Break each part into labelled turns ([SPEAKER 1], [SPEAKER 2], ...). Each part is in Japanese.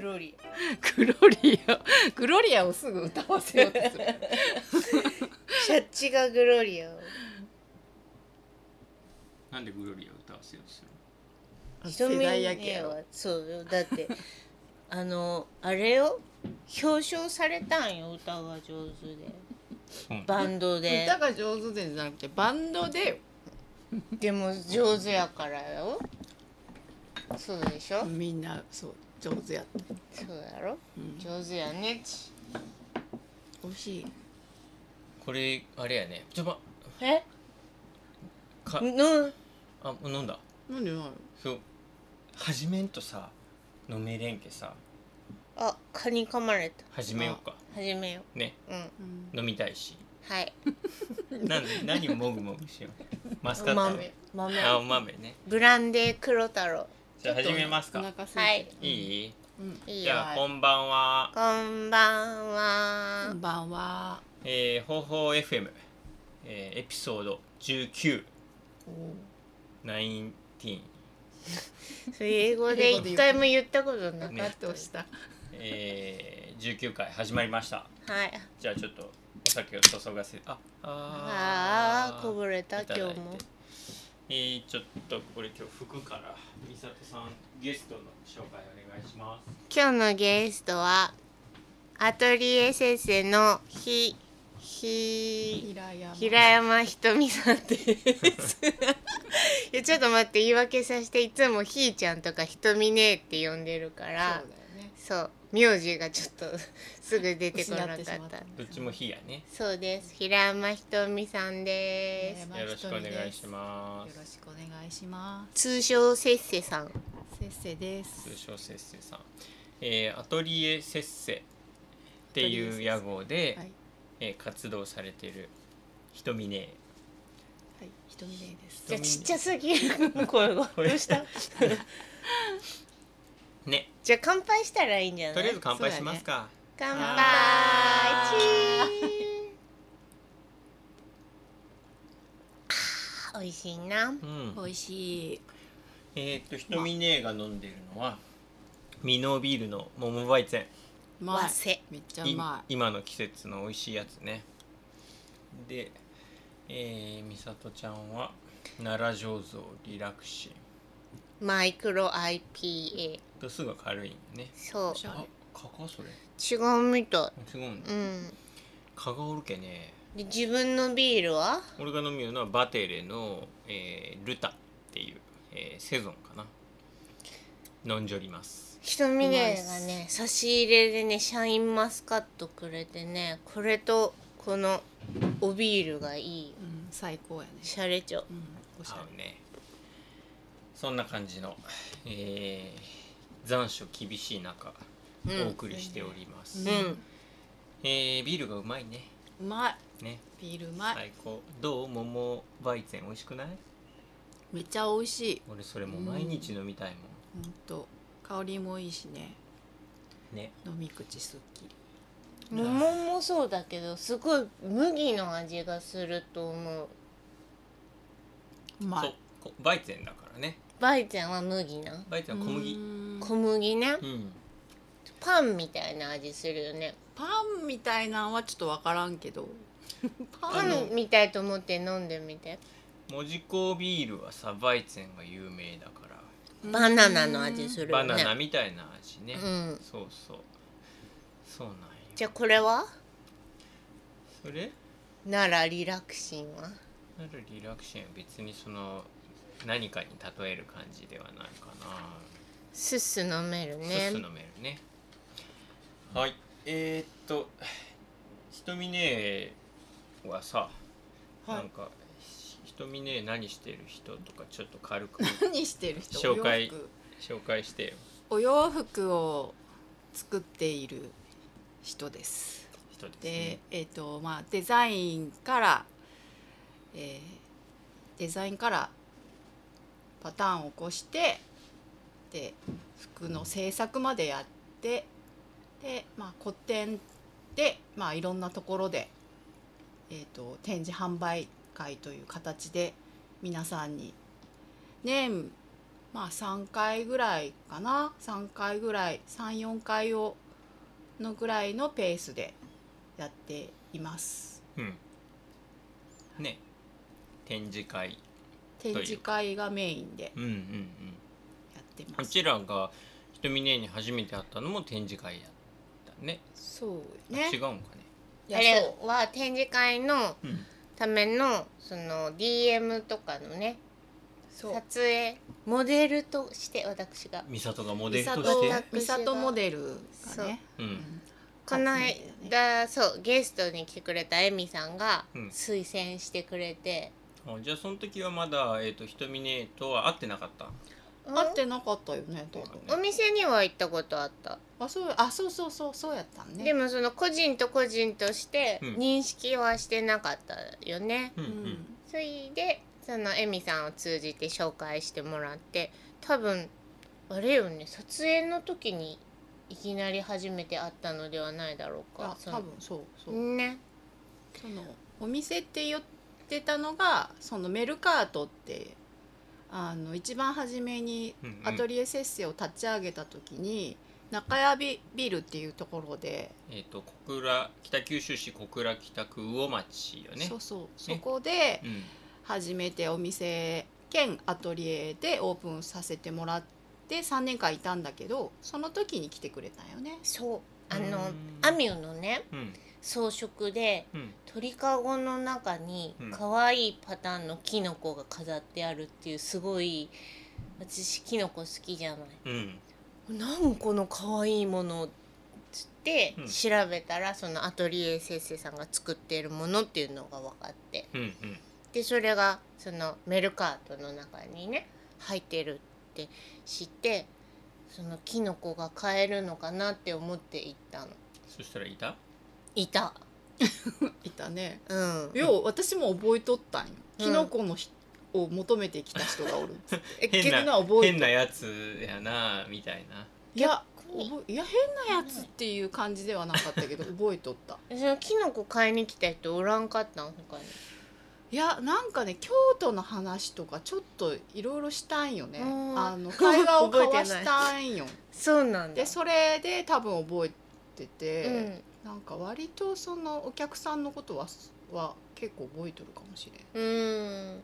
[SPEAKER 1] ロリ
[SPEAKER 2] グロリアグロリアをすぐ歌わせようと する
[SPEAKER 1] シャッチがグロリアを
[SPEAKER 3] なんでグロリアを歌わせようとするの
[SPEAKER 1] 瞳
[SPEAKER 2] 世代や
[SPEAKER 1] に
[SPEAKER 2] け
[SPEAKER 1] ね
[SPEAKER 2] よ
[SPEAKER 1] はそうよだって あのあれよ表彰されたんよ歌が上手
[SPEAKER 3] うん
[SPEAKER 1] でバンドで
[SPEAKER 2] 歌が上手でじゃなくてバンドで
[SPEAKER 1] でも上手やからよそうでしょ
[SPEAKER 2] みんなそう上手やった、
[SPEAKER 1] そうだろ
[SPEAKER 2] うん、
[SPEAKER 1] 上手やねち
[SPEAKER 2] 美味しい
[SPEAKER 3] これあれやねちょま
[SPEAKER 1] え
[SPEAKER 3] か
[SPEAKER 1] の
[SPEAKER 3] あ飲んだ
[SPEAKER 2] なんでないの
[SPEAKER 3] そう始めんとさ飲めれんけさ
[SPEAKER 1] あ蚊に噛まれた
[SPEAKER 3] 始めようか
[SPEAKER 1] 始めよ
[SPEAKER 3] ね
[SPEAKER 1] ううん
[SPEAKER 2] うん
[SPEAKER 3] 飲みたいし
[SPEAKER 1] はい
[SPEAKER 3] なんで何をもぐもぐしようマスカット
[SPEAKER 1] 豆豆
[SPEAKER 3] あお豆ね
[SPEAKER 1] ブランデー黒太郎
[SPEAKER 3] じゃあ始めます
[SPEAKER 2] お
[SPEAKER 3] か
[SPEAKER 2] 腹空
[SPEAKER 1] はいい
[SPEAKER 2] てる
[SPEAKER 3] いい
[SPEAKER 2] うん
[SPEAKER 1] いい
[SPEAKER 3] じ
[SPEAKER 1] よ
[SPEAKER 3] ゃあこんばんは
[SPEAKER 1] こんばん
[SPEAKER 2] こ
[SPEAKER 1] は
[SPEAKER 2] んばんは
[SPEAKER 3] えー、方法 FM、えー、エピソード1919
[SPEAKER 1] それ英語で一回も言ったことなか
[SPEAKER 2] カ
[SPEAKER 1] っ
[SPEAKER 2] ットした
[SPEAKER 3] えー、19回始まりました
[SPEAKER 1] たはい
[SPEAKER 3] じゃあちょっとお酒を注がせあ
[SPEAKER 1] ああこぼ
[SPEAKER 3] れ
[SPEAKER 1] れた今日も
[SPEAKER 3] えー、ちょっとこれ今日服から美里さんゲストの紹介お願いします
[SPEAKER 1] 今日のゲストはアトリエ先生のひひ
[SPEAKER 2] 平山
[SPEAKER 1] 平山ひとみさんです いやちょっと待って言い訳させていつもひーちゃんとかひとみねえって呼んでるか
[SPEAKER 2] そうだ
[SPEAKER 1] ら
[SPEAKER 2] よね
[SPEAKER 1] そう名字がちょっとすぐ出てこなかっ
[SPEAKER 2] 失ってしまった
[SPEAKER 1] た
[SPEAKER 3] どっちも火やね
[SPEAKER 1] そうです平山ひとみさんです、
[SPEAKER 2] 平
[SPEAKER 3] よ
[SPEAKER 2] 山
[SPEAKER 3] ろ
[SPEAKER 2] ひ
[SPEAKER 3] し
[SPEAKER 2] と
[SPEAKER 3] くお
[SPEAKER 2] みです
[SPEAKER 3] 願いします
[SPEAKER 2] よろしくお願いしま
[SPEAKER 1] 通称せっせさん
[SPEAKER 2] すせっせです
[SPEAKER 3] 通称せっせさん、えー、アトリエせっせっていう屋号で、
[SPEAKER 2] はい
[SPEAKER 3] えー活動されてる瞳ね
[SPEAKER 2] はいひとみねです
[SPEAKER 1] じゃあちっちゃすぎる 声がどうした
[SPEAKER 3] ね
[SPEAKER 1] じゃあ乾杯したらいいんじゃ
[SPEAKER 3] と
[SPEAKER 1] な
[SPEAKER 3] りあえ
[SPEAKER 1] い
[SPEAKER 3] ず乾杯しますか、
[SPEAKER 1] 乾杯チー美味しいな
[SPEAKER 3] うん
[SPEAKER 2] 美味しい
[SPEAKER 3] えー、っと瞳ねが飲んでるのはミノービールの桃焙煎
[SPEAKER 2] うま
[SPEAKER 1] わ
[SPEAKER 2] い
[SPEAKER 1] せ
[SPEAKER 2] めっちゃう
[SPEAKER 3] い
[SPEAKER 2] まい
[SPEAKER 3] 今の季節の美味しいやつねでえー、美里ちゃんは奈良醸造リラクシン
[SPEAKER 1] マイクロ IPA
[SPEAKER 3] 度数が軽いんよね
[SPEAKER 1] そう
[SPEAKER 2] おしゃ
[SPEAKER 3] あ蚊かそれ
[SPEAKER 1] 違うみた
[SPEAKER 3] すごいね
[SPEAKER 1] いうん
[SPEAKER 3] 蚊がおるけね
[SPEAKER 1] で自分のビールは
[SPEAKER 3] 俺が飲むのはバテレの、えールタっていう、えーセゾンかな飲んじょります
[SPEAKER 1] ひとみねがね差し入れでねシャインマスカットくれてねこれとこのおビールがいいよ
[SPEAKER 2] うん最高やね
[SPEAKER 1] シャレちょ
[SPEAKER 2] うんおしゃ
[SPEAKER 3] 合うねそんな感じの、えー残暑厳しい中
[SPEAKER 1] うん
[SPEAKER 3] お送りしております、
[SPEAKER 1] う
[SPEAKER 2] ね
[SPEAKER 1] ん
[SPEAKER 3] えービールがうまいね
[SPEAKER 2] れうまい
[SPEAKER 3] ね
[SPEAKER 2] ビールうまい、
[SPEAKER 3] 最高どう桃焙煎美味しくない
[SPEAKER 2] めっちゃ美味しい
[SPEAKER 3] 俺それもう毎日飲みたいもん、
[SPEAKER 2] ほんと香りもいいしね
[SPEAKER 3] ね
[SPEAKER 2] 飲み口すっきり
[SPEAKER 1] 桃もそうだけどすごい麦の味がすると思う
[SPEAKER 2] うま
[SPEAKER 3] そう
[SPEAKER 2] い
[SPEAKER 3] こ焙煎だからね
[SPEAKER 1] バイちゃんは麦な
[SPEAKER 3] 焙煎は小麦
[SPEAKER 2] うーん
[SPEAKER 1] 小麦ね
[SPEAKER 3] うん
[SPEAKER 1] パンみたいな味するよね
[SPEAKER 2] パンみたいなんはちょっとわからんけ どパ
[SPEAKER 1] パ
[SPEAKER 2] ン
[SPEAKER 1] ンみたいと思って飲んでみて
[SPEAKER 3] 門司港ビールはさ焙煎が有名だから
[SPEAKER 1] バナナの味する
[SPEAKER 3] バ
[SPEAKER 1] よね
[SPEAKER 3] ナナみたいな味ね、
[SPEAKER 1] うん
[SPEAKER 3] そうそうそうなんよ
[SPEAKER 1] じゃあこれは
[SPEAKER 3] それ
[SPEAKER 1] ならリラクシンは
[SPEAKER 3] なるリラクションは別にその何かに例える感じではないかな
[SPEAKER 1] すっす飲めるね
[SPEAKER 3] すす飲めるねはいえー、っとひとみねえはさ、
[SPEAKER 1] はい
[SPEAKER 3] なんかひとみねえ何してる人とかちょっと軽く
[SPEAKER 2] 何してる人
[SPEAKER 3] 紹
[SPEAKER 2] お洋
[SPEAKER 3] 介
[SPEAKER 2] 服
[SPEAKER 3] 紹介してよ
[SPEAKER 2] お洋服を作っている人です
[SPEAKER 3] 人です、
[SPEAKER 2] で
[SPEAKER 3] ね、、
[SPEAKER 2] えっ、とまあデザインから、えーデザインからパターンを起こしてで服の制作までやってでまあ個展でまあいろんなところでえっ、と展示販売会という形で皆さんに年まあ3回ぐらいかな3回ぐらい34回をのぐらいのペースでやっています
[SPEAKER 3] うんね展示会
[SPEAKER 2] 展示会がメインで
[SPEAKER 3] うんうんうん
[SPEAKER 2] やってま
[SPEAKER 3] う
[SPEAKER 2] す
[SPEAKER 3] ちらが瞳姉に初めて会ったのも展示会やったね
[SPEAKER 2] そう
[SPEAKER 3] あ
[SPEAKER 2] ね
[SPEAKER 3] 違うんかね
[SPEAKER 2] いや
[SPEAKER 1] あれ
[SPEAKER 2] そう
[SPEAKER 1] は展示会の
[SPEAKER 3] うん
[SPEAKER 1] ためのその DM とかのね
[SPEAKER 2] そう
[SPEAKER 1] 撮影モデルとして私が
[SPEAKER 3] 美里がモデ
[SPEAKER 2] 美
[SPEAKER 3] ルと
[SPEAKER 2] 里
[SPEAKER 3] し
[SPEAKER 1] 美
[SPEAKER 3] て
[SPEAKER 1] 里
[SPEAKER 2] 美里モデルがね
[SPEAKER 3] う
[SPEAKER 2] うんん
[SPEAKER 1] この
[SPEAKER 2] 初めてだね
[SPEAKER 1] 間そうゲストに来てくれたエミさんが
[SPEAKER 3] うん
[SPEAKER 1] 推薦してくれて
[SPEAKER 3] あじゃあその時はまだえっ、と瞳姉とは会ってなかった
[SPEAKER 2] 会ってなかったよね多分
[SPEAKER 1] お店には行ったことあった、
[SPEAKER 2] あそうあそうそうそうそうやったんね
[SPEAKER 1] でもその個人と個人として
[SPEAKER 3] うん
[SPEAKER 1] 認識はしてなかったよね、
[SPEAKER 3] うん
[SPEAKER 2] う
[SPEAKER 3] うんん
[SPEAKER 1] それでそのエミさんを通じて紹介してもらって多分あれよね撮影の時にいきなり初めて会ったのではないだろうか
[SPEAKER 2] あ
[SPEAKER 1] その
[SPEAKER 2] 多分そうそう
[SPEAKER 1] ね
[SPEAKER 2] そのお店って言ってたのがそのメルカートってあの一番初めに
[SPEAKER 3] うんうん
[SPEAKER 2] アトリエセッセを立ち上げた時に、中谷ビビルっていうところで、
[SPEAKER 3] えっ、と小倉北九州市小倉北区魚町よね
[SPEAKER 2] そうそうそこで
[SPEAKER 3] うん
[SPEAKER 2] 初めてお店兼アトリエでオープンさせてもらって3年間いたんだけどその時に来てくれたんよね。
[SPEAKER 1] そうあの
[SPEAKER 3] うん
[SPEAKER 1] アミューのね
[SPEAKER 3] うん
[SPEAKER 1] 装飾で
[SPEAKER 3] うん
[SPEAKER 1] 鳥かごの中に
[SPEAKER 3] うん
[SPEAKER 1] 可愛いパターンのキノコが飾ってあるっていうすごい私キノコ好きじゃない。
[SPEAKER 3] うん
[SPEAKER 1] なんこの可愛いものっつって
[SPEAKER 3] うん
[SPEAKER 1] 調べたら、そのアトリエ先生さんが作っているものっていうのが分かって
[SPEAKER 3] うんうん
[SPEAKER 1] でそれがそのメルカートの中にね入ってるって知ってそのキノコが買えるのかなって思って行ったの
[SPEAKER 3] そしたらいた
[SPEAKER 1] いた
[SPEAKER 2] いたね。
[SPEAKER 1] うん
[SPEAKER 2] よう私も覚えとったんよ。
[SPEAKER 1] うん
[SPEAKER 2] キノコのひを求めてきた人がおるっつって。え
[SPEAKER 3] 変な
[SPEAKER 2] けどな覚え
[SPEAKER 3] 変
[SPEAKER 2] て
[SPEAKER 3] なやつやなみたいない
[SPEAKER 2] や
[SPEAKER 1] に
[SPEAKER 2] 覚えいや変なやつっていう感じではなかったけど覚えとった
[SPEAKER 1] そのキノコ買いに来た人おらんかったん他に
[SPEAKER 2] いやなんかね京都の話とかちょっといろいろしたんよね
[SPEAKER 1] うん
[SPEAKER 2] あの会話を
[SPEAKER 1] 覚え
[SPEAKER 2] 交
[SPEAKER 1] てな
[SPEAKER 2] わ
[SPEAKER 1] い
[SPEAKER 2] したんよ
[SPEAKER 1] そうなんだ
[SPEAKER 2] でそれで多分覚えて
[SPEAKER 1] う
[SPEAKER 2] て、
[SPEAKER 1] ん
[SPEAKER 2] なんか割とそのお客さんのことはは結構覚えとるかもしれん
[SPEAKER 1] うん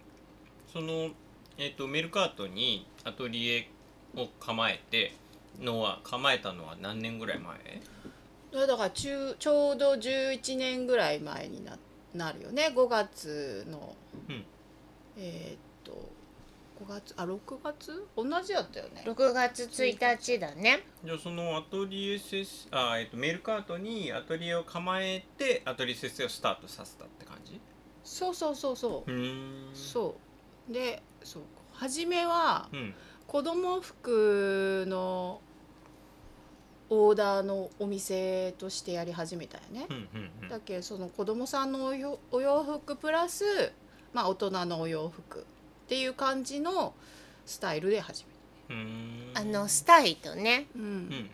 [SPEAKER 3] その、えっとメルカートにアトリエを構えてのは構えたのは何年ぐらい前
[SPEAKER 2] それだから中ちょうど11年ぐらい前にななるよね5月の、
[SPEAKER 3] うん
[SPEAKER 2] えーっと5月あ6月同じやったよね
[SPEAKER 1] 6月1日だね
[SPEAKER 3] じゃあそのアトリエ先生あ、えっとメルカートにアトリエを構えてアトリエ先生をスタートさせたって感じ
[SPEAKER 2] そうそうそうそう
[SPEAKER 3] う、ーん
[SPEAKER 2] そうでそう初めは
[SPEAKER 3] うん
[SPEAKER 2] 子供服のオーダーのお店としてやり始めたよね
[SPEAKER 3] う、んうんうん
[SPEAKER 2] だけどその子供さんのおよお洋服プラス、まあ、大人のお洋服っていう感じのスタイルで始め
[SPEAKER 3] うーん
[SPEAKER 1] あのスタイとね
[SPEAKER 2] た、うん
[SPEAKER 3] うんうん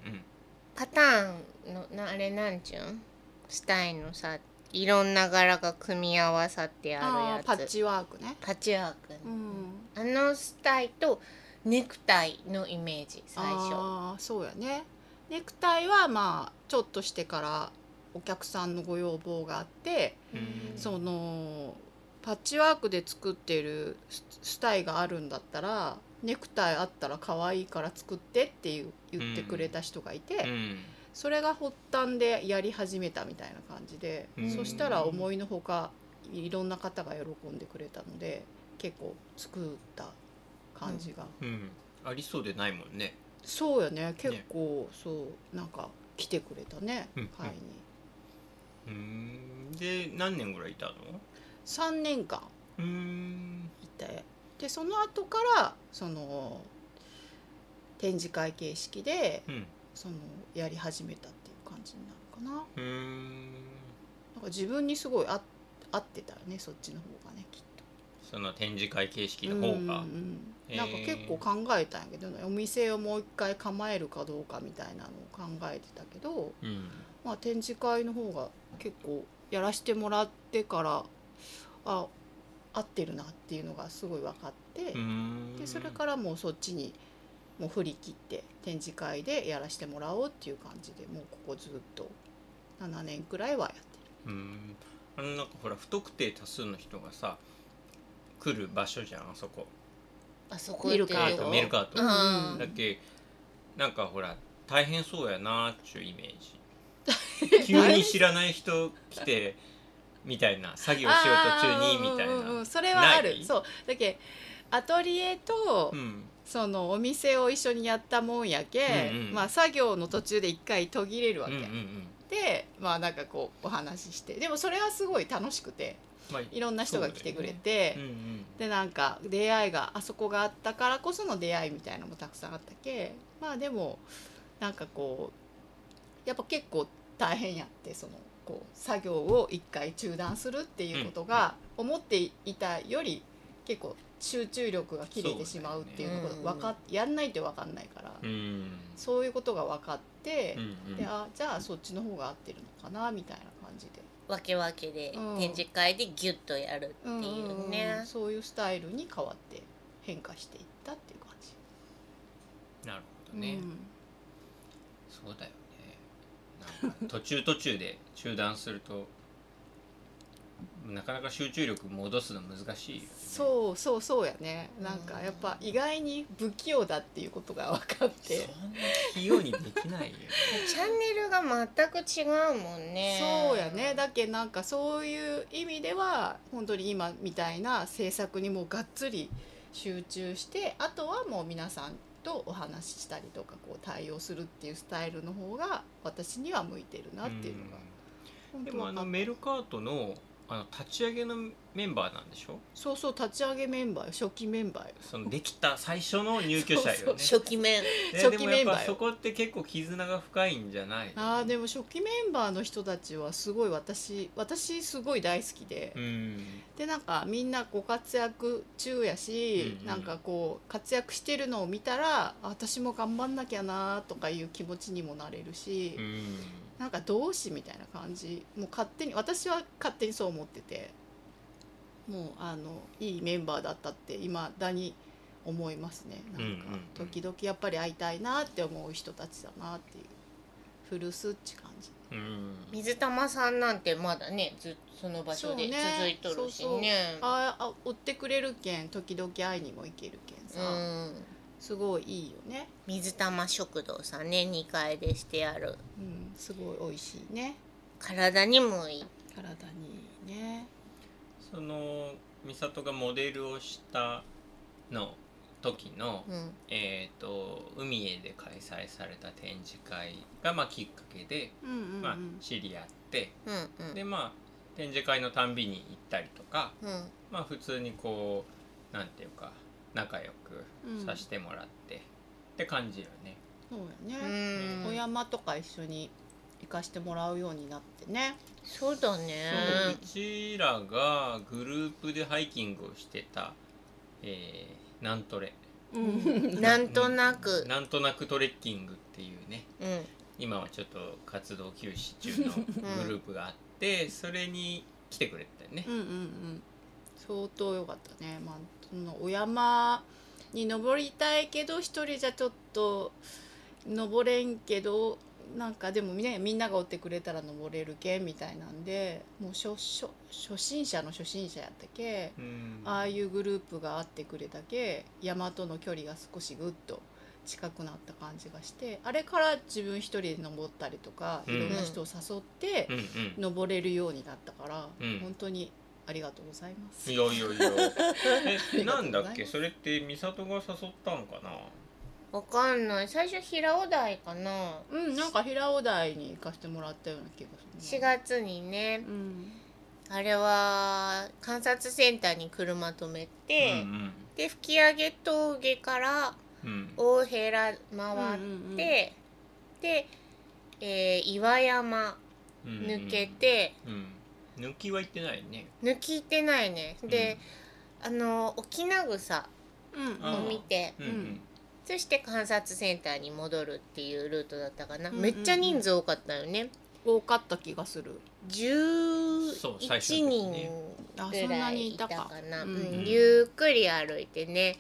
[SPEAKER 1] パターンのなあれなんちゅうんスタイのさいろんな柄が組み合わさってある
[SPEAKER 2] あ
[SPEAKER 1] や
[SPEAKER 2] ー
[SPEAKER 1] つ
[SPEAKER 2] パッチワークね、
[SPEAKER 1] パッチワークね、
[SPEAKER 2] うん、
[SPEAKER 1] あのスタイとネクタイのイメージ最初
[SPEAKER 2] あーそうやねネクタイはまあちょっとしてからお客さんのご要望があって
[SPEAKER 3] うん
[SPEAKER 2] そのパッチワークで作ってるススタイがあるんだったらネクタイあったら可愛いから作ってっていう言ってくれた人がいて、
[SPEAKER 3] うん
[SPEAKER 2] それが発端でやり始めたみたいな感じで、
[SPEAKER 3] うん
[SPEAKER 2] そしたら思いのほかいろんな方が喜んでくれたので結構作った感じが、
[SPEAKER 3] うんありそうでないもんね
[SPEAKER 2] そうやね結構、そうなんか来てくれたね
[SPEAKER 3] うん
[SPEAKER 2] 会に、
[SPEAKER 3] うーんで何年ぐらいいたの
[SPEAKER 2] 3年間
[SPEAKER 3] うーん
[SPEAKER 2] いてでその後からその展示会形式で
[SPEAKER 3] うん
[SPEAKER 2] そのやり始めたっていう感じになるかな
[SPEAKER 3] うーん
[SPEAKER 2] なんか自分にすごいあ合ってたよねそっちの方がねきっと。
[SPEAKER 3] その展示会形式の方が
[SPEAKER 2] うん
[SPEAKER 3] へー
[SPEAKER 2] なんか結構考えたんやけどねお店をもう一回構えるかどうかみたいなのを考えてたけど、
[SPEAKER 3] うん
[SPEAKER 2] まあ、展示会の方が結構やらしてもらってからあ合ってるなっていうのがすごい分かって、
[SPEAKER 3] うーん
[SPEAKER 2] でそれからもうそっちにもう振り切って展示会でやらせてもらおうっていう感じでもうここずっと7年くらいはやって
[SPEAKER 3] うんあのなんかほら不特定多数の人がさ来る場所じゃんあそこ
[SPEAKER 1] あそこ行って
[SPEAKER 2] カ
[SPEAKER 1] る
[SPEAKER 2] ー
[SPEAKER 3] えっ
[SPEAKER 2] ト
[SPEAKER 3] と
[SPEAKER 1] よ
[SPEAKER 3] メルカー
[SPEAKER 1] う
[SPEAKER 3] ト
[SPEAKER 1] ん、
[SPEAKER 2] うん
[SPEAKER 3] だっけなんかほら大変そうやなーっちゅうイメー ジ急に知らない人来てみたいな作業しようと中にみたい
[SPEAKER 2] あーうんうんうん
[SPEAKER 3] な
[SPEAKER 2] それはあ
[SPEAKER 3] な
[SPEAKER 2] る
[SPEAKER 3] い
[SPEAKER 2] そうだけアトリエと、
[SPEAKER 3] うん
[SPEAKER 2] そのお店を一緒にやったもんやけ、
[SPEAKER 3] うんうん
[SPEAKER 2] まあ作業の途中で一回途切れるわ
[SPEAKER 3] うん
[SPEAKER 2] け、
[SPEAKER 3] うんうん
[SPEAKER 2] でまあなんかこうお話ししてでもそれはすごい楽しくて
[SPEAKER 3] まあ
[SPEAKER 2] いろんな人が来てくれ
[SPEAKER 3] そう
[SPEAKER 2] て、
[SPEAKER 3] だよねうん
[SPEAKER 2] でなんか出会いがあそこがあったからこその出会いみたいなのもたくさんあったけまあでもなんかこうやっぱ結構大変やってそのこう作業を一回中断するっていうことが思っていたより結構集中力が切れてしまうっていうの
[SPEAKER 1] そうだ
[SPEAKER 2] が
[SPEAKER 1] よね
[SPEAKER 2] 分かっやんないと分かんないから、
[SPEAKER 3] うんうん
[SPEAKER 2] そういうことが分かって
[SPEAKER 3] うん、うん
[SPEAKER 2] であじゃあそっちの方が合ってるのかなみたいな感じで。
[SPEAKER 1] 分け分けで
[SPEAKER 2] うん
[SPEAKER 1] 展示会でギュッとやるってい
[SPEAKER 2] うんうんう
[SPEAKER 1] うんね、
[SPEAKER 2] そういうスタイルに変わって変化していったっていう感じ。
[SPEAKER 3] なるほどね
[SPEAKER 2] うん
[SPEAKER 3] そうだよねなんか途中途中で中断するとなかなか集中力戻すの難しいよね
[SPEAKER 2] そうそうそうやねなんかやっぱ意外に不器用だっていうことが分かって
[SPEAKER 3] そんな器用にできないよ
[SPEAKER 1] チャンネルが全く違うもんね
[SPEAKER 2] そうやねだけなんかそういう意味では本当に今みたいな制作にもうがっつり集中してあとはもう皆さんとお話ししたりとかこう対応するっていうスタイルの方が私には向いてる なっていうのが
[SPEAKER 3] う
[SPEAKER 2] 本
[SPEAKER 3] んで
[SPEAKER 2] 当
[SPEAKER 3] もあ
[SPEAKER 2] 分か
[SPEAKER 3] の
[SPEAKER 2] っ
[SPEAKER 3] メルカートのあの立ち上げのメンバーなんでしょ
[SPEAKER 2] そうそう立ち上げメンバーよ初期メンバーよ
[SPEAKER 3] そのできた最初の入居者よね
[SPEAKER 2] そう
[SPEAKER 1] 初期面
[SPEAKER 3] ね
[SPEAKER 2] 初期メンバーよ
[SPEAKER 3] でもやっぱそこって結構絆が深いんじゃない
[SPEAKER 2] あーでも初期メンバーの人たちはすごい私私すごい大好きで、
[SPEAKER 3] うん
[SPEAKER 2] でなんかみんなご活躍中やし、
[SPEAKER 3] うんうん
[SPEAKER 2] なんかこう活躍してるのを見たらあ私も頑張んなきゃなとかいう気持ちにもなれるし、
[SPEAKER 3] うん
[SPEAKER 2] なんか同志みたいな感じもう勝手に私は勝手にそう思っててもうあのいいメンバーだったって今だに思いますねなん
[SPEAKER 3] うん
[SPEAKER 2] か時々やっぱり会いたいなって思う人たちだなっていう古巣っち感じ。
[SPEAKER 3] うん
[SPEAKER 1] 水玉さんなんてまだねずっとその場所で
[SPEAKER 2] そうね
[SPEAKER 1] 続いとるし
[SPEAKER 2] そうそう
[SPEAKER 1] ね
[SPEAKER 2] ああ追ってくれるけん時々会いにも行けるけんさ、
[SPEAKER 1] うん
[SPEAKER 2] すごいいいよね、
[SPEAKER 1] 水玉食堂さんね2階でしてある
[SPEAKER 2] うん、すごい美味しいね
[SPEAKER 1] 体にもいい
[SPEAKER 2] 体にいいね
[SPEAKER 3] その美里がモデルをしたの時の、
[SPEAKER 1] うん
[SPEAKER 3] えー、と海へで開催された展示会が、まあ、きっかけで、
[SPEAKER 2] うんうんうん、
[SPEAKER 3] まあ、知り合って、
[SPEAKER 1] うん
[SPEAKER 3] でまあ展示会のたんびに行ったりとか、
[SPEAKER 1] うんうん
[SPEAKER 3] まあ、普通にこうなんていうか仲良くさせてもらって、って感じよね。
[SPEAKER 2] そう
[SPEAKER 1] う
[SPEAKER 2] やね、
[SPEAKER 1] ん
[SPEAKER 2] お山とか一緒に行かしてもらうようになってね
[SPEAKER 1] そうだね
[SPEAKER 3] そううちらがグループでハイキングをしてた、えーなんトレ
[SPEAKER 2] うん
[SPEAKER 1] なんとなく
[SPEAKER 3] なんとなくトレッキングっていうね
[SPEAKER 1] うん
[SPEAKER 3] 今はちょっと活動休止中のグループがあって、それに来てくれたよね
[SPEAKER 2] う。んうんうん相当良かったね、まあ、そのお山に登りたいけど一人じゃちょっと登れんけどなんかでもねみんなが追ってくれたら登れるけんみたいなんでもう初初初心者の初心者やったけ
[SPEAKER 3] うん
[SPEAKER 2] ああいうグループがあってくれたけ山との距離が少しぐっと近くなった感じがしてあれから自分一人で登ったりとかいろんな人を誘って。
[SPEAKER 3] うんうん
[SPEAKER 2] 登れるようになったから、
[SPEAKER 3] うん
[SPEAKER 2] 本当にありがとうございます。
[SPEAKER 3] いやいやいやえなんだ
[SPEAKER 2] ありがとうござ
[SPEAKER 3] っ
[SPEAKER 2] い
[SPEAKER 3] け
[SPEAKER 2] ます
[SPEAKER 3] それって美里が誘ったのかな
[SPEAKER 1] わかんない最初平尾台かな
[SPEAKER 2] うん、なんか平尾台に行かせてもらったような気がす
[SPEAKER 1] 4
[SPEAKER 2] る。
[SPEAKER 1] 月にね
[SPEAKER 2] うん。
[SPEAKER 1] あれは観察センターに車止めて、
[SPEAKER 3] うん
[SPEAKER 1] で吹上峠から
[SPEAKER 3] うん
[SPEAKER 1] 大平回っ
[SPEAKER 2] うんうんうん
[SPEAKER 1] て、で、えー岩山
[SPEAKER 3] うん
[SPEAKER 1] 抜け、て、
[SPEAKER 3] うんうん、抜きは行ってないね
[SPEAKER 1] 抜き行ってないねで、あの沖縄草
[SPEAKER 2] うんうん
[SPEAKER 3] あ
[SPEAKER 1] を見て
[SPEAKER 3] うんうん
[SPEAKER 1] そして観察センターに戻るっていうルートだったかな、
[SPEAKER 2] うんうんうん
[SPEAKER 1] めっちゃ人数多かったよね
[SPEAKER 2] 多かった気がする。
[SPEAKER 1] 11
[SPEAKER 3] そう最初の時
[SPEAKER 1] 人
[SPEAKER 3] ね
[SPEAKER 2] あ、そ
[SPEAKER 1] ぐ
[SPEAKER 2] んな
[SPEAKER 1] ら
[SPEAKER 2] に
[SPEAKER 1] い
[SPEAKER 2] い
[SPEAKER 1] い
[SPEAKER 2] た
[SPEAKER 1] た
[SPEAKER 2] か
[SPEAKER 1] か。な、
[SPEAKER 2] う
[SPEAKER 1] うんんゆっくり歩いてね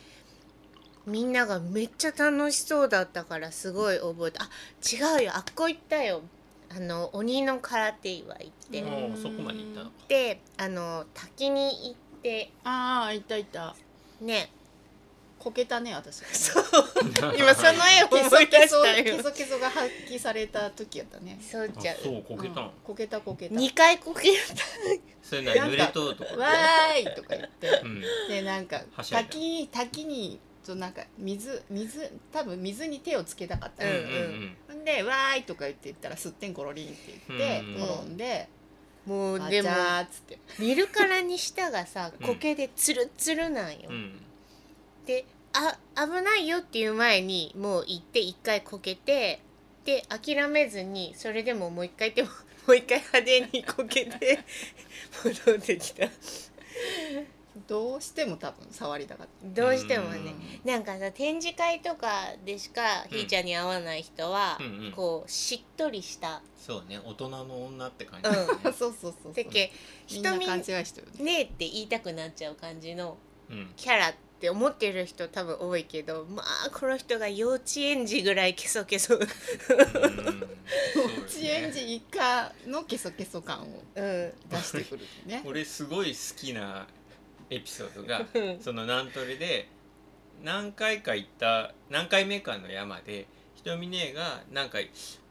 [SPEAKER 1] みんながめっちゃ楽しそうだったからすごい覚えたあ違うよあっこ行ったよあの鬼の空手岩行って、
[SPEAKER 2] うん
[SPEAKER 3] もうそこまで行ったのか
[SPEAKER 1] であの滝に行って
[SPEAKER 2] ああいたいた
[SPEAKER 1] ね
[SPEAKER 2] こけたね 私
[SPEAKER 1] そう今その絵を
[SPEAKER 2] け
[SPEAKER 1] 思い出し
[SPEAKER 2] そ
[SPEAKER 1] た
[SPEAKER 2] け
[SPEAKER 1] よ
[SPEAKER 2] そけそが発揮された時やったね
[SPEAKER 1] そう
[SPEAKER 3] あ
[SPEAKER 1] ちゃん
[SPEAKER 3] そうこけたの
[SPEAKER 2] うんこけたこけた
[SPEAKER 1] 2回こける
[SPEAKER 3] それなに濡れとうとか
[SPEAKER 2] わーいとか言って
[SPEAKER 3] うん
[SPEAKER 2] でなんか
[SPEAKER 3] はしゃいだ
[SPEAKER 2] 滝に滝にそうなんか水水多分水に手をつけたかった
[SPEAKER 3] うん
[SPEAKER 2] の
[SPEAKER 3] うんん
[SPEAKER 2] ほんで「わーい」とか言って言ったら「すってんころりん」って言って
[SPEAKER 3] うん
[SPEAKER 2] 転んで
[SPEAKER 1] も
[SPEAKER 2] 「
[SPEAKER 1] う
[SPEAKER 2] あ
[SPEAKER 1] で
[SPEAKER 2] ち
[SPEAKER 1] も
[SPEAKER 2] ゃー」っつって
[SPEAKER 1] 見るからに舌がさ
[SPEAKER 3] うん
[SPEAKER 1] 苔でツルツルなんよ、
[SPEAKER 3] うんうん
[SPEAKER 1] であ危ないよっていう前にもう行って一回こけてで諦めずにそれでももう一回 でももう一回派手にこけて 戻ってきた
[SPEAKER 2] どうしても多分触りたかっ
[SPEAKER 1] どうしても
[SPEAKER 2] た
[SPEAKER 1] ね
[SPEAKER 2] ね
[SPEAKER 1] なんかさ展示会とかでしか
[SPEAKER 3] うん
[SPEAKER 1] ひーちゃんに会わない人は、
[SPEAKER 3] うんうん
[SPEAKER 1] こうしっとりした
[SPEAKER 3] そうね大人の女って感
[SPEAKER 1] う
[SPEAKER 3] じ
[SPEAKER 1] ん
[SPEAKER 3] だね
[SPEAKER 2] そうそうそう
[SPEAKER 1] だっけ
[SPEAKER 2] みんな
[SPEAKER 1] 瞳
[SPEAKER 2] 勘違い
[SPEAKER 1] ね
[SPEAKER 2] してるよね
[SPEAKER 1] えって言いたくなっちゃう感じの
[SPEAKER 3] うん
[SPEAKER 1] キャラって思ってる人多分多いけどまあこの人が幼稚園児ぐらいケソケ ソ
[SPEAKER 2] 幼
[SPEAKER 3] 幼
[SPEAKER 2] 稚園児以下のケソケソ感を
[SPEAKER 1] うん
[SPEAKER 2] 出してくるね
[SPEAKER 3] 俺すごい好きなエピソードが
[SPEAKER 1] うん
[SPEAKER 3] その南トレで何回か行った何回目かの山でひとみ姉がなんか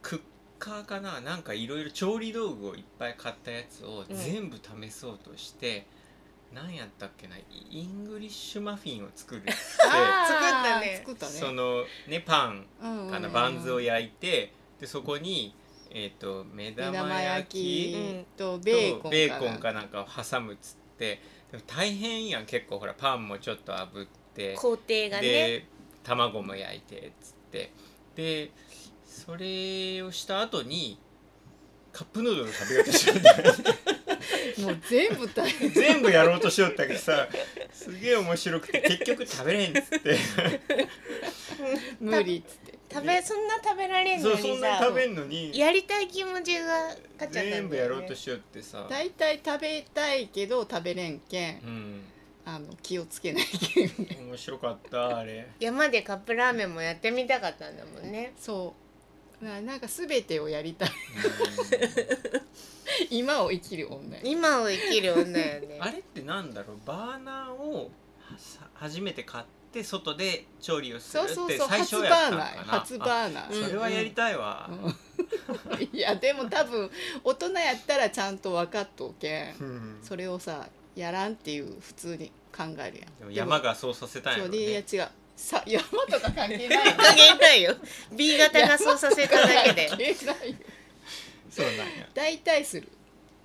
[SPEAKER 3] クッカーかななんかいろいろ調理道具をいっぱい買ったやつを
[SPEAKER 1] うん
[SPEAKER 3] 全部試そうとして、何やったっけなイングリッシュマフィンを作るって
[SPEAKER 2] あー
[SPEAKER 1] 作
[SPEAKER 2] 作ったね
[SPEAKER 3] そのねパン
[SPEAKER 2] うんうん
[SPEAKER 3] か
[SPEAKER 2] う
[SPEAKER 3] なんバンズを焼いてでそこに、えー、と
[SPEAKER 2] 目
[SPEAKER 3] 目玉
[SPEAKER 2] 玉
[SPEAKER 3] 焼
[SPEAKER 2] 焼
[SPEAKER 3] き
[SPEAKER 2] きとベーコ
[SPEAKER 3] と
[SPEAKER 2] ン
[SPEAKER 3] ベーコン
[SPEAKER 2] か
[SPEAKER 3] かなんかを挟むっつってでも大変やん結構ほらパンもちょっと炙って
[SPEAKER 1] 工程がね
[SPEAKER 3] で卵も焼いてっつってでそれをした後にカップヌードル食べようとしようって
[SPEAKER 2] なもう全部大変
[SPEAKER 3] 全部やろうとしよったけどさすげえ面白くて結局食べれんっつって
[SPEAKER 2] 無理っつって
[SPEAKER 1] 食べそんな食べられんの
[SPEAKER 3] そう
[SPEAKER 1] に
[SPEAKER 3] そんなに
[SPEAKER 1] さ
[SPEAKER 3] 食べんのに
[SPEAKER 1] やりたい気持ちが勝っちゃったんだよね
[SPEAKER 3] 全部やろうとしよってさ、
[SPEAKER 2] 大体食べたいけど食べれんけん
[SPEAKER 3] うん、
[SPEAKER 2] あの気をつけないけん
[SPEAKER 3] 面白かったあれ。
[SPEAKER 1] 山でカップラーメンもやってみたかったんだもんね
[SPEAKER 2] そうななんか全てをやりたい 今を生きる女
[SPEAKER 1] 今を生きる女よね
[SPEAKER 3] あれってなんだろうバーナーをさ初めて買って外で調理をする
[SPEAKER 2] そ
[SPEAKER 3] っ
[SPEAKER 2] う
[SPEAKER 3] て
[SPEAKER 2] そうそう
[SPEAKER 3] 最
[SPEAKER 2] 初
[SPEAKER 3] 初
[SPEAKER 2] バ
[SPEAKER 3] やった
[SPEAKER 2] ー
[SPEAKER 3] の
[SPEAKER 2] ナ
[SPEAKER 3] か
[SPEAKER 2] ー
[SPEAKER 3] な
[SPEAKER 2] 初バーナ
[SPEAKER 3] あ
[SPEAKER 2] ー
[SPEAKER 3] それはやりたいわ、
[SPEAKER 2] うんいやでも多分大人やったらちゃんと分かっとうけん
[SPEAKER 3] うん
[SPEAKER 2] それをさやらんっていう普通に考えるやん
[SPEAKER 3] でも山がそうさせたん
[SPEAKER 2] そ
[SPEAKER 3] や
[SPEAKER 2] う
[SPEAKER 3] ろ、
[SPEAKER 2] でいや
[SPEAKER 3] ね、
[SPEAKER 2] 違うさ 山とか関係ない よ
[SPEAKER 1] 関係ないよ B 型がそうさせただけで
[SPEAKER 2] 関係ないよ
[SPEAKER 3] そうなんや
[SPEAKER 2] 大体する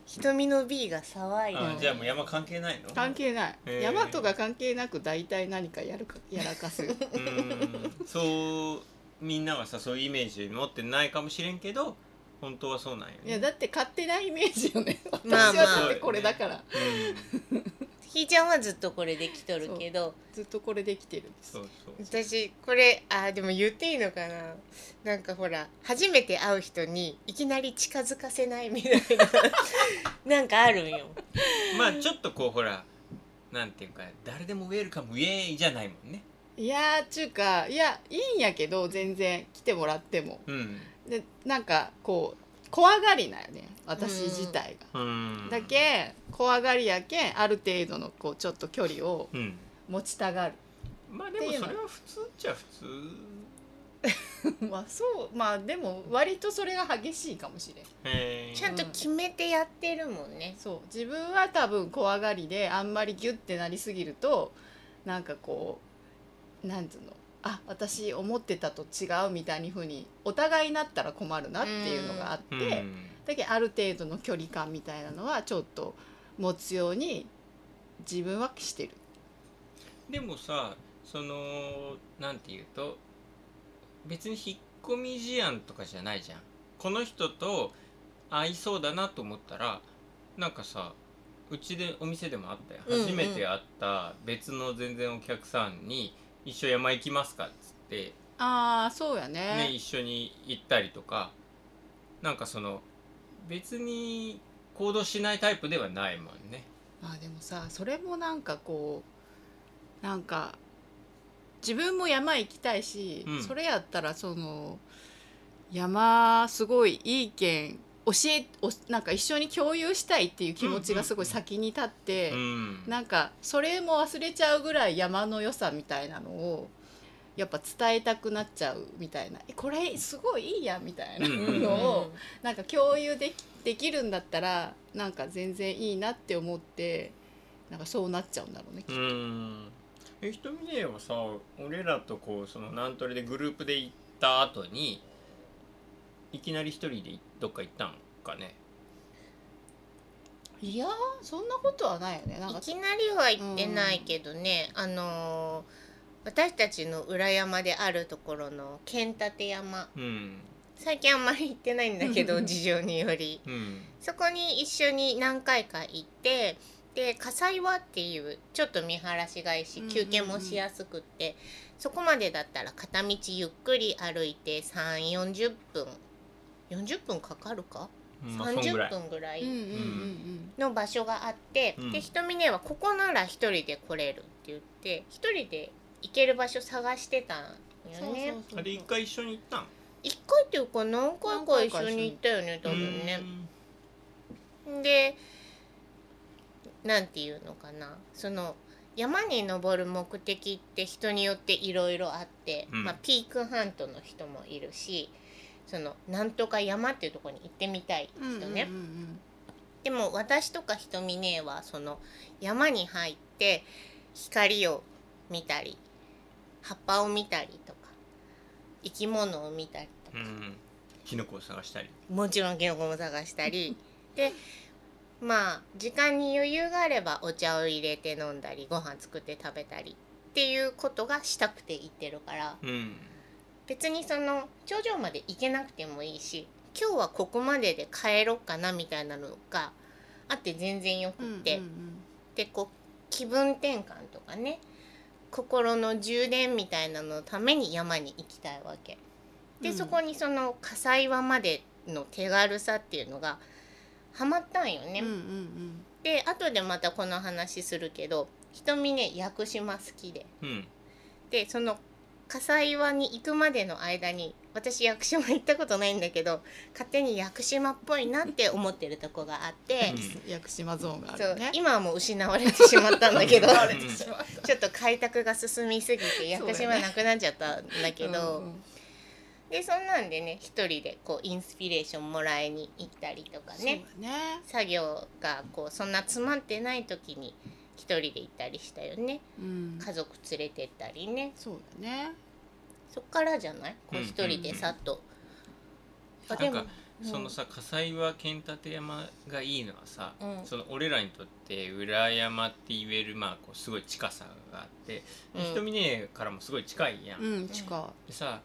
[SPEAKER 1] 瞳の B が騒い
[SPEAKER 3] あ
[SPEAKER 1] で
[SPEAKER 3] じゃあもう山関係ないの
[SPEAKER 2] 関係ない
[SPEAKER 3] へー
[SPEAKER 2] 山とか関係なく大体何かやるか やらかす
[SPEAKER 3] うんそうみんながさそういうイメージ持ってないかもしれんけど本当はそうなんよ、ね、
[SPEAKER 2] いやだって勝手なイメージよ ね私
[SPEAKER 1] まあ
[SPEAKER 2] は
[SPEAKER 1] まあ
[SPEAKER 2] だってこれだから
[SPEAKER 3] うん
[SPEAKER 1] ひーちゃんはずっとこれできとるけど
[SPEAKER 2] ずっとこれできてるんです
[SPEAKER 3] そうそう
[SPEAKER 1] 私これあーでも言っていいのかななんかほら初めて会う人にいきなり近づかせないみたい ななんかあるんよ
[SPEAKER 3] まあちょっとこうほらなんていうか誰でもウェルカムイエーイじゃないもんね
[SPEAKER 2] いやーちゅうかいやいいんやけど全然来てもらっても
[SPEAKER 3] うん
[SPEAKER 2] でなんかこう怖がりなよね私自体が、
[SPEAKER 3] うん
[SPEAKER 2] だけん怖がりやけんある程度のこうちょっと距離を
[SPEAKER 3] うん
[SPEAKER 2] 持ちたがる
[SPEAKER 3] まあでも
[SPEAKER 2] っていう
[SPEAKER 3] そ
[SPEAKER 2] の
[SPEAKER 3] れは普通っちゃ普通
[SPEAKER 2] まあ そうまあでも割とそれが激しいかもしれん
[SPEAKER 3] へー
[SPEAKER 1] ちゃんと決めてやってるもんね
[SPEAKER 2] そう自分は多分怖がりであんまりギュッてなりすぎるとなんかこうなんつうのあ私思ってたと違うみたいにふうにお互いになったら困るなっていうのがあって、
[SPEAKER 3] うん
[SPEAKER 2] だけどある程度の距離感みたいなのはちょっと持つように自分はしてる。
[SPEAKER 3] でもさそのなんていうと別に引っ込み思案とかじゃないじゃんこの人と合いそうだなと思ったらなんかさうちでお店でもあったよ
[SPEAKER 1] うんうん
[SPEAKER 3] 初めて会った別の全然お客さんに「一緒山行きますか」っつって
[SPEAKER 2] ああそうやね
[SPEAKER 3] ね、一緒に行ったりとかなんかその別に行動しないタイプではないもんね。
[SPEAKER 2] まあでもさそれもなんかこうなんか自分も山行きたいし、
[SPEAKER 3] うん
[SPEAKER 2] それやったらその山すごいいい県教えおなんか一緒に共有したいっていう気持ちがすごい先に立って、
[SPEAKER 3] うん
[SPEAKER 2] なんかそれも忘れちゃうぐらい山の良さみたいなのをやっぱ伝えたくなっちゃうみたいな「えこれすごいいいや」みたいな
[SPEAKER 3] うん
[SPEAKER 2] のを、なんか共有できできるんだったらなんか全然いいなって思ってなんかそうなっちゃうんだろうね。き
[SPEAKER 3] う
[SPEAKER 2] っと
[SPEAKER 3] んえひとみねえはさ俺らとこうそのナントレでグループで行った後にいきなり一人でどっか行ったんかね
[SPEAKER 2] いやーそんなことはないよね。なん
[SPEAKER 1] い
[SPEAKER 2] か
[SPEAKER 1] きなりは行ってないけどね、あのー私たちの裏山であるところの剣立山
[SPEAKER 3] うん
[SPEAKER 1] 最近あんまり行ってないんだ けど事情により
[SPEAKER 3] うん
[SPEAKER 1] そこに一緒に何回か行ってで笠岩っていうちょっと見晴らしがいいし
[SPEAKER 2] うんうんうん
[SPEAKER 1] 休憩もしやすくって、そこまでだったら片道ゆっくり歩いて3 4 0分40分かかるか、
[SPEAKER 3] まあそんぐ
[SPEAKER 1] 30
[SPEAKER 3] らい
[SPEAKER 1] 分ぐらい
[SPEAKER 2] うんうんうん
[SPEAKER 1] の場所があって、
[SPEAKER 3] うん
[SPEAKER 1] でひとみねはここなら一人で来れるって言って一人で行ける場所探してたん
[SPEAKER 2] うん。
[SPEAKER 1] よね
[SPEAKER 2] そうそうそう
[SPEAKER 3] あれ一回一緒に行ったん
[SPEAKER 1] 一回っていうか何回か一緒に行ったよね多
[SPEAKER 3] う
[SPEAKER 1] 分
[SPEAKER 3] ん
[SPEAKER 1] ね。でなんていうのかなその山に登る目的って人によっていろいろあって、
[SPEAKER 3] うん
[SPEAKER 1] まあ、ピークハントの人もいるしそのなんとか山っていうところに行ってみたい人ね。
[SPEAKER 2] うんうんうんうん
[SPEAKER 1] でも私とかひとみねえはその山に入って光を見たり葉っぱを見たりとか生き物を見たりと
[SPEAKER 3] う
[SPEAKER 1] か、
[SPEAKER 3] んキノコを探したり
[SPEAKER 1] もちろんキノコも探した りでまあ時間に余裕があればお茶を入れて飲んだりご飯作って食べたりっていうことがしたくて行ってるから
[SPEAKER 3] うん
[SPEAKER 1] 別にその頂上まで行けなくてもいいし今日はここまでで帰ろっかなみたいなのがあって全然よく
[SPEAKER 2] う
[SPEAKER 1] っ
[SPEAKER 2] んうん
[SPEAKER 1] て。でこう気分転換とかね心の充電みたいなののために山に行きたいわけで、
[SPEAKER 2] うん
[SPEAKER 1] そこにその笠岩までの手軽さっていうのがハマったんよね、
[SPEAKER 2] うんうんうん
[SPEAKER 1] で後でまたこの話するけど瞳ね屋久島好きで
[SPEAKER 3] うん
[SPEAKER 1] でその笠岩に行くまでの間に私屋久島行ったことないんだけど勝手に屋久島っぽいなって思ってるとこがあって、
[SPEAKER 3] うん
[SPEAKER 2] 屋久島ゾーンがあ
[SPEAKER 1] そう
[SPEAKER 2] るね。
[SPEAKER 1] 今はもう失われてしまったんだけど
[SPEAKER 3] 失われてし
[SPEAKER 2] まった
[SPEAKER 1] ちょっと開拓が進みすぎて屋久島なくなっちゃったんだけど、でそんなんでね一人でこうインスピレーションもらいに行ったりとかね。
[SPEAKER 2] ねそうだね。
[SPEAKER 1] 作業がこうそんな詰まってない時に一人で行ったりしたよね
[SPEAKER 2] うん
[SPEAKER 1] 家族連れてったりね
[SPEAKER 2] そうだね。
[SPEAKER 1] そっからじゃないこう
[SPEAKER 3] うん
[SPEAKER 1] 一人でさっと、あ
[SPEAKER 3] なんか
[SPEAKER 1] うん
[SPEAKER 3] そのさ笠岩健立山がいいのはさ、
[SPEAKER 1] うん
[SPEAKER 3] その俺らにとって裏山って言えるまあこうすごい近さがあって、
[SPEAKER 1] うん
[SPEAKER 3] 瞳ねからもすごい近いやん。
[SPEAKER 2] うん近
[SPEAKER 3] でさ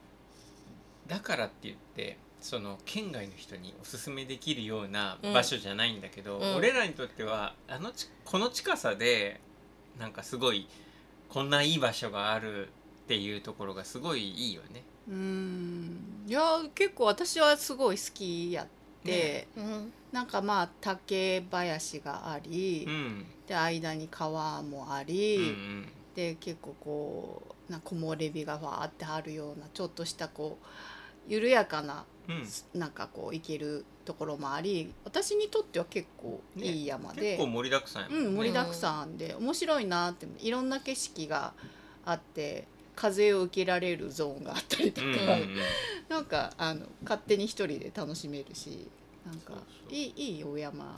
[SPEAKER 3] だからって言ってその県外の人におすすめできるような場所じゃないんだけど、
[SPEAKER 1] うん
[SPEAKER 3] 俺らにとってはあのちこの近さでなんかすごいこんないい場所があるっていうところがすごいいいよね。
[SPEAKER 2] い。うんいや結構私はすごい好きやって。
[SPEAKER 3] ね
[SPEAKER 1] うん
[SPEAKER 2] なんかまあ竹林があり、
[SPEAKER 3] うん、
[SPEAKER 2] で間に川もあ
[SPEAKER 3] う
[SPEAKER 2] り、
[SPEAKER 3] んうん
[SPEAKER 2] で結構こうなんか木漏れ日がわーってあるようなちょっとしたこう緩やかな、
[SPEAKER 3] うん
[SPEAKER 2] なんかこう行けるところもあり私にとっては結構いい山で、
[SPEAKER 3] 結構盛りだくさんやもんね。
[SPEAKER 2] うん、盛りだくさんで面白いなっていろんな景色があって風を受けられるゾーンがあったりと
[SPEAKER 3] う
[SPEAKER 2] か、
[SPEAKER 3] んうんうん
[SPEAKER 2] なんかあの勝手に一人で楽しめるしなんか
[SPEAKER 3] そうそう
[SPEAKER 2] いいいいお山。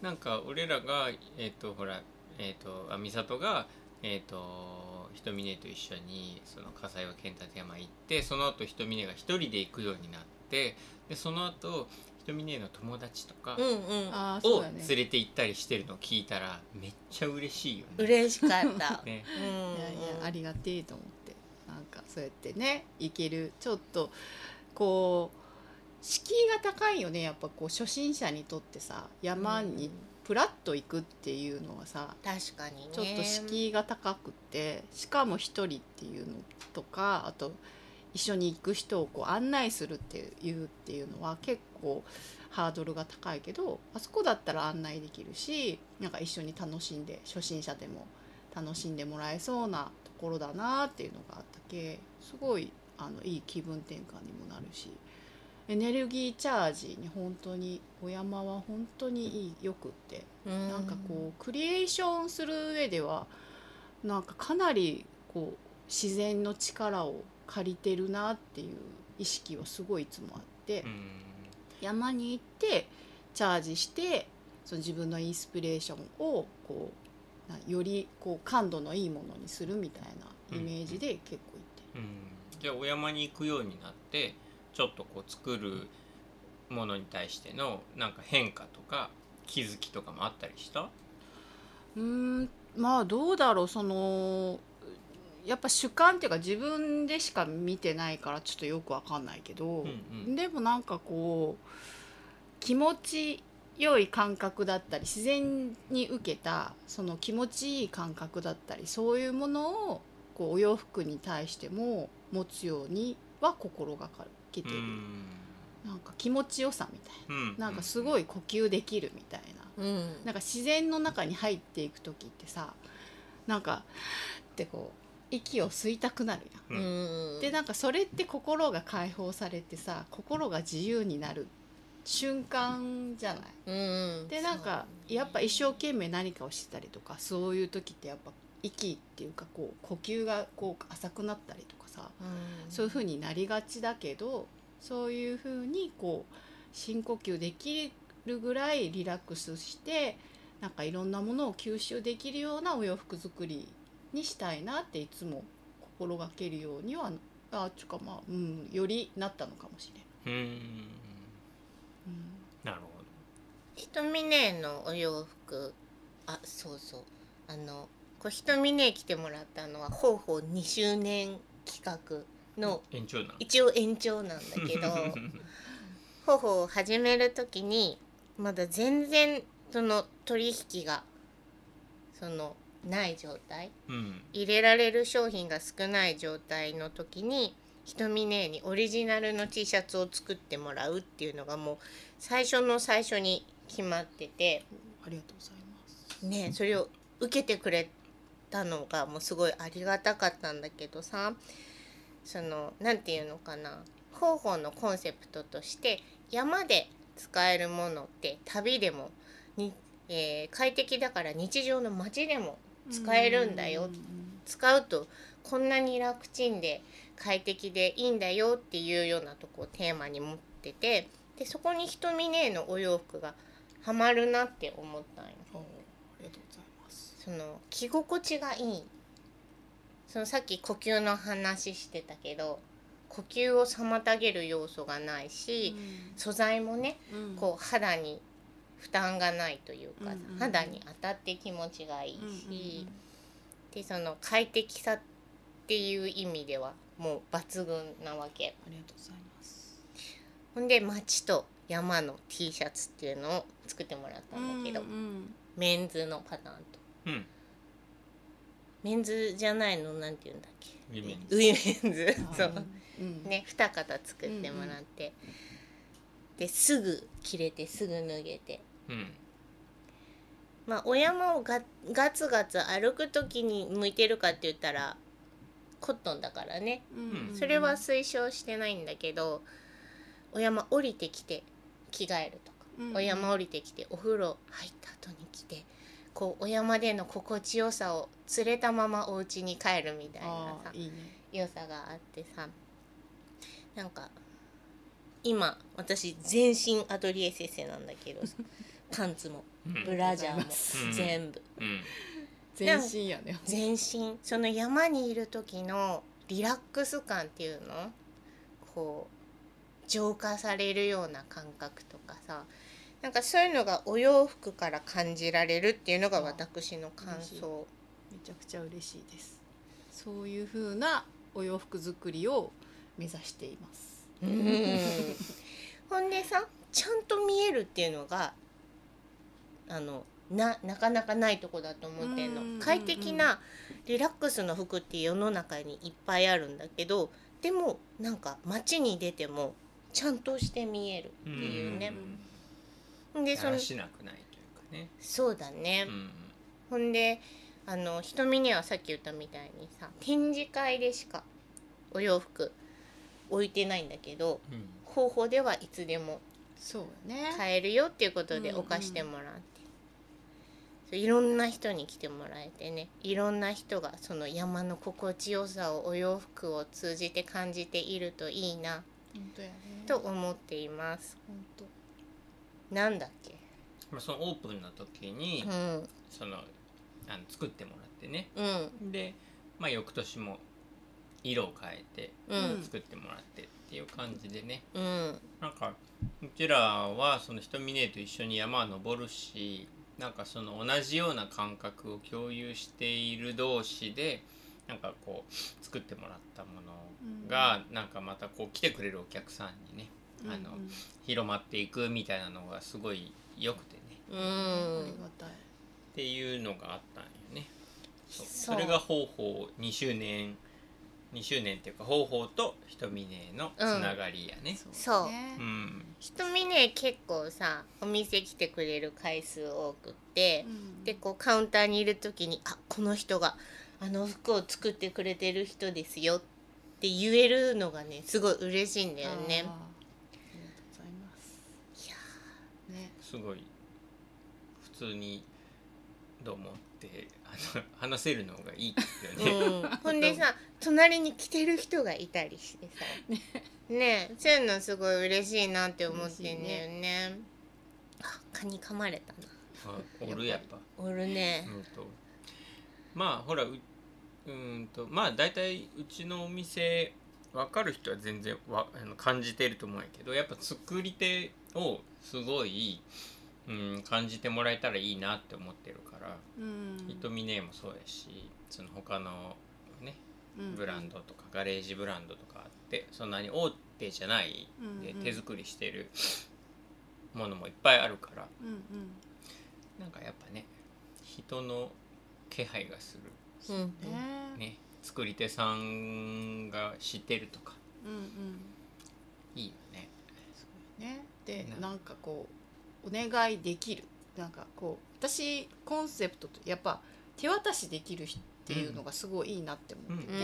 [SPEAKER 3] なんか俺らがえっ、とほらえっ、とあ美里がえっ、とひとみねと一緒にその笠岩健太山行ってその後ひとみねが一人で行くようになってでその後ひとみねの友達とか
[SPEAKER 1] うんうん
[SPEAKER 2] あーそう
[SPEAKER 3] を
[SPEAKER 2] だね
[SPEAKER 3] 連れて行ったりしてるのを聞いたらめっちゃ嬉しいよね。
[SPEAKER 1] 嬉しか った、
[SPEAKER 3] ね
[SPEAKER 1] うんうん
[SPEAKER 2] いやいやありがてえと思ってなんかそうやってね行けるちょっとこう敷居が高いよねやっぱこう初心者にとってさ山にプラッと行くっていうのはさ
[SPEAKER 1] 確かにね
[SPEAKER 2] ちょっと敷居が高くってしかも一人っていうのとかあと一緒に行く人をこう案内するっていうっていうのは結構ハードルが高いけどあそこだったら案内できるしなんか一緒に楽しんで初心者でも楽しんでもらえそうなところだなっていうのがあったけすごいあのいい気分転換にもなるしエネルギーチャージに本当にお山は本当にいいよくって
[SPEAKER 1] うん
[SPEAKER 2] なんかこうクリエーションする上ではなんかかなりこう自然の力を借りてるなっていう意識はすごいいつもあって
[SPEAKER 3] う、ん
[SPEAKER 2] 山に行ってチャージしてその自分のインスピレーションをこうなよりこう感度のいいものにするみたいなイメージで結構行ってる。
[SPEAKER 3] うんじゃあお山に行くようになってちょっとこう作るものに対してのなんか変化とか気づきとかもあったりした
[SPEAKER 2] うーんまあどうだろうそのやっぱ主観っていうか自分でしか見てないからちょっとよくわかんないけど、
[SPEAKER 3] うんうん
[SPEAKER 2] でもなんかこう気持ち良い感覚だったり自然に受けたその気持ちいい感覚だったりそういうものをこうお洋服に対しても持つようには心がけて
[SPEAKER 3] う
[SPEAKER 2] る、
[SPEAKER 3] ん
[SPEAKER 2] なんか気持ちよさみたい
[SPEAKER 3] うん
[SPEAKER 2] ななんかすご
[SPEAKER 3] い
[SPEAKER 2] い呼吸できるみたいな
[SPEAKER 1] うん
[SPEAKER 2] なんか自然の中に入っていく時ってさなんかってこう息を吸いたくなるやん。
[SPEAKER 3] うん
[SPEAKER 1] うん
[SPEAKER 2] でなんかそれって心が解放されてさ心が自由になる瞬間じゃない
[SPEAKER 1] うん
[SPEAKER 2] でなんか
[SPEAKER 1] そう
[SPEAKER 2] やっぱ一生懸命何かをしてたりとかそういう時ってやっぱ息っていうかこう呼吸がこう浅くなったりとかさ
[SPEAKER 1] うん
[SPEAKER 2] そういう風になりがちだけどそういう風にこう深呼吸できるぐらいリラックスしてなんかいろんなものを吸収できるようなお洋服作りにしたいなっていつも心がけるようにはあちゅうかまあ、うん、よりなったのかもしれない。
[SPEAKER 3] う
[SPEAKER 2] う
[SPEAKER 3] ん
[SPEAKER 2] ん
[SPEAKER 3] なるほ
[SPEAKER 1] ひとみねえのお洋服あそうそうあのこうひとみねえ着てもらったのはほうほう2周年企画の
[SPEAKER 3] ど延長なの
[SPEAKER 1] 一応延長なんだけどほうほうを始める時にまだ全然その取引がそのない状態
[SPEAKER 3] うん
[SPEAKER 1] 入れられる商品が少ない状態の時にひとみねえにオリジナルの T シャツを作ってもらうっていうのがもう最初の最初に決まってて
[SPEAKER 2] ありがとうございます。
[SPEAKER 1] ねそれを受けてくれたのがもうすごいありがたかったんだけどさその何て言うのかな広報のコンセプトとして山で使えるものって旅でもに、えー快適だから日常の街でも使えるんだよ
[SPEAKER 2] うんうん
[SPEAKER 1] 使うとこんなに楽ちんで快適でいいんだよっていうようなとこをテーマに持っててでそこにひとみねえのお洋服がハマるなって思ったんよ。
[SPEAKER 2] おーありがとうございます。
[SPEAKER 1] その着心地がいいそのさっき呼吸の話してたけど呼吸を妨げる要素がないし、素材もね
[SPEAKER 2] うん
[SPEAKER 1] こう肌に負担がないというか、
[SPEAKER 2] うんうんうん
[SPEAKER 1] 肌に当たって気持ちがいいし、
[SPEAKER 2] うんうんうん
[SPEAKER 1] でその快適さっていう意味ではもう抜群なわけ
[SPEAKER 2] ありがとうございます。
[SPEAKER 1] ほんで街と山の T シャツっていうのを作ってもらったんだけど、
[SPEAKER 2] うんうん
[SPEAKER 1] メンズのパターンと
[SPEAKER 3] うん
[SPEAKER 1] メンズじゃないのなんて言うんだっけ
[SPEAKER 3] イメージ
[SPEAKER 1] ウィメンズ
[SPEAKER 2] あー
[SPEAKER 1] そう、
[SPEAKER 2] うん
[SPEAKER 1] ね2型作ってもらって、ですぐ着れてすぐ脱げて
[SPEAKER 3] うん
[SPEAKER 1] まあお山をガガツガツ歩く時に向いてるかって言ったらコットンだからね
[SPEAKER 3] うん
[SPEAKER 1] それは推奨してないんだけど、お山降りてきて着替えるとか、
[SPEAKER 2] うん
[SPEAKER 1] お山降りてきてお風呂入った後に着てこうお山での心地よさを連れたままお家に帰るみたいな
[SPEAKER 2] あ
[SPEAKER 1] さ
[SPEAKER 2] ーいいね
[SPEAKER 1] 良さがあってさなんか今私全身アトリエ先生なんだけど さパンツも
[SPEAKER 3] うん
[SPEAKER 1] ブラジャーも
[SPEAKER 3] うん
[SPEAKER 1] 全部
[SPEAKER 3] うん
[SPEAKER 2] 全身やね
[SPEAKER 1] 全身その山にいる時のリラックス感っていうのこう浄化されるような感覚とかさなんかそういうのがお洋服から感じられるっていうのが私の感想。
[SPEAKER 2] めちゃくちゃ嬉しいですそういう風なお洋服作りを目指しています
[SPEAKER 1] うんほんでさちゃんと見えるっていうのがあのななかなかないとこだと思ってんの
[SPEAKER 2] うんうんうん
[SPEAKER 1] 快適なリラックスの服って世の中にいっぱいあるんだけどでもなんか街に出てもちゃんとして見えるっていうね
[SPEAKER 3] ん、
[SPEAKER 1] で
[SPEAKER 3] だ
[SPEAKER 1] その
[SPEAKER 3] らしなくないというかね
[SPEAKER 1] そうだね、
[SPEAKER 3] うん
[SPEAKER 1] ほんであの瞳にはさっき言ったみたいにさ展示会でしかお洋服置いてないんだけど
[SPEAKER 3] うん
[SPEAKER 1] 方法ではいつでも
[SPEAKER 2] そうやね
[SPEAKER 1] 買えるよっていうことで
[SPEAKER 2] うんうん
[SPEAKER 1] 置かしてもらって、そういろんな人に来てもらえてねいろんな人がその山の心地よさをお洋服を通じて感じているといいな
[SPEAKER 2] 本当やね
[SPEAKER 1] と思っています。
[SPEAKER 2] 本当
[SPEAKER 1] なんだっけ
[SPEAKER 3] まあ、そのオープンの時に、
[SPEAKER 1] うん
[SPEAKER 3] そのあの作ってもらってね
[SPEAKER 1] うん
[SPEAKER 3] で、まあ、翌年も色を変えて
[SPEAKER 1] うん
[SPEAKER 3] 作ってもらってっていう感じでね、
[SPEAKER 1] うん
[SPEAKER 3] なんかうちらはその人見ねえと一緒に山登るしなんかその同じような感覚を共有している同士でなんかこう作ってもらったものが、なんかまたこう来てくれるお客さんにねあの
[SPEAKER 2] うんうん
[SPEAKER 3] 広まっていくみたいなのがすごい良くてね
[SPEAKER 1] う
[SPEAKER 2] あり
[SPEAKER 1] ん
[SPEAKER 2] がたい
[SPEAKER 3] っていうのがあったんよね。そう
[SPEAKER 1] そう
[SPEAKER 3] それが方法2周年2周年っていうか方法と瞳ねえのつながりやね。
[SPEAKER 1] そう
[SPEAKER 2] ね
[SPEAKER 3] うん
[SPEAKER 1] 瞳ね結構さお店来てくれる回数多くって、
[SPEAKER 2] うん
[SPEAKER 1] でこうカウンターにいる時に「あこの人があの服を作ってくれてる人ですよ」って言えるのがねすごい嬉しいんだよね
[SPEAKER 2] あー。ありがとうございます。
[SPEAKER 1] いや
[SPEAKER 2] ね、
[SPEAKER 3] すごい普通にどうもってあの話せるのがいいよ ね。
[SPEAKER 1] うん、ほんでさ隣に着てる人がいたりしてさねえそういうのすごい嬉しいなって思ってんだよねあ蚊に噛まれたな
[SPEAKER 3] あおるやっぱ。
[SPEAKER 1] おるね
[SPEAKER 3] うんとまあほらううーんとまあ大体うちのお店分かる人は全然わあの感じてると思うんやけどやっぱ作り手をすごい、うん、感じてもらえたらいいなって思ってるから、
[SPEAKER 2] うん
[SPEAKER 3] イトミネーもそうやしその他のねブランドとかガレージブランドとかあってそんなに大手じゃないで手作りしてるものもいっぱいあるから
[SPEAKER 2] り、うんうん
[SPEAKER 3] なんかやっぱね人の気配がする。
[SPEAKER 1] うん
[SPEAKER 2] ね
[SPEAKER 3] ね、作り手さんが知ってるとか
[SPEAKER 2] うんうん
[SPEAKER 3] いいよね。
[SPEAKER 2] そうねで
[SPEAKER 3] ね
[SPEAKER 2] なんかこうお願いできるなんかこう私コンセプトとやっぱ手渡しできる人っていうのがすごいいいなって思ってて、
[SPEAKER 1] う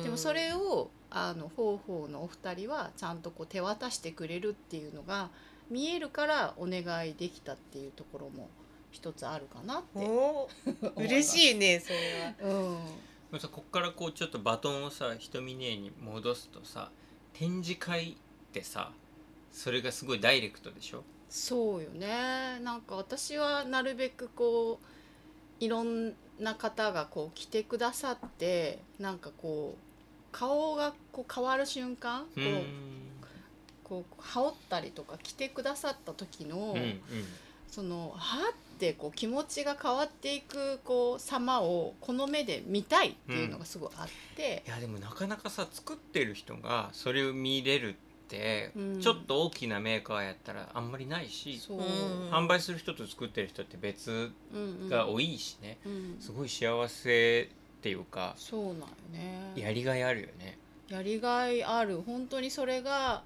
[SPEAKER 1] ん
[SPEAKER 2] でもそれをあの方法のお二人はちゃんとこう手渡してくれるっていうのが見えるからお願いできたっていうところも一つあるかなって
[SPEAKER 1] おー
[SPEAKER 2] い。
[SPEAKER 1] 嬉しいねそれは。
[SPEAKER 2] うん、
[SPEAKER 3] でもさこっからこうちょっとバトンをさ瞳ねえに戻すとさ展示会ってさそれがすごいダイレクトでしょ、
[SPEAKER 2] そうよねなんか私はなるべくこういろんな方がこう来てくださってなんかこう顔がこう変わる瞬間こ
[SPEAKER 3] う
[SPEAKER 2] う,、
[SPEAKER 3] ん
[SPEAKER 2] こう羽織ったりとか来てくださった時の、
[SPEAKER 3] うんうん
[SPEAKER 2] そのはってこう気持ちが変わっていくこう様をこの目で見たいっていうのがすごいあって、
[SPEAKER 3] いやでもなかなかさ作ってる人がそれを見れるって、
[SPEAKER 2] うん
[SPEAKER 3] ちょっと大きなメーカーやったらあんまりないし
[SPEAKER 2] そう、
[SPEAKER 1] うん
[SPEAKER 3] 販売する人と作ってる人って別
[SPEAKER 2] うんうん
[SPEAKER 3] が多いしね、
[SPEAKER 2] うん
[SPEAKER 3] すごい幸せっていうか
[SPEAKER 2] そうなんよね
[SPEAKER 3] やりがいあるよね。
[SPEAKER 2] やりがいある本当にそれが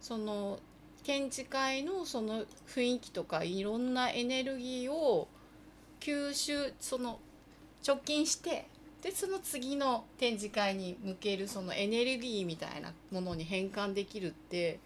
[SPEAKER 2] その展示会のその雰囲気とかいろんなエネルギーを吸収その直近してでその次の展示会に向けるそのエネルギーみたいなものに変換できるって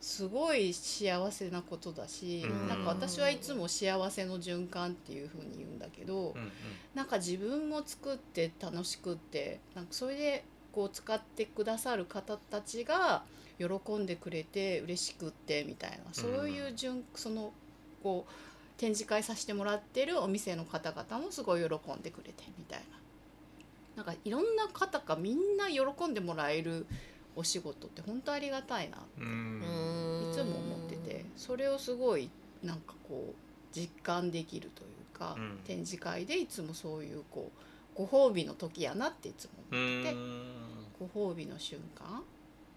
[SPEAKER 2] すごい幸せなことだし
[SPEAKER 3] うん
[SPEAKER 2] なんか私はいつも幸せの循環っていう風に言うんだけど。
[SPEAKER 3] うんうん
[SPEAKER 2] なんか自分も作って楽しくってなんかそれでこう使ってくださる方たちが喜んでくれて嬉しくってみたいなそういう順、そのこう展示会させてもらってるお店の方々もすごい喜んでくれてみたいななんかいろんな方がみんな喜んでもらえるお仕事って本当ありがたいな
[SPEAKER 1] う
[SPEAKER 3] う
[SPEAKER 1] ん
[SPEAKER 2] いつも思っててそれをすごいなんかこう実感できるというか、
[SPEAKER 3] うん
[SPEAKER 2] 展示会でいつもそういうこうご褒美の時やなっていつも
[SPEAKER 3] うーん
[SPEAKER 2] でご褒美の瞬間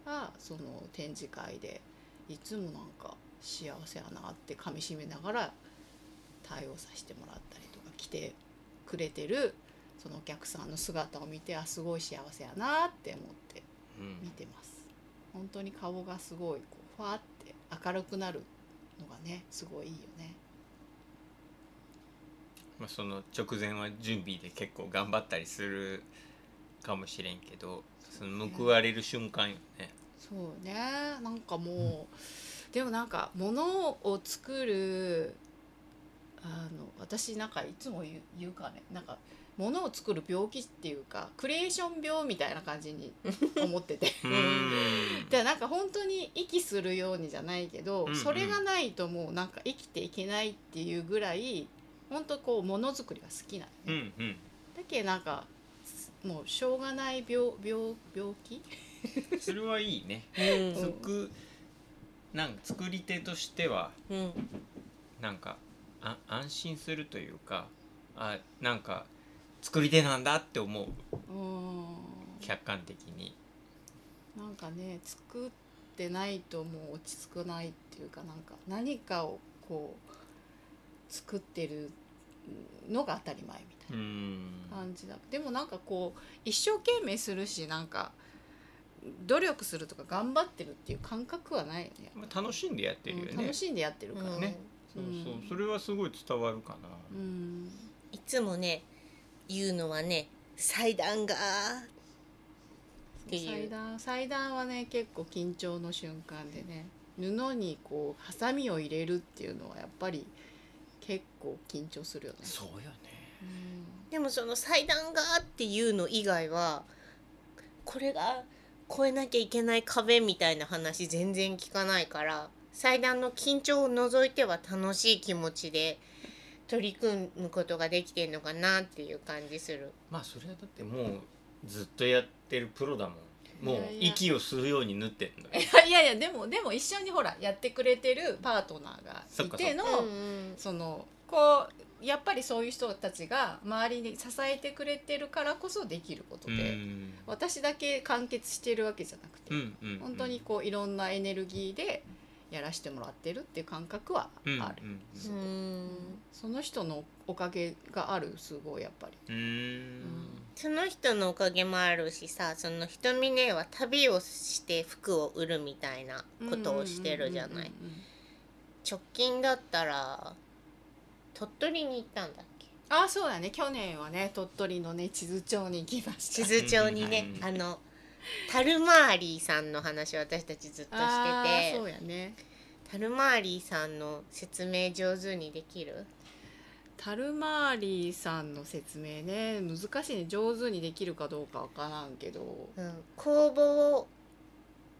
[SPEAKER 2] がその展示会でいつもなんか幸せやなってかみしめながら対応させてもらったりとか来てくれてるそのお客さんの姿を見てあすごい幸せやなって思って見てます本当に顔がすごいこうファーって明るくなるのがねすごいいいよね
[SPEAKER 3] まあ、その直前は準備で結構頑張ったりするかもしれんけどその報われる瞬間よね。
[SPEAKER 2] そうねなんかもうでもなんか物を作るあの私なんかいつも言う言うかねなんか物を作る病気っていうかクリエーション病みたいな感じ に思ってて
[SPEAKER 3] う
[SPEAKER 1] うん
[SPEAKER 3] ん
[SPEAKER 2] でなんか本当に息するようにじゃないけど、
[SPEAKER 3] うんうん
[SPEAKER 2] それがないともうなんか生きていけないっていうぐらい本当こう物作りが好きなのね、
[SPEAKER 3] うんうん
[SPEAKER 2] だけどなんかもうしょうがない病病病気
[SPEAKER 3] それはいいね。
[SPEAKER 1] うん
[SPEAKER 2] そう
[SPEAKER 3] 作なんか作り手としては
[SPEAKER 1] うん
[SPEAKER 3] なんかあ安心するというかあなんか作り手なんだって思う
[SPEAKER 2] うん
[SPEAKER 3] 客観的に。
[SPEAKER 2] なんかね作ってないともう落ち着かないっていうかなんか何かをこう作ってるのが当たり前みたいな。
[SPEAKER 3] うん
[SPEAKER 2] 感じだでもなんかこう一生懸命するしなんか努力するとか頑張ってるっていう感覚はないよね
[SPEAKER 3] まあ、楽しんでやってるよね。
[SPEAKER 2] うん楽しんでやってるからね、
[SPEAKER 3] ねそうそうそれはすごい伝わるかな。
[SPEAKER 2] うん
[SPEAKER 1] いつもね言うのはね祭壇がっていう
[SPEAKER 2] 祭壇祭壇はね結構緊張の瞬間でね布にこうハサミを入れるっていうのはやっぱり結構緊張するよね、
[SPEAKER 3] そうよね。
[SPEAKER 2] うん
[SPEAKER 1] でもその祭壇がっていうの以外はこれが越えなきゃいけない壁みたいな話全然聞かないから祭壇の緊張を除いては楽しい気持ちで取り組むことができてんのかなっていう感じする。
[SPEAKER 3] まあそれはだってもうずっとやってるプロだもん。もう
[SPEAKER 2] いやいや
[SPEAKER 3] 息を吸うように縫ってんだよ。
[SPEAKER 2] いやいやでもでも一緒にほらやってくれてるパートナーがいての、
[SPEAKER 1] ん
[SPEAKER 2] そのこうやっぱりそういう人たちが周りに支えてくれてるからこそできること
[SPEAKER 3] う
[SPEAKER 2] で、
[SPEAKER 3] ん。
[SPEAKER 2] 私だけ完結してるわけじゃなくて、
[SPEAKER 3] うんうんうん。
[SPEAKER 2] 本当にこういろんなエネルギーでやらせてもらってるっていう感覚はあ
[SPEAKER 3] う
[SPEAKER 2] る、
[SPEAKER 3] んうん
[SPEAKER 1] うん
[SPEAKER 2] その人のおかげがあるすごいやっぱり。
[SPEAKER 3] うん。うん。
[SPEAKER 1] その人のおかげもあるしさその瞳ねは旅をして服を売るみたいなことをしてるじゃない。
[SPEAKER 2] うんうんうんうん。
[SPEAKER 1] 直近だったら鳥取に行ったんだっけ
[SPEAKER 2] あそうだね去年はね鳥取のね地図町に行きました。
[SPEAKER 1] 地図帳にね、
[SPEAKER 3] うん
[SPEAKER 1] あのタルマーリーさんの話を私たちずっとし
[SPEAKER 2] あー
[SPEAKER 1] て
[SPEAKER 2] そ
[SPEAKER 1] て
[SPEAKER 2] うやね。
[SPEAKER 1] タルマーリーさんの説明上手にできる
[SPEAKER 2] タルマーリーさんの説明ね難しいね上手にできるかどうかわからんけど
[SPEAKER 1] うん、工房を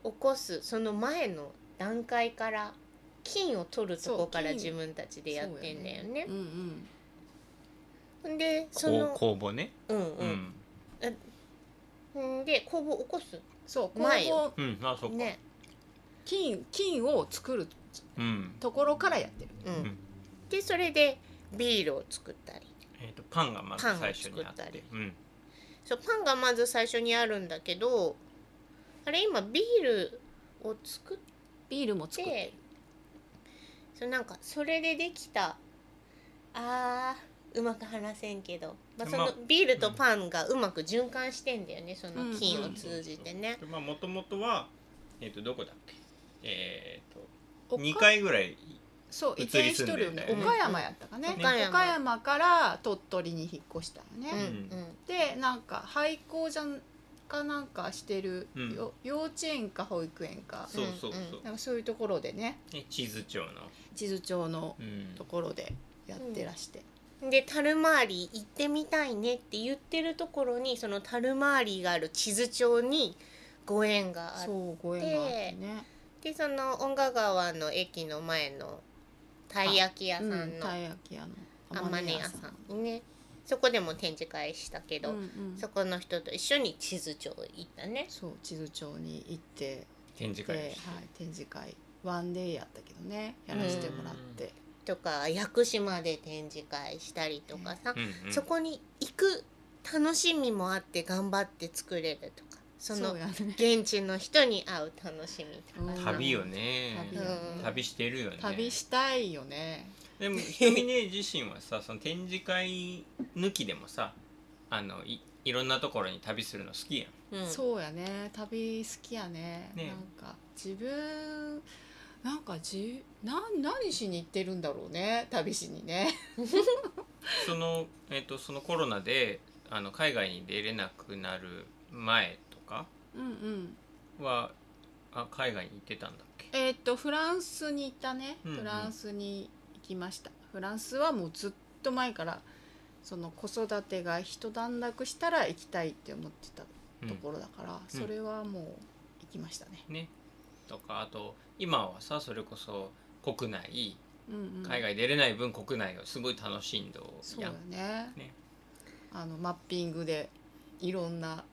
[SPEAKER 1] 起こすその前の段階から金を取るとこから
[SPEAKER 2] そう
[SPEAKER 1] 自
[SPEAKER 2] 金
[SPEAKER 1] 分たちでやってんだよね
[SPEAKER 2] うん。うん
[SPEAKER 1] んでそ
[SPEAKER 3] こう
[SPEAKER 1] の
[SPEAKER 3] 公募ね。
[SPEAKER 1] うん
[SPEAKER 3] う
[SPEAKER 1] うん
[SPEAKER 3] ん。
[SPEAKER 1] んで工房を起こす
[SPEAKER 2] そう工
[SPEAKER 1] 前
[SPEAKER 2] 房
[SPEAKER 1] よ
[SPEAKER 3] うん。あそっか。
[SPEAKER 1] ね、
[SPEAKER 2] 金金を作る
[SPEAKER 3] うん。
[SPEAKER 2] ところからやってる
[SPEAKER 1] う、
[SPEAKER 3] うんん
[SPEAKER 1] でそれでビールを作ったり
[SPEAKER 3] えっとパンがまず
[SPEAKER 1] パンを
[SPEAKER 3] 最初にあっ
[SPEAKER 1] 作った
[SPEAKER 3] て
[SPEAKER 1] り。
[SPEAKER 3] うん。
[SPEAKER 1] そうパンがまず最初にあるんだけどあれ今ビールを作っ
[SPEAKER 2] ビールも作って
[SPEAKER 1] てそうなんかそれでできたあーうまく話せんけど、まあ、そ
[SPEAKER 3] ま
[SPEAKER 1] の
[SPEAKER 3] あ
[SPEAKER 1] ビールとパンがうまく循環してんだよねその菌を通じてね。
[SPEAKER 3] でまあもともとはえっとどこだっけ。えっと
[SPEAKER 2] おか
[SPEAKER 3] 二回ぐらい。
[SPEAKER 2] そう移
[SPEAKER 3] 移り
[SPEAKER 2] 転し
[SPEAKER 3] 住
[SPEAKER 2] と
[SPEAKER 3] んで
[SPEAKER 2] るよ
[SPEAKER 3] るんだ
[SPEAKER 2] ね
[SPEAKER 3] よね
[SPEAKER 2] 岡山やったかね
[SPEAKER 3] 岡
[SPEAKER 1] 山
[SPEAKER 2] 岡山から鳥取に引っ越したよ
[SPEAKER 1] うんう
[SPEAKER 2] ね、
[SPEAKER 1] ん
[SPEAKER 2] でなんか廃校じゃんかなんかしてる、
[SPEAKER 3] うん
[SPEAKER 2] よ幼稚園か保育園か
[SPEAKER 3] そうそう
[SPEAKER 1] うん
[SPEAKER 3] そうう。
[SPEAKER 2] なんかそういうところでね
[SPEAKER 3] ね地図帳の。
[SPEAKER 2] 地図帳の
[SPEAKER 3] うん
[SPEAKER 2] と。ころでやってらして、
[SPEAKER 1] で「タルマーリー行ってみたいね」って言ってるところにそのタルマーリーがある地図帳にご縁があっ
[SPEAKER 2] そうご縁があってね
[SPEAKER 1] でその音楽川の駅の前のたい焼き屋さんの
[SPEAKER 2] うんたい焼き屋の
[SPEAKER 1] あまね屋さんにねそこでも展示会したけど、
[SPEAKER 2] うんうん
[SPEAKER 1] そこの人と一緒に地図帳行ったね
[SPEAKER 2] そう地図帳に行って
[SPEAKER 3] 展示
[SPEAKER 2] で、は
[SPEAKER 3] 会
[SPEAKER 2] い
[SPEAKER 3] でした。、
[SPEAKER 2] 展示会ワンデーやったけどねやらせてもらって、
[SPEAKER 1] とか屋久島で展示会したりとかさ、
[SPEAKER 3] うんうん
[SPEAKER 1] そこに行く楽しみもあって頑張って作れるとかそ
[SPEAKER 2] そ
[SPEAKER 1] の
[SPEAKER 2] うやね
[SPEAKER 1] 現地の人に会う楽しみとか
[SPEAKER 2] うん
[SPEAKER 1] さ
[SPEAKER 3] 旅よね
[SPEAKER 2] 旅よね
[SPEAKER 3] 旅してるよね
[SPEAKER 2] 旅したいよね
[SPEAKER 3] でも瞳ね自身はさその展示会抜きでもさあのいいろんなところに旅するの好きやん
[SPEAKER 1] うん
[SPEAKER 2] そうやね旅好きやね
[SPEAKER 3] ね
[SPEAKER 2] なんか自分なんかじなん何しに行ってるんだろうね旅しにね。
[SPEAKER 3] そのえっ、とそのコロナであの海外に出れなくなる前とか
[SPEAKER 2] うんうん、
[SPEAKER 3] はあ海外に行ってたんだっけ
[SPEAKER 2] えーっとフランスに行ったね、
[SPEAKER 3] うんうん
[SPEAKER 2] フランスに行きましたフランスはもうずっと前からその子育てが一段落したら行きたいって思ってたところだから、それはもう行きましたね、
[SPEAKER 3] ねとかあと今はさそれこそ国内
[SPEAKER 2] うんうん、
[SPEAKER 3] 海外出れない分国内をすごい楽しんど
[SPEAKER 2] そう
[SPEAKER 3] や
[SPEAKER 2] だ
[SPEAKER 3] ん、
[SPEAKER 2] ね
[SPEAKER 3] ね
[SPEAKER 2] あのマッピングでいろんな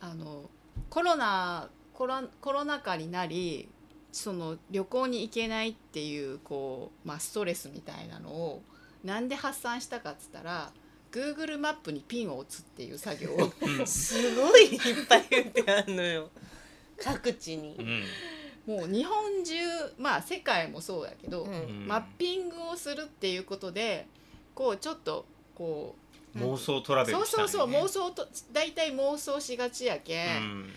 [SPEAKER 2] あのコロナコロコロナ禍になりその旅行に行けないっていうこう、まあ、ストレスみたいなのをなんで発散したかっつったら Google マップにピンを打つっていう作 業を
[SPEAKER 3] うん
[SPEAKER 1] すごいいっぱい言ってあんのよ各地
[SPEAKER 3] う
[SPEAKER 1] に、
[SPEAKER 3] ん
[SPEAKER 2] もう日本中まあ世界もそうだけど、
[SPEAKER 1] うん
[SPEAKER 3] うん
[SPEAKER 2] マッピングをするっていうことでこうちょっとこう
[SPEAKER 3] 妄想トラベル
[SPEAKER 2] そう
[SPEAKER 3] したんだ
[SPEAKER 2] そ
[SPEAKER 3] よ
[SPEAKER 2] うそう
[SPEAKER 3] ね
[SPEAKER 2] 妄想と大体妄想しがちやけん、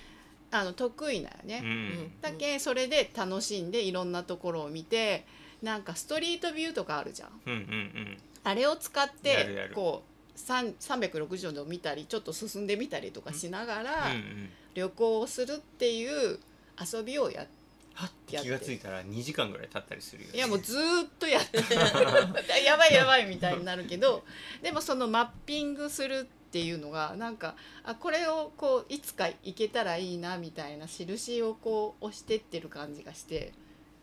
[SPEAKER 2] あの得意なよ
[SPEAKER 3] うんう
[SPEAKER 2] ね、
[SPEAKER 3] ん
[SPEAKER 2] だけんそれで楽しんでいろんなところを見てなんかストリートビューとかあるじゃん
[SPEAKER 3] うんうん
[SPEAKER 2] あれを使っ
[SPEAKER 3] やるや
[SPEAKER 2] て
[SPEAKER 3] る
[SPEAKER 2] こうさん360度見たりちょっと進んでみたりとかしながら
[SPEAKER 3] うんうん
[SPEAKER 2] 旅行をするっていう遊びをやっ
[SPEAKER 3] はって気がついたら2時間ぐらい経ったりするよ、
[SPEAKER 2] い
[SPEAKER 3] ね、
[SPEAKER 2] やもうずーっとやって やばいやばいみたいになるけどでもそのマッピングするっていうのがなんかあこれをこういつか行けたらいいなみたいな印をこう押してってる感じがして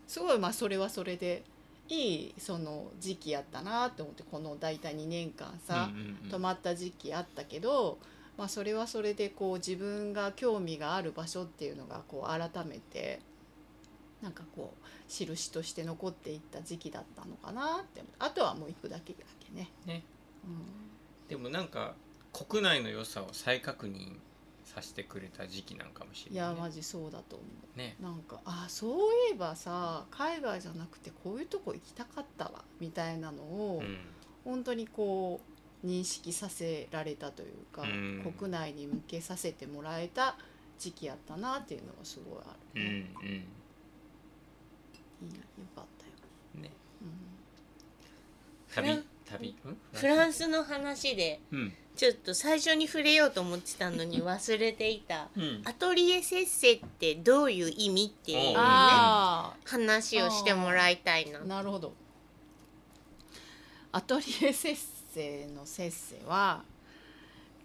[SPEAKER 2] すごいまあそれはそれでいいその時期やったなと思ってこの大体2年間さ
[SPEAKER 3] うんうんうん
[SPEAKER 2] 泊まった時期あったけど、まあ、それはそれでこう自分が興味がある場所っていうのがこう改めてなんかこう印として残っていった時期だったのかなって思うあとはもう行くだけだけね。
[SPEAKER 3] ね
[SPEAKER 2] うん
[SPEAKER 3] でもなんか国内の良さを再確認させてくれた時期なんかもしれ
[SPEAKER 2] い
[SPEAKER 3] ない
[SPEAKER 2] や
[SPEAKER 3] ね
[SPEAKER 2] マジそうだと思う
[SPEAKER 3] ね
[SPEAKER 2] なんかあそういえばさ海外じゃなくてこういうとこ行きたかったわみたいなのを、
[SPEAKER 3] うん
[SPEAKER 2] 本当にこう認識させられたというか、
[SPEAKER 3] うん
[SPEAKER 2] 国内に向けさせてもらえた時期やったなっていうのがすごいあ
[SPEAKER 3] う
[SPEAKER 2] る、
[SPEAKER 3] ん
[SPEAKER 2] いいなよかったよ、
[SPEAKER 3] うんね
[SPEAKER 2] う
[SPEAKER 1] フラ
[SPEAKER 3] 旅
[SPEAKER 1] ン
[SPEAKER 3] 旅うん
[SPEAKER 1] フランスの話で
[SPEAKER 3] うん
[SPEAKER 1] ちょっと最初に触れようと思ってたのに忘れていた
[SPEAKER 3] うん
[SPEAKER 1] アトリエ節制ってどういう意味ってい
[SPEAKER 3] お
[SPEAKER 1] う
[SPEAKER 3] う
[SPEAKER 2] うん
[SPEAKER 1] ね
[SPEAKER 2] あ
[SPEAKER 1] 話をしてもらいたいな
[SPEAKER 2] あなるほどアトリエ節制の節制は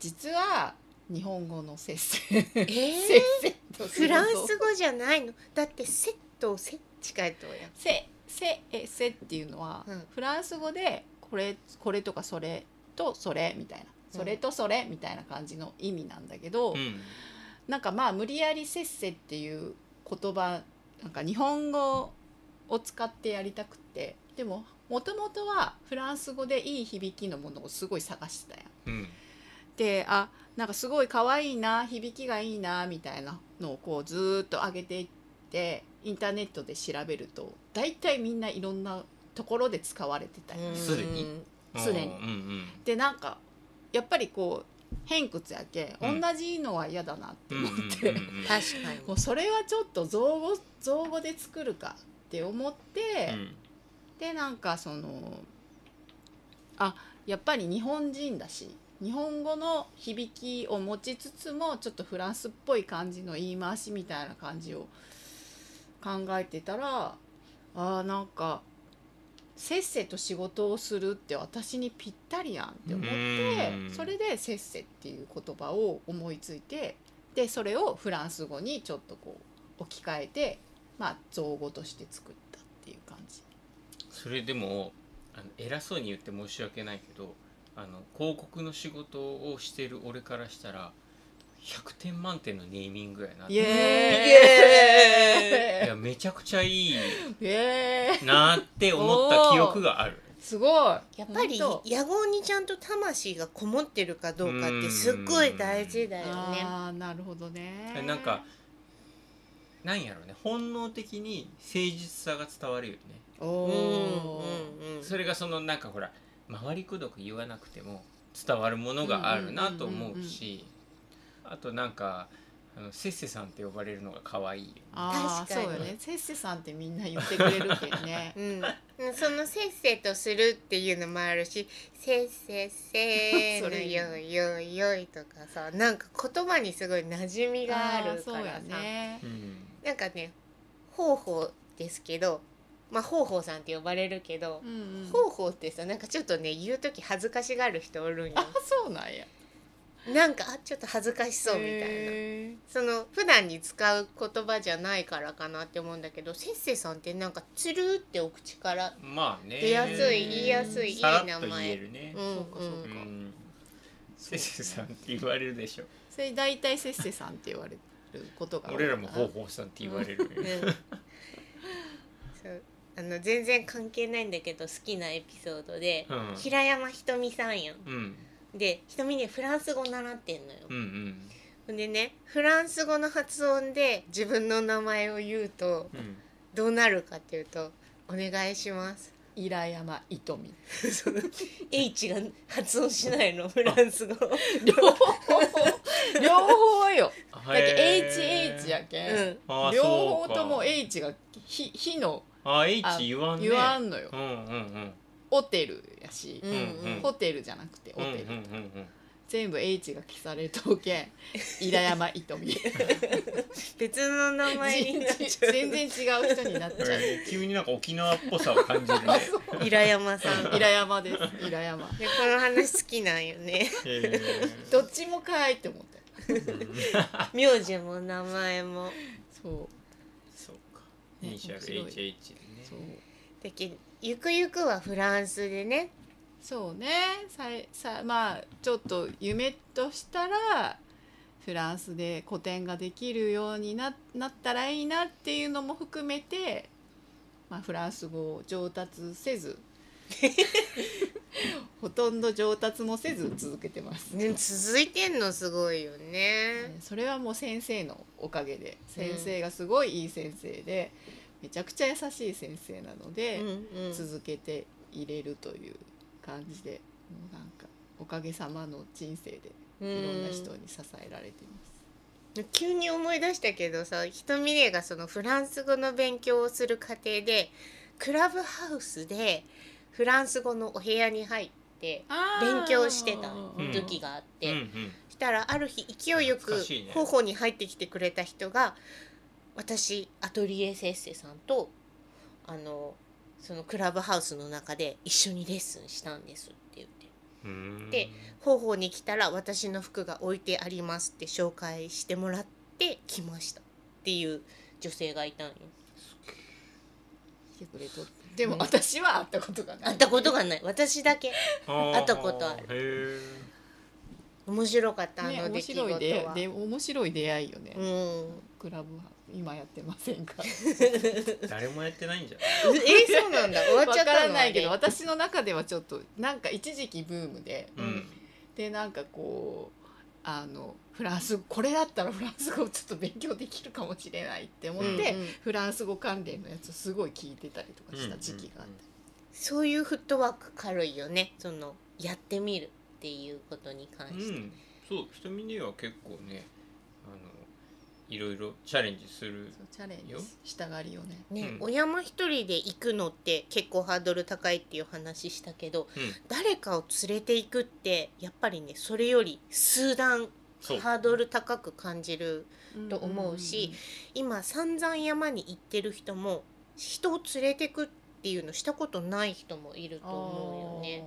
[SPEAKER 2] 実は日本語の節制
[SPEAKER 1] え
[SPEAKER 2] 節
[SPEAKER 1] ー、
[SPEAKER 2] 制とす
[SPEAKER 1] フ
[SPEAKER 2] ると
[SPEAKER 1] ランス語じゃないのだってセットをセ近いとや
[SPEAKER 2] せせえせっていうのは、
[SPEAKER 1] うん
[SPEAKER 2] フランス語でこれこれとかそれとそれみたいな
[SPEAKER 1] うん
[SPEAKER 2] それとそれみたいな感じの意味なんだけど、
[SPEAKER 3] うん
[SPEAKER 2] なんかまあ無理やりせっせっていう言葉なんか日本語を使ってやりたくってでももともとはフランス語でいい響きのものをすごい探してたやん。
[SPEAKER 3] うん
[SPEAKER 2] であなんかすごい可愛いな響きがいいなみたいなのをこうずーっと上げていってインターネットで調べると大体みんないろんなところで使われてたり、
[SPEAKER 3] すでに
[SPEAKER 2] すでに
[SPEAKER 3] うんうん
[SPEAKER 2] でなんかやっぱりこう偏屈やけ、
[SPEAKER 3] うん
[SPEAKER 2] 同じのは嫌だなって
[SPEAKER 3] うんうん
[SPEAKER 2] 思って、
[SPEAKER 3] うんうん
[SPEAKER 1] 確かに
[SPEAKER 2] もうそれはちょっと造語造語で作るかって思って、
[SPEAKER 3] うん
[SPEAKER 2] でなんかそのあやっぱり日本人だし日本語の響きを持ちつつもちょっとフランスっぽい感じの言い回しみたいな感じを考えてたらあーなんかせっせと仕事をするって私にぴったりやんって思って
[SPEAKER 3] うん
[SPEAKER 2] それで「せっせ」っていう言葉を思いついてでそれをフランス語にちょっとこう置き換えて、まあ、造語として作ったっていう感じ。
[SPEAKER 3] それでもあの偉そうに言って申し訳ないけどあの広告の仕事をしてる俺からしたら100点満点のネーミングやなって
[SPEAKER 2] イエーイ
[SPEAKER 3] いやめちゃくちゃいい
[SPEAKER 2] イエーイ
[SPEAKER 3] なって思った記憶がある。
[SPEAKER 2] すごい
[SPEAKER 1] やっぱり
[SPEAKER 2] 本当
[SPEAKER 1] 野望にちゃんと魂がこもってるかどうかってすっごい大事だよね。
[SPEAKER 2] ああなるほどね
[SPEAKER 3] なんかなんやろうね本能的に誠実さが伝わるよね。
[SPEAKER 2] お
[SPEAKER 1] うんうん
[SPEAKER 2] お
[SPEAKER 1] うん。
[SPEAKER 3] それがそのなんかほら回りくどく言わなくても伝わるものがあるなと思うし、あとなんかあのせっせさんって呼ばれるのが可愛いよ
[SPEAKER 2] ああ
[SPEAKER 1] 確か
[SPEAKER 2] そ
[SPEAKER 1] に
[SPEAKER 2] うよねせっせさんってみんな言ってくれるけど ね
[SPEAKER 1] うん、そのせっせとするっていうのもあるし「せっせっせー
[SPEAKER 2] そ
[SPEAKER 1] の
[SPEAKER 2] れいい
[SPEAKER 1] よいよいよい」とかさなんか言葉にすごい馴染みがあ
[SPEAKER 2] あー
[SPEAKER 1] る
[SPEAKER 2] そ
[SPEAKER 1] か
[SPEAKER 2] う
[SPEAKER 1] ら
[SPEAKER 2] や
[SPEAKER 1] さ、
[SPEAKER 2] ね
[SPEAKER 3] うん
[SPEAKER 1] なんかね方法ですけどまあ方法さんって呼ばれるけど
[SPEAKER 2] う、んうん
[SPEAKER 1] 方法ってさなんかちょっとね言う時恥ずかしがる人お るんよ
[SPEAKER 2] あそうなんや
[SPEAKER 1] なんかあちょっと恥ずかしそうみたいな。
[SPEAKER 2] へ
[SPEAKER 1] その普段に使う言葉じゃないからかなって思うんだけどせっせさんってなんかつるってお口から
[SPEAKER 3] まあね
[SPEAKER 1] 出やすい
[SPEAKER 2] 言いやすい
[SPEAKER 1] いい
[SPEAKER 3] さ
[SPEAKER 1] 名
[SPEAKER 3] ら
[SPEAKER 1] 前
[SPEAKER 3] っと言えるね
[SPEAKER 1] うん
[SPEAKER 2] そうかそう
[SPEAKER 3] う
[SPEAKER 2] か
[SPEAKER 3] んせっせさんって言われるでしょ
[SPEAKER 2] ーそれ大体せっせさんって言われることが多い
[SPEAKER 3] 俺らも
[SPEAKER 2] かな
[SPEAKER 3] ほうほうさんって言われるよ
[SPEAKER 1] うんそうあの全然関係ないんだけど好きなエピソードで、
[SPEAKER 3] うん
[SPEAKER 1] 平山ひとみさんやん
[SPEAKER 3] うん
[SPEAKER 1] でひとみねフランス語習ってんのよ
[SPEAKER 3] うんう、ん
[SPEAKER 1] ほんでねフランス語の発音で自分の名前を言うと
[SPEAKER 3] うん
[SPEAKER 1] どうなるかっていうと「お願いします
[SPEAKER 2] イラヤマイトミ」
[SPEAKER 1] その H が発音しないのフランス語
[SPEAKER 2] 両方両方よだ
[SPEAKER 3] だ
[SPEAKER 2] け HH やけん、
[SPEAKER 1] うん
[SPEAKER 3] あー
[SPEAKER 2] 両方と
[SPEAKER 3] そう
[SPEAKER 2] も
[SPEAKER 3] か
[SPEAKER 2] H がひ火の
[SPEAKER 3] あ
[SPEAKER 2] あ
[SPEAKER 3] H 言わんね
[SPEAKER 2] 言わんのよ、
[SPEAKER 3] うんうんうん
[SPEAKER 2] ホテルやし、
[SPEAKER 1] うんうん
[SPEAKER 2] ホテルじゃなくてホ
[SPEAKER 3] う
[SPEAKER 2] テ
[SPEAKER 3] ん
[SPEAKER 2] ル、
[SPEAKER 3] うんうんうん
[SPEAKER 2] 全部 H が消されとう けんイラヤマイトミ
[SPEAKER 1] 別の名前になっちゃう
[SPEAKER 2] 全然違う人にな っちゃ
[SPEAKER 3] えー急になんか沖縄っぽさを感じるね。
[SPEAKER 1] 平山さん
[SPEAKER 2] うイラヤマですイラヤマ
[SPEAKER 1] でこの話好きなんよね
[SPEAKER 3] え
[SPEAKER 2] どっちもかいって思った
[SPEAKER 3] ー
[SPEAKER 1] 名字も名前も
[SPEAKER 2] そう
[SPEAKER 3] そうか。イ
[SPEAKER 2] ね
[SPEAKER 3] ニシャル
[SPEAKER 2] 面白い
[SPEAKER 3] HH でね。
[SPEAKER 2] そう
[SPEAKER 1] だけどゆくゆくはフランスでね
[SPEAKER 2] そうねさいさまあちょっと夢としたらフランスで個展ができるようにななったらいいなっていうのも含めて、まあ、フランス語を上達せ ずほとんど上達もせず続けてます、
[SPEAKER 1] ね続いてんのすごいよ
[SPEAKER 2] え
[SPEAKER 1] ね
[SPEAKER 2] ーそれはもう先生のおかげで先生がすごいいい先生で、めちゃくちゃ優しい先生なの
[SPEAKER 1] う
[SPEAKER 2] で。
[SPEAKER 1] んうん
[SPEAKER 2] 続けていれるという感じでもうなんかおかげさまの人生で
[SPEAKER 1] う
[SPEAKER 2] いろんなん人に支えられています。
[SPEAKER 1] 急に思い出したけどさひとみれがそのフランス語の勉強をする過程でクラブハウスでフランス語のお部屋に入って勉強してた
[SPEAKER 3] うん
[SPEAKER 1] 時があって、
[SPEAKER 3] うんうん。
[SPEAKER 1] したらある日勢いよく
[SPEAKER 3] 懐かしいね
[SPEAKER 1] 方法に入ってきてくれた人が私アトリエセッセさんとあのそのクラブハウスの中で一緒にレッスンしたんですって言って
[SPEAKER 3] うーん
[SPEAKER 1] で方法に来たら私の服が置いてありますって紹介してもらって来ましたっていう女性がいたんよ
[SPEAKER 2] 来てくれとってでも私は会ったことがない。
[SPEAKER 1] 会ったことがない私だけ
[SPEAKER 3] ー
[SPEAKER 1] 会ったことある
[SPEAKER 3] へえ。
[SPEAKER 1] 面白かったあ
[SPEAKER 2] ね
[SPEAKER 1] の
[SPEAKER 2] 面
[SPEAKER 1] 出来事
[SPEAKER 2] 白い出
[SPEAKER 1] は、
[SPEAKER 2] で面白い出会いよね。
[SPEAKER 1] うん
[SPEAKER 2] クラブは今やってませんか。
[SPEAKER 3] 誰もやってないんじゃ
[SPEAKER 1] えそうなんだ終わっ
[SPEAKER 2] わ
[SPEAKER 1] ちゃ
[SPEAKER 2] か
[SPEAKER 1] ったの
[SPEAKER 2] らないけど
[SPEAKER 1] あれ
[SPEAKER 2] 私の中ではちょっとなんか一時期ブームで
[SPEAKER 3] ない。うん。
[SPEAKER 2] でなんかこうあのフランスこれだったらフランス語ちょっと勉強できるかもしれないって思って、
[SPEAKER 1] うんうん
[SPEAKER 2] フランス語関連のやつをすごい聞いてたりとかした時期があっ
[SPEAKER 1] そういうフットワーク軽いよねそのやってみるっていうことに関
[SPEAKER 3] う
[SPEAKER 1] して、
[SPEAKER 3] ん。そう瞳には結構ねあのいろいろチャレンジする
[SPEAKER 2] た、。そうチャレンジしたがりよね
[SPEAKER 1] ね、
[SPEAKER 3] うん
[SPEAKER 1] お山一人で行くのって結構ハードル高いっていう話したけど
[SPEAKER 3] うん。
[SPEAKER 1] 誰かを連れて行くってやっぱりねそれより数段
[SPEAKER 3] そう。
[SPEAKER 1] ハードル高く感じると
[SPEAKER 2] と
[SPEAKER 1] 思うし今散々山に行ってる人も人を連れてくっていうのしたことない人もいると思うよね。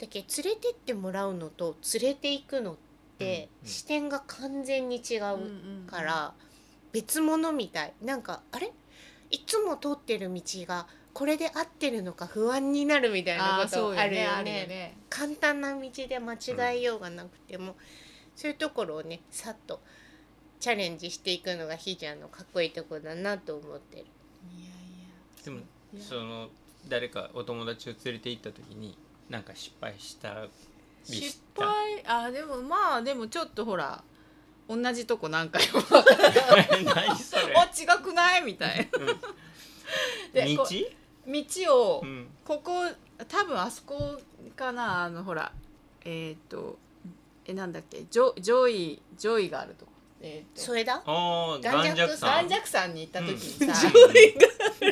[SPEAKER 1] だけど連れてってもらうのと連れて行くのって
[SPEAKER 3] うんうん
[SPEAKER 1] 視点が完全に違
[SPEAKER 2] あー
[SPEAKER 1] うから別物みたいなんかあれいつも通ってる道がこれで合ってるのか不安になるみたいなこ
[SPEAKER 2] あーそ
[SPEAKER 1] と
[SPEAKER 2] う
[SPEAKER 1] あ
[SPEAKER 2] よ
[SPEAKER 1] る
[SPEAKER 2] ね
[SPEAKER 1] よ
[SPEAKER 2] あるよ
[SPEAKER 1] ね
[SPEAKER 2] ね
[SPEAKER 1] 簡単な道で間違えようがなくても、そういうところをねさっとチャレンジしていくのがひーちゃんのかっこいいとこだなと思ってる。
[SPEAKER 2] いや
[SPEAKER 3] でも
[SPEAKER 2] いや
[SPEAKER 3] その誰かお友達を連れて行った時になんか失敗したりした。
[SPEAKER 2] 失敗あーでもまあでもちょっとほら同じとこ何回 も
[SPEAKER 3] 何それ
[SPEAKER 2] あ違くないみたい
[SPEAKER 3] うん
[SPEAKER 2] なでこ
[SPEAKER 3] 道
[SPEAKER 2] う道を
[SPEAKER 3] うん
[SPEAKER 2] ここ多分あそこかなあのほらえっ、とえなんだっけジョジョイジョイがあるとこえーと
[SPEAKER 1] それだ
[SPEAKER 3] ああ
[SPEAKER 1] 軟
[SPEAKER 3] 軟
[SPEAKER 1] 弱
[SPEAKER 3] 弱さ
[SPEAKER 1] さ
[SPEAKER 2] 軟
[SPEAKER 3] ん
[SPEAKER 2] 弱さんに行った時
[SPEAKER 3] う
[SPEAKER 2] に
[SPEAKER 3] ん
[SPEAKER 2] さ、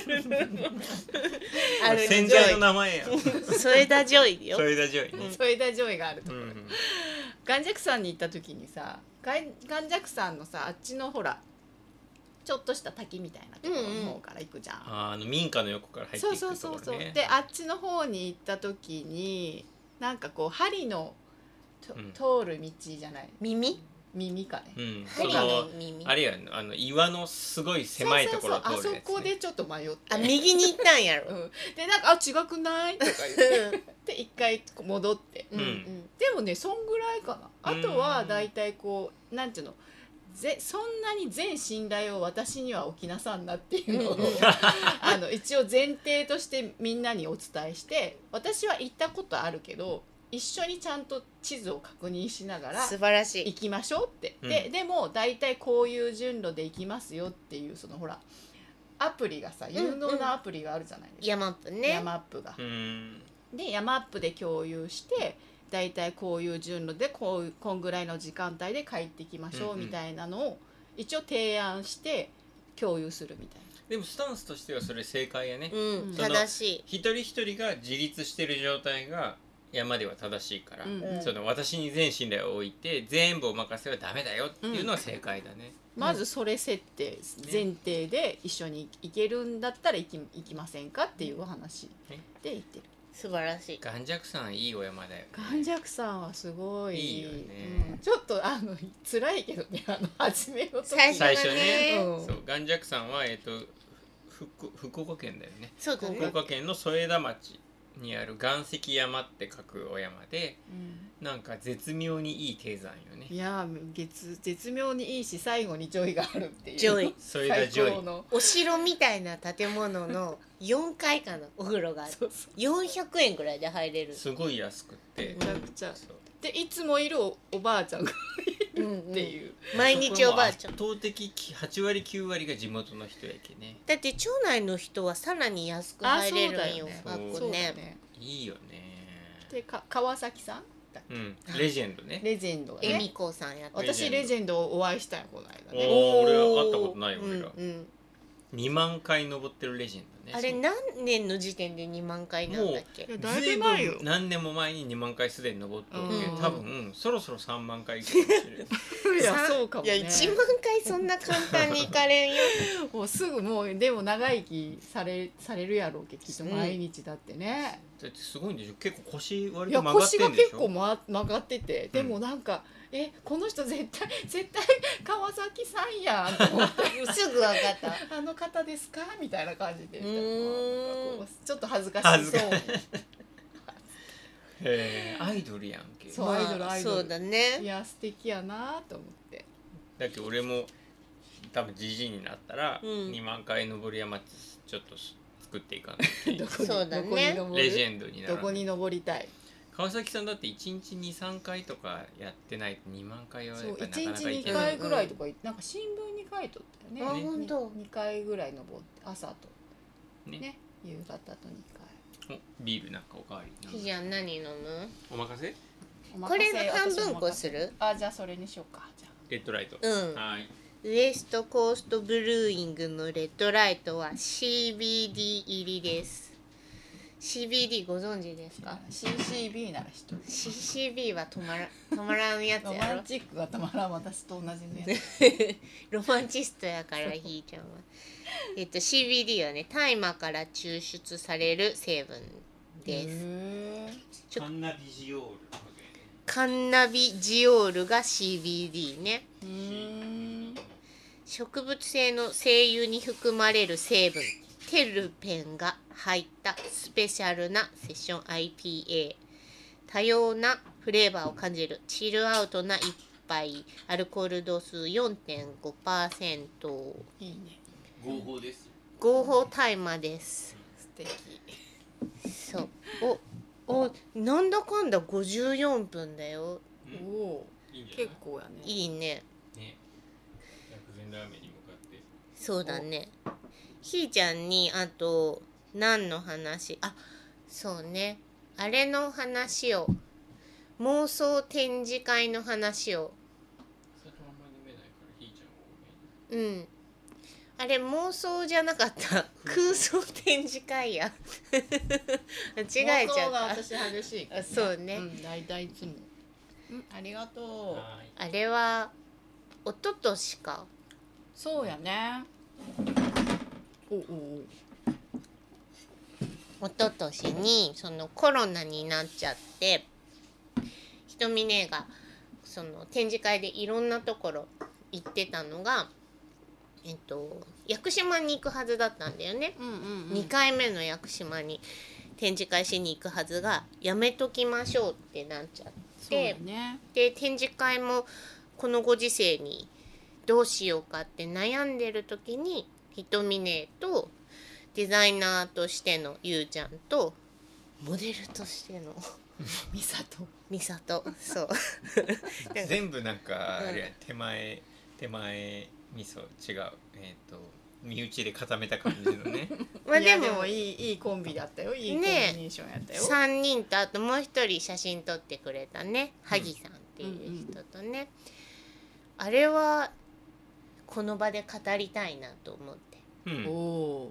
[SPEAKER 1] ある
[SPEAKER 3] 洗
[SPEAKER 1] ジ
[SPEAKER 3] 剤の
[SPEAKER 1] ョ
[SPEAKER 3] 名前やん
[SPEAKER 1] イそれだジョイよ
[SPEAKER 3] それだジョイね
[SPEAKER 2] それだ上位がある
[SPEAKER 3] う
[SPEAKER 2] と、
[SPEAKER 3] ん
[SPEAKER 2] ガンジャクさんに行った時にさガンガンジャクさんのさあっちのほらちょっとした滝みたいなところの方から行くじゃん、
[SPEAKER 3] あーあの民家の横から入ってい
[SPEAKER 2] そう
[SPEAKER 3] くとこ
[SPEAKER 2] そ
[SPEAKER 3] ろ
[SPEAKER 2] う
[SPEAKER 3] ね
[SPEAKER 2] そうそうであっちの方に行った時になんかこう針のと
[SPEAKER 3] うん
[SPEAKER 2] 通る道じゃない
[SPEAKER 1] 耳
[SPEAKER 2] 耳かね、
[SPEAKER 3] うんそ
[SPEAKER 1] 針の
[SPEAKER 3] の
[SPEAKER 1] 耳
[SPEAKER 3] あれやんあの岩のすごい狭いところを
[SPEAKER 2] そうそう
[SPEAKER 3] 通
[SPEAKER 2] そう
[SPEAKER 3] る
[SPEAKER 2] あ
[SPEAKER 3] や
[SPEAKER 2] そこ
[SPEAKER 3] つね
[SPEAKER 2] でちょっと迷って
[SPEAKER 1] あ右に行ったんや
[SPEAKER 2] う
[SPEAKER 1] ろ
[SPEAKER 2] ん、でなんか「あ違くない?」とか言ってで一回こう戻って
[SPEAKER 1] うんうん
[SPEAKER 3] う
[SPEAKER 2] でもねそんぐらいかな
[SPEAKER 3] うん
[SPEAKER 2] あとは大体こうなんていうのぜそんなに全信頼を私には置きなさんなっていうのを
[SPEAKER 1] うんうん
[SPEAKER 2] あの一応前提としてみんなにお伝えして私は行ったことあるけど一緒にちゃんと地図を確認しながら
[SPEAKER 1] 素晴らし
[SPEAKER 2] 行
[SPEAKER 1] い
[SPEAKER 2] きましょうって、
[SPEAKER 3] うん
[SPEAKER 2] ででも大体こういう順路で行きますよっていうそのほらアプリが
[SPEAKER 1] ん
[SPEAKER 2] さ
[SPEAKER 1] うん
[SPEAKER 2] 有能なアプリがあるじゃないですか、
[SPEAKER 1] 山っぷ
[SPEAKER 2] ヤ
[SPEAKER 1] ね
[SPEAKER 2] マップが
[SPEAKER 3] う。ん
[SPEAKER 2] で山アップで共有して大体こういう順路でこうこんぐらいの時間帯で帰ってきましょ
[SPEAKER 3] う
[SPEAKER 2] うん
[SPEAKER 3] うん
[SPEAKER 2] みたいなのを一応提案して共有するみたい
[SPEAKER 3] でもスタンスとしてはそれ正解やね
[SPEAKER 1] うん
[SPEAKER 2] そ
[SPEAKER 3] の
[SPEAKER 1] 正しい
[SPEAKER 3] 一人一人が自立してる状態が山では正しいから、
[SPEAKER 2] な。うん
[SPEAKER 1] うん
[SPEAKER 3] その私に全信頼を置いて全部お任せはダメだよっていうのは正解だね、
[SPEAKER 2] まずそれ設定前提で一緒に行けるんだったら行き行きませんかっていうお話
[SPEAKER 3] ね
[SPEAKER 2] で行ってる。
[SPEAKER 1] 素晴らしい
[SPEAKER 3] ガンジャクさんいいお山だよね
[SPEAKER 2] ガンジャクさんはすごい
[SPEAKER 3] いいよね
[SPEAKER 2] うんちょっとあの辛いけどねあの初めの時
[SPEAKER 1] 最初は
[SPEAKER 3] 最初
[SPEAKER 1] ね
[SPEAKER 2] うん
[SPEAKER 3] そうガンジャクさんはえっ、と福福岡県だよね
[SPEAKER 1] そうだ
[SPEAKER 3] 福
[SPEAKER 1] ね
[SPEAKER 3] 岡県の添田町にある岩石山って書くお山で
[SPEAKER 2] うん
[SPEAKER 3] なんか絶妙にいい低山よね
[SPEAKER 2] いやー絶絶妙にいいし最後にジョイがあるっていう
[SPEAKER 1] ジョイ
[SPEAKER 3] 添田ジョイ
[SPEAKER 2] の
[SPEAKER 1] お城みたいな建物の4階かなお風呂がある
[SPEAKER 2] そうそう
[SPEAKER 1] 400円ぐらいで入れる
[SPEAKER 3] すごい安くって
[SPEAKER 2] めちゃくちゃ
[SPEAKER 3] そう
[SPEAKER 2] でいつもいるおおばあちゃんがっ
[SPEAKER 1] うんう
[SPEAKER 2] て
[SPEAKER 1] ん
[SPEAKER 2] いう、
[SPEAKER 1] 毎日おばあちゃん
[SPEAKER 3] そこはもう圧倒的8割9割が地元の人やけね
[SPEAKER 1] だって町内の人はさらに安く入れるんよ
[SPEAKER 3] あ
[SPEAKER 1] あ
[SPEAKER 3] そ
[SPEAKER 1] っ
[SPEAKER 3] うだよね
[SPEAKER 1] こね
[SPEAKER 3] いいよね
[SPEAKER 2] でか川崎さんだっ
[SPEAKER 3] うんレジェンドね
[SPEAKER 2] けレジェンドが
[SPEAKER 1] 恵
[SPEAKER 2] ね
[SPEAKER 1] 美子さんやった
[SPEAKER 2] 私レジェンドをお会いしたよこの間
[SPEAKER 3] お
[SPEAKER 2] ね
[SPEAKER 3] ー俺は会ったことないよ
[SPEAKER 1] うん
[SPEAKER 3] 俺ら
[SPEAKER 1] うん
[SPEAKER 3] 2万回登ってるレジェンドね
[SPEAKER 1] あれ何年の時点で2万回なんだっけ
[SPEAKER 2] いやだい
[SPEAKER 3] ずい
[SPEAKER 2] ぶ
[SPEAKER 3] ぶ
[SPEAKER 2] 前よ
[SPEAKER 3] ん何年も前に2万回すでに登っておって、
[SPEAKER 1] うん
[SPEAKER 3] 多分そろそろ3万回いくかもしれ ない
[SPEAKER 2] いやそうかも、ね、
[SPEAKER 1] いや1万回そんな簡単に行かれんよ
[SPEAKER 2] もうすぐもうでも長生きされされるやろうけどきっと毎日だってね、
[SPEAKER 3] だってすごいんでしょ結構腰割
[SPEAKER 2] い
[SPEAKER 3] と
[SPEAKER 2] や
[SPEAKER 3] 曲がっ
[SPEAKER 2] 腰
[SPEAKER 3] て
[SPEAKER 2] が
[SPEAKER 3] んで
[SPEAKER 2] 結
[SPEAKER 3] しょ
[SPEAKER 2] 構、ま、曲がっててで
[SPEAKER 3] う
[SPEAKER 2] もなんか、えこの人絶対 絶対川崎さんやんと 思って
[SPEAKER 1] すぐ分かった
[SPEAKER 2] あの方ですかみたいな感じで
[SPEAKER 1] うーん
[SPEAKER 2] なんかこうちょっと恥ずかしそう
[SPEAKER 3] 恥へーアイドルやんけ
[SPEAKER 2] そうアイドルアイドル
[SPEAKER 1] そうだ
[SPEAKER 2] い
[SPEAKER 1] ね
[SPEAKER 2] や素敵やなと思って
[SPEAKER 3] だって俺も多分じじいになったら
[SPEAKER 1] うん
[SPEAKER 3] 2万回登り山ちょっと作っていかない、
[SPEAKER 2] どこに
[SPEAKER 1] そうだね
[SPEAKER 2] どこに登
[SPEAKER 3] レジ
[SPEAKER 2] る
[SPEAKER 3] ェンドにな
[SPEAKER 2] ど
[SPEAKER 3] ら
[SPEAKER 2] こ
[SPEAKER 3] ない
[SPEAKER 2] に登りたい
[SPEAKER 3] 川崎さんだって1日23回とかやってないと2万回はやっ
[SPEAKER 2] そう
[SPEAKER 3] ぱ
[SPEAKER 2] 1
[SPEAKER 3] なか
[SPEAKER 2] 日
[SPEAKER 3] なかい
[SPEAKER 2] 2
[SPEAKER 3] けない
[SPEAKER 2] 回ぐらいとかなんか新聞に書いとったよ
[SPEAKER 1] あ
[SPEAKER 2] ね
[SPEAKER 1] 本当
[SPEAKER 2] 2回ぐらい登って朝と
[SPEAKER 3] ね
[SPEAKER 2] ね夕方と2回
[SPEAKER 3] おビールなんかおかわり
[SPEAKER 1] ひじゃん何飲む
[SPEAKER 3] お任せ
[SPEAKER 2] お
[SPEAKER 1] こ
[SPEAKER 2] 任
[SPEAKER 1] れ
[SPEAKER 2] せ
[SPEAKER 1] の半分こ
[SPEAKER 2] 私お任せ
[SPEAKER 1] する
[SPEAKER 2] あじゃあそれにしようかじゃあ
[SPEAKER 3] レッドライト、
[SPEAKER 1] うん
[SPEAKER 3] はーい
[SPEAKER 1] ウエストコーストブルーイングのレッドライトは CBD 入りです CBD ご存知ですか
[SPEAKER 2] CCB なら知っとる
[SPEAKER 1] CCB は止まら止まらんやつ
[SPEAKER 2] ロ
[SPEAKER 1] や
[SPEAKER 2] マ
[SPEAKER 1] ろ
[SPEAKER 2] ンチックがたまらん私と同じね
[SPEAKER 1] ロマンチストやからひーちゃんはえっと CBD はね大麻から抽出される成分です
[SPEAKER 2] す
[SPEAKER 1] ちょ
[SPEAKER 3] ンナビジオール
[SPEAKER 1] カンナビジオールが CBD ね
[SPEAKER 2] うーん
[SPEAKER 1] 植物性の精油に含まれる成分テルペンが入ったスペシャルなセッション IPA 多様なフレーバーを感じるチルアウトな一杯アルコール度数4.5%
[SPEAKER 2] いいね
[SPEAKER 3] 合法です
[SPEAKER 1] 合法大麻です
[SPEAKER 2] 素敵
[SPEAKER 1] そうおおなんだかんだ54分だよ
[SPEAKER 2] おお
[SPEAKER 3] いいんじゃない
[SPEAKER 2] 結構やね
[SPEAKER 1] いいね
[SPEAKER 3] ね薬膳ラーメンに向かって
[SPEAKER 1] そうだねひーちゃんにあと何の話あそうねあれの話を妄想展示会の話を
[SPEAKER 3] それあんまり読めないから
[SPEAKER 1] うんあれ妄想じゃなか った空想展示会や間違えちゃっ
[SPEAKER 2] 妄想が
[SPEAKER 1] た
[SPEAKER 2] 私激しいから、
[SPEAKER 1] あ そうね
[SPEAKER 2] うん、大体いつも「うんありがとう
[SPEAKER 3] はい
[SPEAKER 1] あれは一昨年か」
[SPEAKER 2] そうやねおおお
[SPEAKER 1] 一昨年にそのコロナになっちゃってひとみ姉がその展示会でいろんなところ行ってたのが、えっと、屋久島に行くはずだったんだよね、
[SPEAKER 2] うんうん、うん、
[SPEAKER 1] 2回目の屋久島に展示会しに行くはずがやめときましょうってなっちゃっ
[SPEAKER 2] そう
[SPEAKER 1] て
[SPEAKER 2] やね
[SPEAKER 1] で展示会もこのご時世にどうしようかって悩んでる時にひとみねとデザイナーとしてのゆうちゃんとモデルとしての
[SPEAKER 2] 美里
[SPEAKER 1] みさと そうなんか
[SPEAKER 3] 全部なんか、
[SPEAKER 1] うん
[SPEAKER 3] あれや手前手前味噌違うえっ、と身内で固めた感じの ね
[SPEAKER 1] まあ
[SPEAKER 2] いや
[SPEAKER 1] でも
[SPEAKER 2] いいいいコンビだったよいいコンビ
[SPEAKER 1] ねえ
[SPEAKER 2] ネーションやったよ、
[SPEAKER 1] 3人とあともう1人写真撮ってくれたね萩さんっていう人とね、あれはこの場で語りたいなと思って
[SPEAKER 3] うん
[SPEAKER 2] おお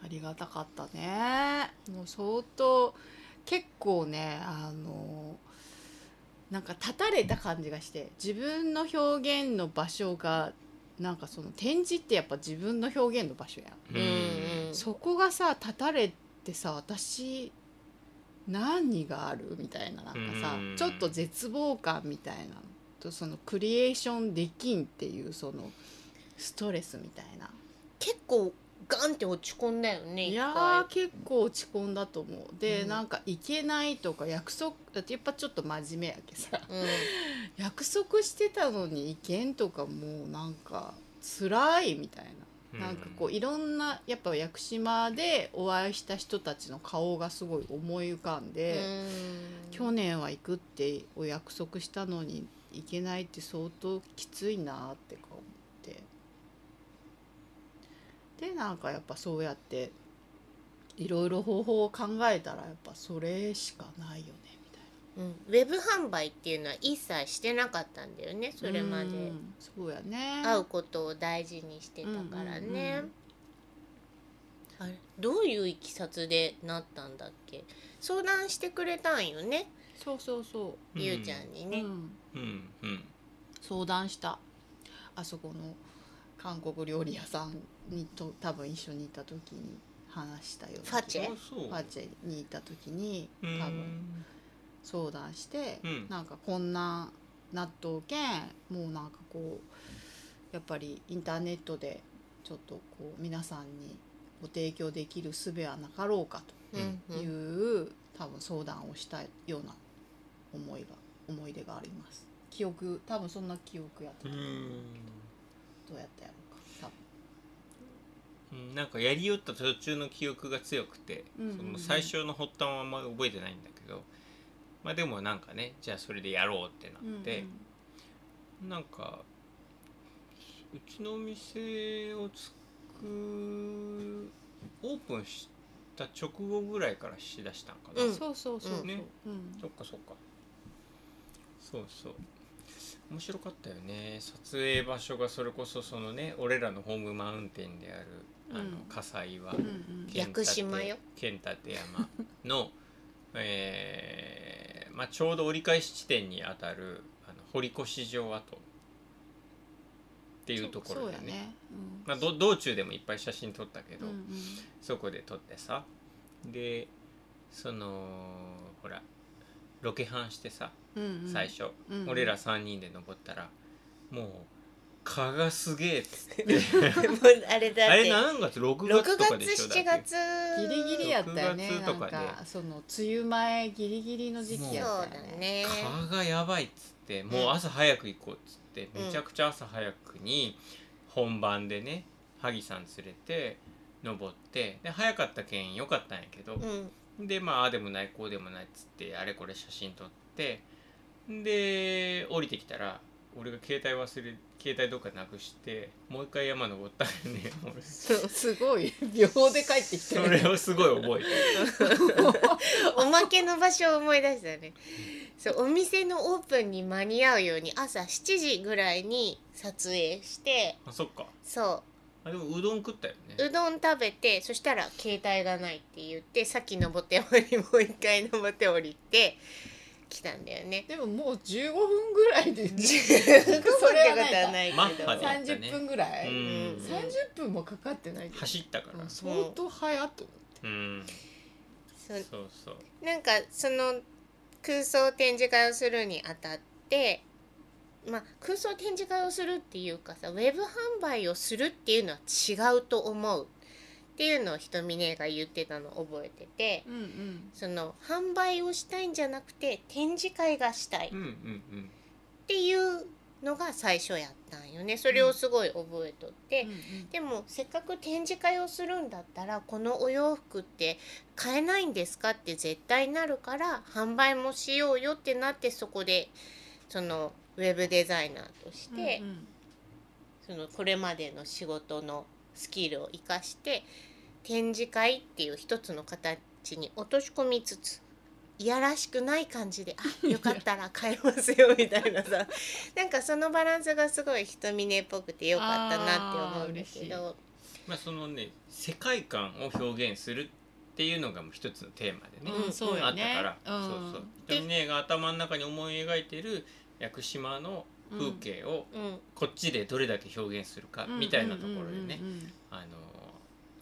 [SPEAKER 2] ーありがたかったねもう相当結構ねあのなんか立たれた感じがして自分の表現の場所がなんかその展示ってやっぱ自分の表現の場所やん
[SPEAKER 3] うん
[SPEAKER 1] うん
[SPEAKER 2] そこがさ立たれてさ私何があるみたいななんかさ
[SPEAKER 3] うん
[SPEAKER 2] ちょっと絶望感みたいなのとそのクリエーションできんっていうそのストレスみたいな
[SPEAKER 1] 結構ガンって落ち込んだよね
[SPEAKER 2] い
[SPEAKER 1] 一
[SPEAKER 2] やー
[SPEAKER 1] 回
[SPEAKER 2] 結構落ち込んだと思うで、
[SPEAKER 1] うん
[SPEAKER 2] なんか行けないとか約束だってやっぱちょっと真面目やけ さ
[SPEAKER 1] うん
[SPEAKER 2] 約束してたのに行けんとかもうなんか辛いみたいななんかこういろんなやっぱ屋久島でお会いした人たちの顔がすごい思い浮かんで、去
[SPEAKER 1] 日
[SPEAKER 2] 年は行くってお約束したのに行けないって相当きついなってか思ってでなんかやっぱそうやっていろいろ方法を考えたらやっぱそれしかないよねみたいな。
[SPEAKER 1] うん、ウェブ販売っていうのは一切してなかったんだよねそれまで
[SPEAKER 2] うんそうやね
[SPEAKER 1] 会うことを大事にしてたからね、あれどういういきさつでなったんだっけ相談してくれたんよね、
[SPEAKER 2] そうそうそ
[SPEAKER 1] ゆうちゃんに
[SPEAKER 2] う、
[SPEAKER 1] ね、
[SPEAKER 2] うん
[SPEAKER 3] うんうん
[SPEAKER 2] 相談したあそこの韓国料理屋さんにと多分一緒にいた時に話したよう
[SPEAKER 1] フ
[SPEAKER 2] な気が
[SPEAKER 1] ァチ
[SPEAKER 3] う
[SPEAKER 1] ェ
[SPEAKER 3] んあそう
[SPEAKER 2] ファチェにいた時に多
[SPEAKER 3] うん
[SPEAKER 2] 分相談して、
[SPEAKER 3] うん
[SPEAKER 2] なんかこんな納豆けんもうなんかこうやっぱりインターネットでちょっとこう皆さんにご提供できる術はなかろうか
[SPEAKER 1] うん
[SPEAKER 2] という、多分相談をしたような思いが思い出があります記憶多分そんな記憶やった
[SPEAKER 3] う
[SPEAKER 2] と思う、
[SPEAKER 3] ん
[SPEAKER 2] どうやったやろうか
[SPEAKER 3] うんなんかやりよった途中の記憶が強くて、
[SPEAKER 2] うんうんうん
[SPEAKER 3] その最初の発端はあんまり覚えてないんだけどまあでもなんかねじゃあそれでやろうってな
[SPEAKER 2] 多分
[SPEAKER 3] って、なんかうちのお店をつくオープンした直後ぐらいからしだしたんかな、
[SPEAKER 1] うん
[SPEAKER 3] そ
[SPEAKER 2] そうそうそうそう、
[SPEAKER 1] うん
[SPEAKER 3] ね
[SPEAKER 2] うん
[SPEAKER 3] っかそっかそうそう面白かったよね撮影場所がそれこそそのね俺らのホームマウンテンであるあの
[SPEAKER 2] うん
[SPEAKER 3] 葛西は、
[SPEAKER 2] うんうん
[SPEAKER 1] 屋久島よ
[SPEAKER 3] 剣立山の えーまあ、ちょうど折り返し地点にあたるあの堀越城跡っていうところでね
[SPEAKER 2] そうそうやね、うん
[SPEAKER 3] まあ、ど道中でもいっぱい写真撮ったけど、
[SPEAKER 2] うんうん
[SPEAKER 3] そこで撮ってさでそのほらロケハンしてさ
[SPEAKER 2] うんうん
[SPEAKER 3] 最初、
[SPEAKER 2] うん
[SPEAKER 3] 俺ら3人で登ったらもう蚊がすげえっつって
[SPEAKER 1] もうあれだ
[SPEAKER 3] あ
[SPEAKER 1] っ
[SPEAKER 3] れ
[SPEAKER 1] て
[SPEAKER 3] 何月6
[SPEAKER 1] 6
[SPEAKER 3] 月とかでしょ
[SPEAKER 1] 月7
[SPEAKER 3] だって
[SPEAKER 1] 月
[SPEAKER 2] ギリギリやったよね
[SPEAKER 3] 6月
[SPEAKER 2] な
[SPEAKER 3] と
[SPEAKER 2] ん
[SPEAKER 3] かで
[SPEAKER 2] かその梅雨前ギリギリの時期
[SPEAKER 1] そう
[SPEAKER 2] や
[SPEAKER 1] だ
[SPEAKER 2] ったよね
[SPEAKER 1] ね
[SPEAKER 3] 蚊がやばいっつってもう朝早く行こうっつって、
[SPEAKER 1] うん
[SPEAKER 3] めちゃくちゃ朝早くに本番でね萩さん連れて登ってで早かったけんよかったんやけど、
[SPEAKER 1] うん
[SPEAKER 3] でまあああでもないこうでもないっつってあれこれ写真撮ってで降りてきたら俺が携帯忘れ携帯どっかなくしてもう一回山登ったんやね俺
[SPEAKER 2] そうすごい秒で帰ってき
[SPEAKER 3] そ
[SPEAKER 2] たよ
[SPEAKER 3] れ
[SPEAKER 2] ね
[SPEAKER 3] をすごい覚えてる
[SPEAKER 1] おまけの場所を思い出したねそうお店のオープンに間に合うように朝7時ぐらいに撮影して
[SPEAKER 3] あそっか
[SPEAKER 1] そ
[SPEAKER 3] あでもうどん食ったよね
[SPEAKER 1] ううどん食べてそしたら携帯がないって言ってさっき登って降りもう一回登って降りて来たんだよ ね。
[SPEAKER 2] でももう15分ぐらい で
[SPEAKER 1] 15分ってこと
[SPEAKER 2] それは
[SPEAKER 1] は
[SPEAKER 2] な
[SPEAKER 1] ないいけ
[SPEAKER 3] マッハ
[SPEAKER 1] ど
[SPEAKER 3] でやったね
[SPEAKER 2] 30分ぐらい、
[SPEAKER 3] うん
[SPEAKER 2] 30分もかかってないけど
[SPEAKER 3] 走ったから
[SPEAKER 2] 相当早っと思
[SPEAKER 3] うん
[SPEAKER 1] そ
[SPEAKER 3] そううそう
[SPEAKER 1] なんかその空想展示会をするにあたって、まあ、空想展示会をするっていうかさウェブ販売をするっていうのは違うと思うっていうのをひとみねが言ってたのを覚えてて
[SPEAKER 2] ううんうん
[SPEAKER 1] その販売をしたいんじゃなくて展示会がしたい
[SPEAKER 3] うん
[SPEAKER 1] っ
[SPEAKER 3] うんうん
[SPEAKER 1] ていうのが最初やったんよねそれをすごい覚えとって。でもせっかく展示会をするんだったらこのお洋服って買えないんですかって絶対なるから販売もしようよってなってそこでそのウェブデザイナーとして、
[SPEAKER 2] うんうん
[SPEAKER 1] そのこれまでの仕事のスキルを生かして展示会っていう一つの形に落とし込みつついやらしくない感じ で「あよかったら買えますよ」みたいなさなんかそのバランスがすごい瞳ねっぽくてよかったなって思うんだけ
[SPEAKER 2] あー
[SPEAKER 1] ど。
[SPEAKER 3] まあそのね世界観を表現するっていうのがもう一つのテーマでね、
[SPEAKER 1] うんそう
[SPEAKER 2] よ
[SPEAKER 3] あっ
[SPEAKER 2] ね
[SPEAKER 3] たから、
[SPEAKER 2] うん
[SPEAKER 3] そうそうひとみねが頭の中に思い描いてる屋久島の風景を
[SPEAKER 1] うん
[SPEAKER 3] こっちでどれだけ表現するか
[SPEAKER 2] うん
[SPEAKER 3] みたいなところでね、
[SPEAKER 2] うんうんうん
[SPEAKER 3] あの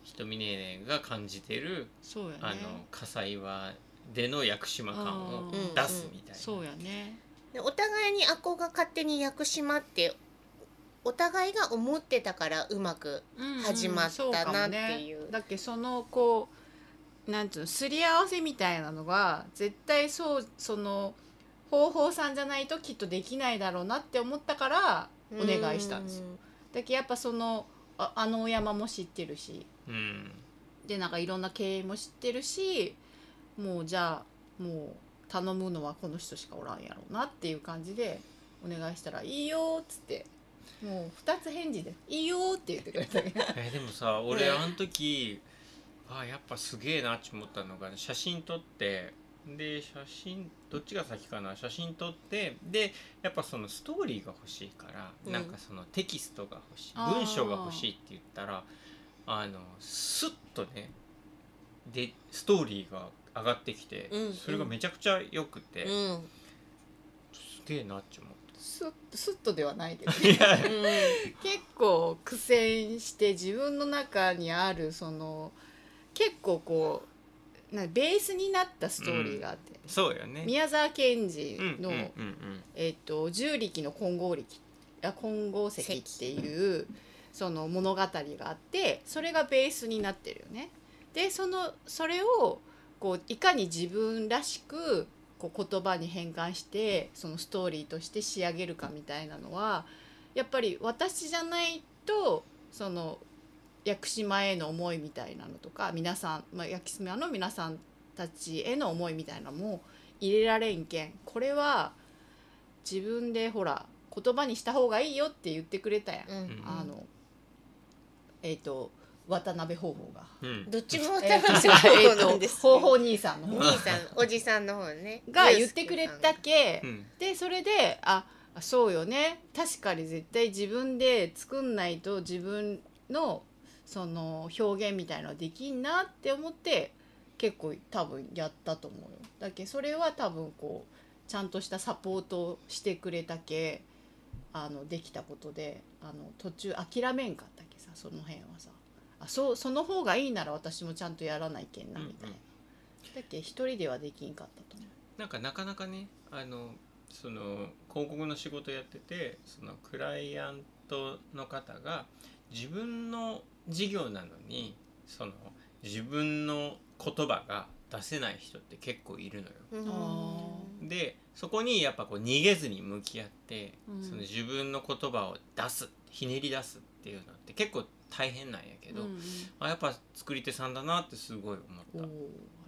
[SPEAKER 3] ひとみねが感じてる、
[SPEAKER 2] そうやね
[SPEAKER 3] あの火災はでの屋久島感を
[SPEAKER 2] うん
[SPEAKER 3] 出すみたいな、
[SPEAKER 2] そうやね
[SPEAKER 1] でお互いにアコが勝手に屋久島ってお互いが思ってたからうまく始まったなっていう
[SPEAKER 2] そかもねだっけそのこうなんつうのすり合わせみたいなのが絶対そうその方法さんじゃないときっとできないだろうなって思ったからお願いしたんですよ。だけやっぱそのああのお山も知ってるし
[SPEAKER 3] うん
[SPEAKER 2] でなんかいろんな経営も知ってるしもうじゃあもう頼むのはこの人しかおらんやろうなっていう感じでお願いしたら「いいよ」っつってもう2つ返事で「いいよ」って言ってくれたけど
[SPEAKER 3] えーで もさ俺あの時あーやっぱすげえなって思ったのが写真撮ってで写真どっちが先かな写真撮ってでやっぱそのストーリーが欲しいから、
[SPEAKER 1] うん
[SPEAKER 3] なんかそのテキストが欲しい
[SPEAKER 2] あー
[SPEAKER 3] 文章が欲しいって言ったらあのスッとねでストーリーが上がってきて、
[SPEAKER 1] うん
[SPEAKER 3] それがめちゃくちゃよくて、
[SPEAKER 1] うん
[SPEAKER 3] す
[SPEAKER 1] うん
[SPEAKER 3] げえなって思っ
[SPEAKER 2] スッスッとではない け ど
[SPEAKER 3] た。いや
[SPEAKER 2] 結構苦戦して自分の中にあるその結構こうなベースになったストーリーがあって、
[SPEAKER 3] そうよね。
[SPEAKER 2] 宮沢賢治
[SPEAKER 3] うんうん
[SPEAKER 2] の、
[SPEAKER 3] うんうん
[SPEAKER 2] えっと重力の混合力あ混合石っていうその物語があってそれがベースになってるよね。でそのそれをこういかに自分らしくこう言葉に変換してそのストーリーとして仕上げるかみたいなのはやっぱり私じゃないとその屋久島への思いみたいなのとか皆さん、まあ、屋久島の皆さんたちへの思いみたいなのも入れられんけんこれは自分でほら言葉にした方がいいよって言ってくれたやん、
[SPEAKER 1] うん
[SPEAKER 2] あのえっ、と渡辺方法が。
[SPEAKER 3] うん
[SPEAKER 1] どっちもお
[SPEAKER 2] え
[SPEAKER 1] 互
[SPEAKER 2] ー
[SPEAKER 1] い
[SPEAKER 2] と
[SPEAKER 1] さそうなんで
[SPEAKER 2] えーと
[SPEAKER 1] す、
[SPEAKER 2] 方法兄さんの
[SPEAKER 1] お
[SPEAKER 2] 方
[SPEAKER 1] 兄さんおじさんの方ね
[SPEAKER 2] が言ってくれたけ、
[SPEAKER 3] うん
[SPEAKER 2] でそれであそうよね確かに絶対自分で作んないと自分のその表現みたいのはできんなって思って結構多分やったと思うよ。だけどそれは多分こうちゃんとしたサポートをしてくれたけあのできたことであの途中諦めんかったけさその辺はさあそうその方がいいなら私もちゃんとやらないけんなみたいな。
[SPEAKER 3] うん
[SPEAKER 2] だけど一人ではできんかったと思う。
[SPEAKER 3] なんかなかなかねあのその広告の仕事やっててそのクライアントの方が自分の事業なのにその自分の言葉が出せない人って結構いるのよ。
[SPEAKER 1] うん
[SPEAKER 2] あ
[SPEAKER 3] でそこにやっぱこう逃げずに向き合って、
[SPEAKER 2] うん
[SPEAKER 3] その自分の言葉を出すひねり出すっていうのって結構大変なんやけど、
[SPEAKER 2] うんうん
[SPEAKER 3] あやっぱ作り手さんだなってすごい
[SPEAKER 2] お
[SPEAKER 3] 思
[SPEAKER 2] ーあ
[SPEAKER 3] っ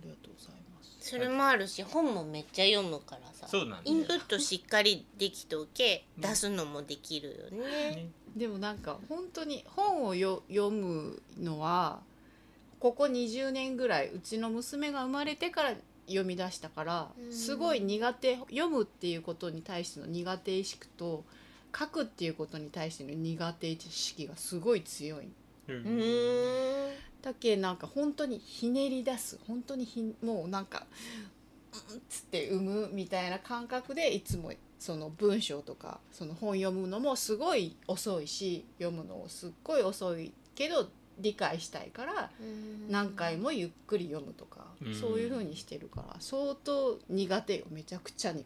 [SPEAKER 2] りがとうございます。
[SPEAKER 1] それもあるし本もめっちゃ読むからさ
[SPEAKER 3] た。そうなんだ
[SPEAKER 1] イ
[SPEAKER 3] よ
[SPEAKER 1] ンプットしっかりできておけ
[SPEAKER 3] うん
[SPEAKER 1] 出すのもできるよね。
[SPEAKER 3] ね。
[SPEAKER 2] でもなんか本当に本をよ読むのはここ20年ぐらいうちの娘が生まれてから読み出したから
[SPEAKER 1] うん
[SPEAKER 2] すごい苦手読むっていうことに対しての苦手意識と書くっていうことに対しての苦手意識がすごい強い
[SPEAKER 3] うん
[SPEAKER 1] うーん
[SPEAKER 2] だけなんか本当にひねり出す本当にひもうなんかうんっつって産むみたいな感覚でいつもその文章とかその本読むのもすごい遅いし読むのもすっごい遅いけど理解したいから何回もゆっくり読むとか、
[SPEAKER 3] うん
[SPEAKER 2] そういう風にしてるから相当苦手よめちゃくちゃ苦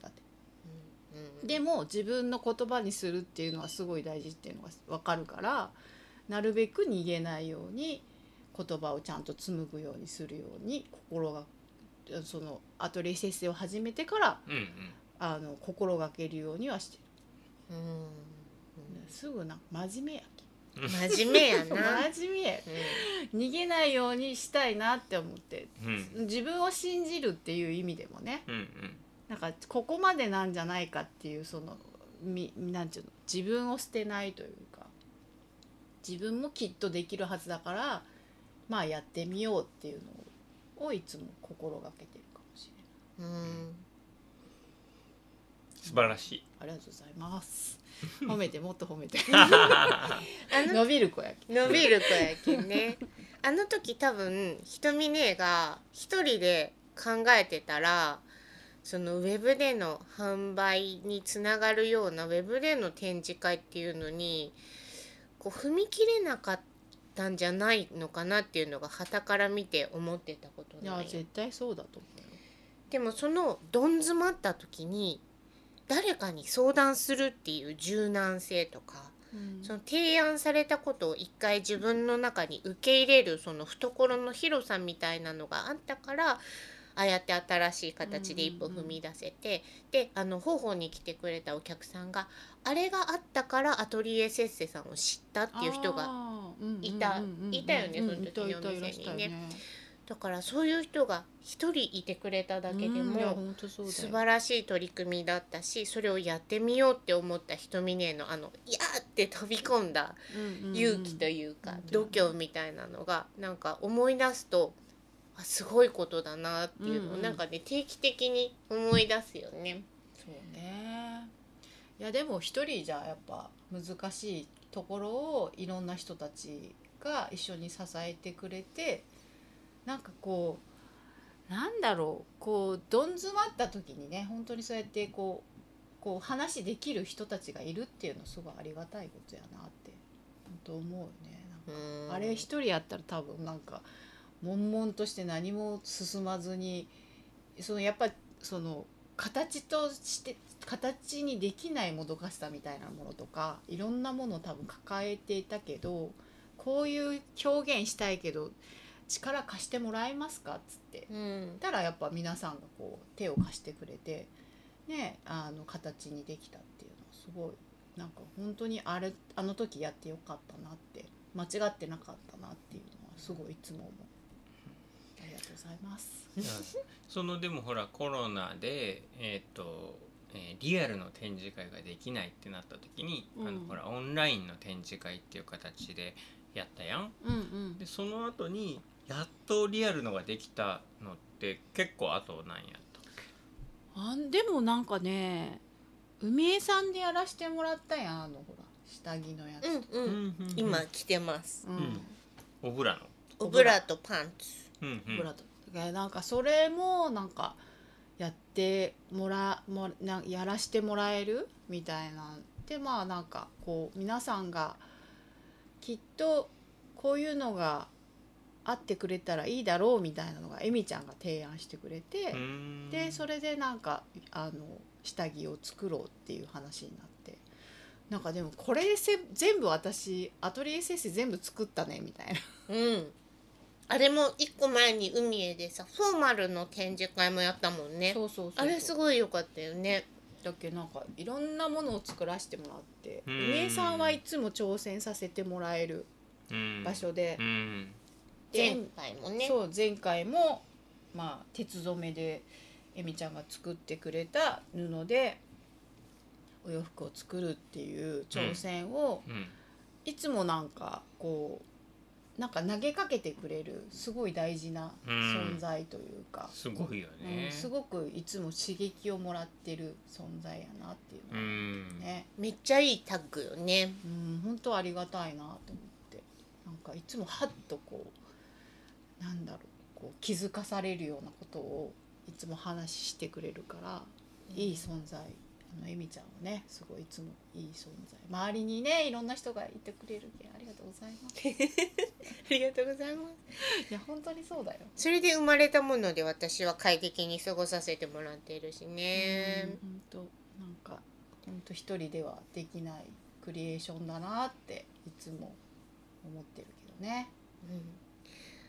[SPEAKER 2] 手でも自分の言葉にするっていうのはすごい大事っていうのが分かるからなるべく逃げないように言葉をちゃんと紡ぐようにするように心がそのアトリエ先生を始めてから
[SPEAKER 3] うん
[SPEAKER 2] あの心がけるようにはして
[SPEAKER 1] うんうん
[SPEAKER 2] る、すぐな真面目や
[SPEAKER 3] うん
[SPEAKER 1] 真面目やな、
[SPEAKER 2] 真面目や逃げないようにしたいなって思って
[SPEAKER 3] うんうん
[SPEAKER 2] 自分を信じるっていう意味でもね
[SPEAKER 3] うん
[SPEAKER 2] なんかここまでなんじゃないかっていうそのみなんていうの自分を捨てないというか自分もきっとできるはずだからまあやってみようっていうのをいつも心がけてるかもしれない
[SPEAKER 1] うんうん
[SPEAKER 3] 素晴らしい
[SPEAKER 2] ありがとうござい ます褒めてもっと褒めて
[SPEAKER 1] あの
[SPEAKER 2] 伸びる子やけ
[SPEAKER 1] 伸びる子やけん ねあの時多分ひとみ姉が一人で考えてたらそのウェブでの販売につながるようなウェブでの展示会っていうのにこう踏み切れなかったんじゃないのかなっていうのが傍から見て思ってたこと
[SPEAKER 2] い
[SPEAKER 1] な
[SPEAKER 2] や
[SPEAKER 1] んよ
[SPEAKER 2] 絶対そうだと思うよ
[SPEAKER 1] でもそのどん詰まった時に誰かに相談するっていう柔軟性とかその提案されたことを一回自分の中に受け入れるその懐の広さみたいなのがあったからああやって新しい形で一歩踏み出せて、であの方法に来てくれたお客さんがあれがあったからアトリエセッセさんを知ったっていう人が
[SPEAKER 2] が
[SPEAKER 1] いたいたよねその時のお店にねだからそういう人が一人いてくれただけでも、
[SPEAKER 2] 素
[SPEAKER 1] 素晴らしい取り組みだったしそれをやってみようって思ったひとみねのあの「いや!」って飛び込んだ勇気というか、
[SPEAKER 2] うん
[SPEAKER 1] 度胸みたいなのがなんか思い出すとあすごいことだなっていうのを、
[SPEAKER 2] うんうん
[SPEAKER 1] なんかね定期的に思い出すよね。
[SPEAKER 2] そうねいやでも一人じゃやっぱ難しいところをいろんな人たちが一緒に支えてくれてなんかこうなんだろうこうどん詰まった時にね本当にそうやってこうこう話できる人たちがいるっていうのはすごいありがたいことやなって本当思うよね。なんか
[SPEAKER 1] うん
[SPEAKER 2] あれ一人やったら多分なんか悶々として何も進まずにそのやっぱその形として形にできないもどかしさみたいなものとかいろんなものを多分抱えていたけどこういう表現したいけど力貸してもらえますかっつって
[SPEAKER 1] うん
[SPEAKER 2] たらやっぱ皆さんがこう手を貸してくれてねあの形にできたっていうのはすごいなんか本当にあれあの時やってよかったなって間違ってなかったなっていうのはすごいいつも思う。ありがとうございます。
[SPEAKER 3] いやそのでもほらコロナでえっ、と、えーリアルの展示会ができないってなった時に、あの
[SPEAKER 2] うん
[SPEAKER 3] ほらオンラインの展示会っていう形でやったやん
[SPEAKER 2] うんうん
[SPEAKER 3] でその後にやっとリアルのができたのって結構後なんやと
[SPEAKER 2] あでもなんかね海江さんでやらしてもらったやんあのほら下着のやつ。
[SPEAKER 1] うんうん今着てます。
[SPEAKER 2] うん
[SPEAKER 3] うんオブラの
[SPEAKER 1] オブラとパンツ。
[SPEAKER 3] うんうん
[SPEAKER 2] ブラとかなんかそれもなんかやってもらもなやらしてもらえるみたいなんでまあなんかこう皆さんがきっとこういうのがあってくれたらいいだろうみたいなのがエミちゃんが提案してくれて、
[SPEAKER 3] うん
[SPEAKER 2] でそれでなんかあの下着を作ろうっていう話になってなんかでもこれせ全部私アトリエ先生全部作ったねみたいな
[SPEAKER 1] うん。あれも一個前に海へでさフォーマルの展示会もやったもんね。
[SPEAKER 2] そうそうそうそう
[SPEAKER 1] あれすごい良かったよね。
[SPEAKER 2] だっけなんかいろんなものを作らせてもらって
[SPEAKER 3] うん
[SPEAKER 2] 梅井さんはいつも挑戦させてもらえる
[SPEAKER 3] うん
[SPEAKER 2] 場所で
[SPEAKER 3] う、ん
[SPEAKER 2] で
[SPEAKER 1] 前回もね。
[SPEAKER 2] そう前回も、まあ、鉄染めでえみちゃんが作ってくれた布でお洋服を作るっていう挑戦を、
[SPEAKER 3] うん
[SPEAKER 2] いつもなんかこなんか投げかけてくれるすごい大事な存在というか、
[SPEAKER 3] すごいよ
[SPEAKER 2] う
[SPEAKER 3] ね
[SPEAKER 2] ん、すごくいつも刺激をもらってる存在やなっていう
[SPEAKER 3] う
[SPEAKER 2] のは
[SPEAKER 3] ん
[SPEAKER 2] ね、
[SPEAKER 1] めっちゃいいタッグよね
[SPEAKER 2] うん、本当ありがたいなと思ってなんかいつもハッとこうなんだろうこう気づかされるようなことをいつも話してくれるから、いい存在あのエミちゃんはねすごいいつもいい存在周りにねいろんな人がいてくれるけんありがとうございます い
[SPEAKER 1] ありがとうございます
[SPEAKER 2] や本当にそうだよ、
[SPEAKER 1] それで生まれたもので私は快適に過ごさせてもらってるしね
[SPEAKER 2] うん本当なんか本当一人ではできないクリエーションだなっていつも思ってるけどね
[SPEAKER 1] うん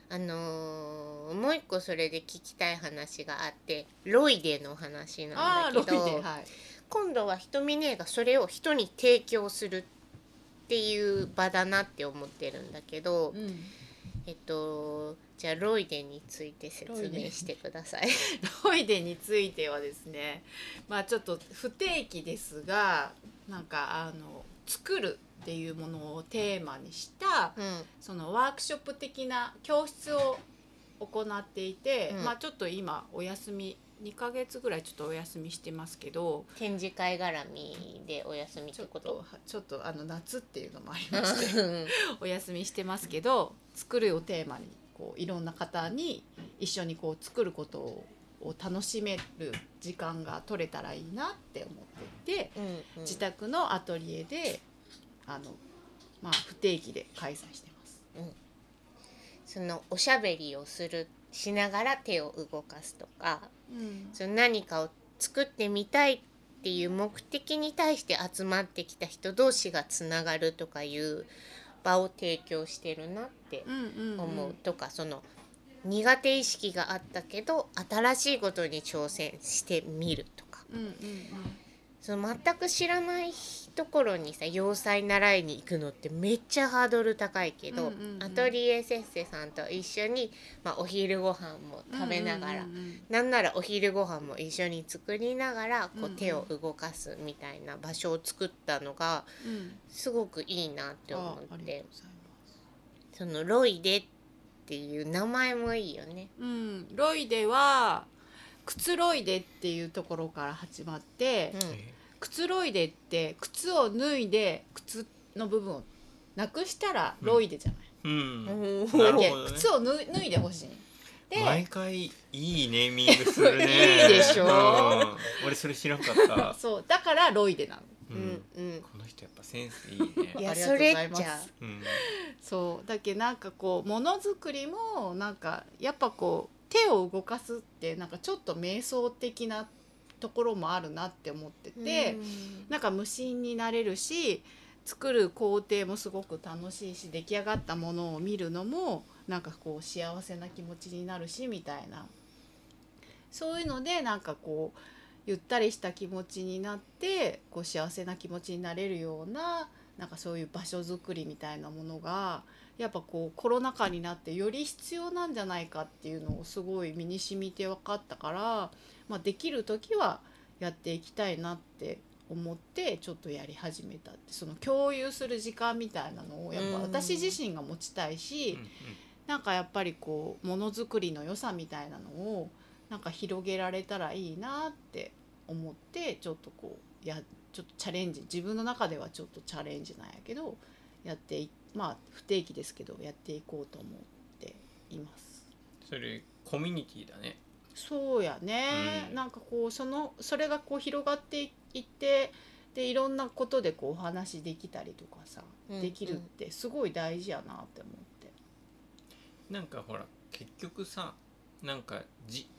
[SPEAKER 1] あのーもう一個それで聞きたい話があってロイデの話なんだけど、
[SPEAKER 2] はい
[SPEAKER 1] 今度はひとみ姉がそれを人に提供するっていう場だなって思ってるんだけど、
[SPEAKER 2] うん、
[SPEAKER 1] えっとじゃあロイデについて説明してください。
[SPEAKER 2] ロイデについてはですねまあちょっと不定期ですがなんかあの作るっていうものをテーマにした
[SPEAKER 1] うん
[SPEAKER 2] そのワークショップ的な教室を行っていて、
[SPEAKER 1] うん
[SPEAKER 2] まあちょっと今お休み2ヶ月ぐらいちょっとお休みしてますけど
[SPEAKER 1] 展示会絡みでお休みっ
[SPEAKER 2] ち
[SPEAKER 1] て
[SPEAKER 2] ょっ
[SPEAKER 1] こと
[SPEAKER 2] とちょっとあの夏っていうのもあり
[SPEAKER 1] う
[SPEAKER 2] まして
[SPEAKER 1] ん
[SPEAKER 2] お休みしてますけど作るをテーマにこういろんな方に一緒にこう作ることをを楽しめる時間が取れたらいいなって思っていて、
[SPEAKER 1] うんうん
[SPEAKER 2] 自宅のアトリエであの、まあ、不定期で開催してます。
[SPEAKER 1] そのおしゃべりをするしながら手を動かすとか
[SPEAKER 2] うん
[SPEAKER 1] その何かを作ってみたいっていう目的に対して集まってきた人同士がつながるとかいう場を提供してるなって
[SPEAKER 2] うんうん
[SPEAKER 1] 思う、とかその苦手意識があったけど新しいことに挑戦してみるとか
[SPEAKER 2] うんうん
[SPEAKER 1] その全く知らないところにさ洋裁習いに行くのってめっちゃハードル高いけど、
[SPEAKER 2] うんうんうん
[SPEAKER 1] アトリエせっせさんと一緒に、まあ、お昼ご飯も
[SPEAKER 2] うん、
[SPEAKER 1] 食べながら、
[SPEAKER 2] うんうんうん
[SPEAKER 1] なんならお昼ご飯も一緒に作りながらこ
[SPEAKER 2] う
[SPEAKER 1] うん
[SPEAKER 2] うん
[SPEAKER 1] 手を動かすみたいな場所を作ったのが
[SPEAKER 2] うん、
[SPEAKER 1] すごくいいなって
[SPEAKER 2] あ
[SPEAKER 1] 思
[SPEAKER 2] あ
[SPEAKER 1] って
[SPEAKER 2] りがとうございます。
[SPEAKER 1] そのロイデっていう名前もいいよね。
[SPEAKER 2] うん、ロイデはくつろいでっていうところから始まって、
[SPEAKER 1] うん
[SPEAKER 2] くつろいでって靴を脱いで靴の部分をなくしたらロイデじゃない、
[SPEAKER 3] うん、
[SPEAKER 1] うん
[SPEAKER 3] なるほ
[SPEAKER 2] で
[SPEAKER 3] どね
[SPEAKER 2] 靴を脱い脱いでほしい
[SPEAKER 3] 毎
[SPEAKER 2] で
[SPEAKER 3] 回いいネーミングするね
[SPEAKER 2] いいでしょ
[SPEAKER 3] うん俺それ知らんかった、
[SPEAKER 2] そうだからロイデなの
[SPEAKER 3] う
[SPEAKER 1] うんん、うん
[SPEAKER 3] この人やっぱセンスいいね
[SPEAKER 1] いや
[SPEAKER 2] ありがとうございます
[SPEAKER 1] それじゃ
[SPEAKER 3] うん
[SPEAKER 2] そうだけどなんかこうものづくりもなんかやっぱこう手を動かすってなんかちょっと瞑想的なところもあるなって思ってて、なんか無心になれるし作る工程もすごく楽しいし出来上がったものを見るのもなんかこう幸せな気持ちになるしみたいなそういうのでなんかこうゆったりした気持ちになってこう幸せな気持ちになれるようななんかそういう場所づくりみたいなものがやっぱこうコロナ禍になってより必要なんじゃないかっていうのをすごい身に染みて分かったから、まあ、できる時はやっていきたいなって思ってちょっとやり始めたってその共有する時間みたいなのをやっぱ
[SPEAKER 1] うん
[SPEAKER 2] 私自身が持ちたいし、
[SPEAKER 3] うん
[SPEAKER 2] なんかやっぱりこうものづくりの良さみたいなのをなんか広げられたらいいなって思ってちょっとこうやちょっとチャレンジ自分の中ではちょっとチャレンジなんやけどやっていまあ不定期ですけどやっていこうと思っています。
[SPEAKER 3] それコミュニティだね
[SPEAKER 2] そうやね、
[SPEAKER 3] うん
[SPEAKER 2] なんかこうそのそれがこう広がっていってでいろんなことでこうお話できたりとかさ、
[SPEAKER 1] うん
[SPEAKER 2] できるってすごい大事やなって思って。
[SPEAKER 3] なんかほら結局さなんかじ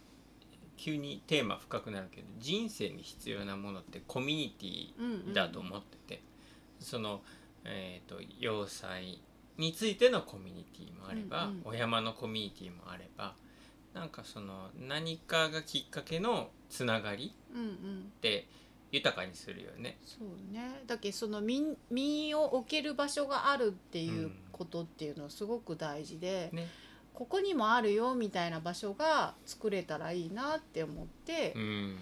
[SPEAKER 3] 急にテーマ深くなるけど人生に必要なものってコミュニティ
[SPEAKER 2] うんうん
[SPEAKER 3] だと思ってて、その、えー、と要塞についてのコミュニティもあれば、
[SPEAKER 2] うんうん
[SPEAKER 3] お山のコミュニティもあればなんかその何かがきっかけのつながり
[SPEAKER 2] うんうん
[SPEAKER 3] って豊かにするよね。
[SPEAKER 2] そうねだけどその身身を置ける場所があるっていううんことっていうのはすごく大事で、
[SPEAKER 3] ね
[SPEAKER 2] ここにもあるよみたいな場所が作れたらいいなって思って、
[SPEAKER 3] うん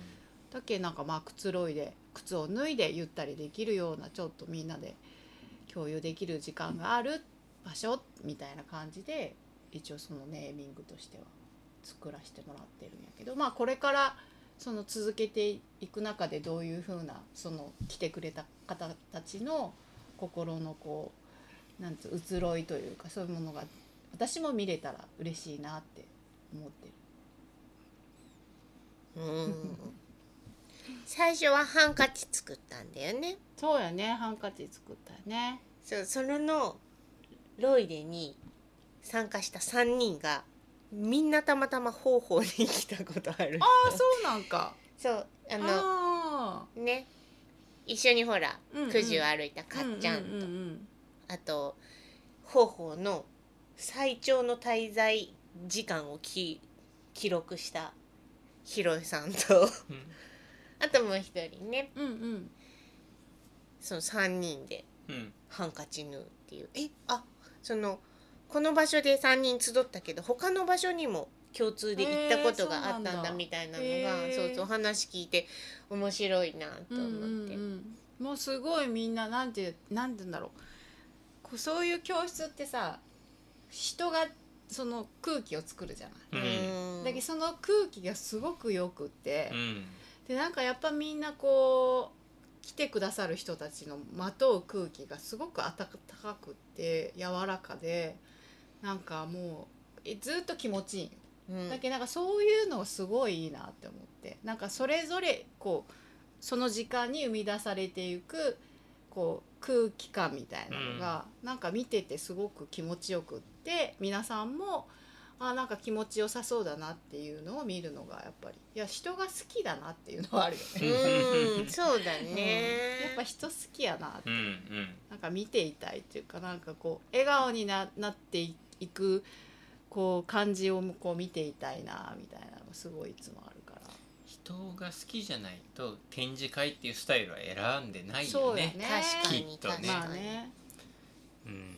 [SPEAKER 2] だけどなんかまあくつろいで靴を脱いでゆったりできるようなちょっとみんなで共有できる時間がある場所みたいな感じで一応そのネーミングとしては作らせてもらってるんやけどまあこれからその続けていく中でどういうふうなその来てくれた方たちの心のこうなんつう移ろいというかそういうものが私も見れたら嬉しいなって思ってる。
[SPEAKER 1] うん最初はハンカチ作ったんだよね
[SPEAKER 2] そうやねハンカチ作ったよね。
[SPEAKER 1] そうそれのロイデに参加した3人がみんなたまたま方法に来たことある
[SPEAKER 2] ああそうなんか。
[SPEAKER 1] そうあの
[SPEAKER 2] あ
[SPEAKER 1] ね一緒にほら
[SPEAKER 2] うんうん
[SPEAKER 1] くじを歩いた
[SPEAKER 2] あ
[SPEAKER 1] かっちゃんと、
[SPEAKER 2] うんうんうん
[SPEAKER 1] あと方法の最長の滞在時間をき記録したひろえさんと あともう一人ね
[SPEAKER 2] うんうん
[SPEAKER 1] その3人で
[SPEAKER 3] うん
[SPEAKER 1] ハンカチ縫うっていうえあそのこの場所で3人集ったけど他の場所にも共通で行ったことがあった
[SPEAKER 2] へーそうんな
[SPEAKER 1] だ
[SPEAKER 2] んだ
[SPEAKER 1] みたいなの
[SPEAKER 2] へ
[SPEAKER 1] が
[SPEAKER 2] ー
[SPEAKER 1] そうそうお話聞いて面白いなと
[SPEAKER 2] うんうん
[SPEAKER 1] 思って。
[SPEAKER 2] うんもうすごいみんななんてなんて言うんだろうこうそういう教室ってさ人がその空気を作るじゃない。
[SPEAKER 3] うん
[SPEAKER 1] うん
[SPEAKER 2] だけどその空気がすごくよくって、
[SPEAKER 3] うん
[SPEAKER 2] でなんかやっぱみんなこう来てくださる人たちのまとう空気がすごく温かくって柔らかでなんかもうえずっと気持ちいいんよ
[SPEAKER 1] うん
[SPEAKER 2] だけどなんかそういうのすごいいいなって思ってなんかそれぞれこうその時間に生み出されていくこう空気感みたいなのが、なんか見ててすごく気持ちよくって皆さんもあなんか気持ちよさそうだなっていうのを見るのがやっぱりいや人が好きだなっていうのはあるよね。
[SPEAKER 1] うんそうだ
[SPEAKER 2] うん
[SPEAKER 1] ね。
[SPEAKER 2] やっぱ人好きやなって
[SPEAKER 3] うんうん
[SPEAKER 2] なんか見ていたいっていうかなんかこう笑顔にななっていくこう感じをこう見ていたいなみたいなのがすごいいつもあるから、
[SPEAKER 3] 人が好きじゃないと展示会っていうスタイルは選んでない
[SPEAKER 2] そ
[SPEAKER 3] よ
[SPEAKER 2] うだ
[SPEAKER 3] ね
[SPEAKER 2] ね
[SPEAKER 1] 確か
[SPEAKER 3] き
[SPEAKER 1] に
[SPEAKER 3] っとね
[SPEAKER 1] 確
[SPEAKER 2] まあ
[SPEAKER 1] かに。
[SPEAKER 2] ね
[SPEAKER 3] うん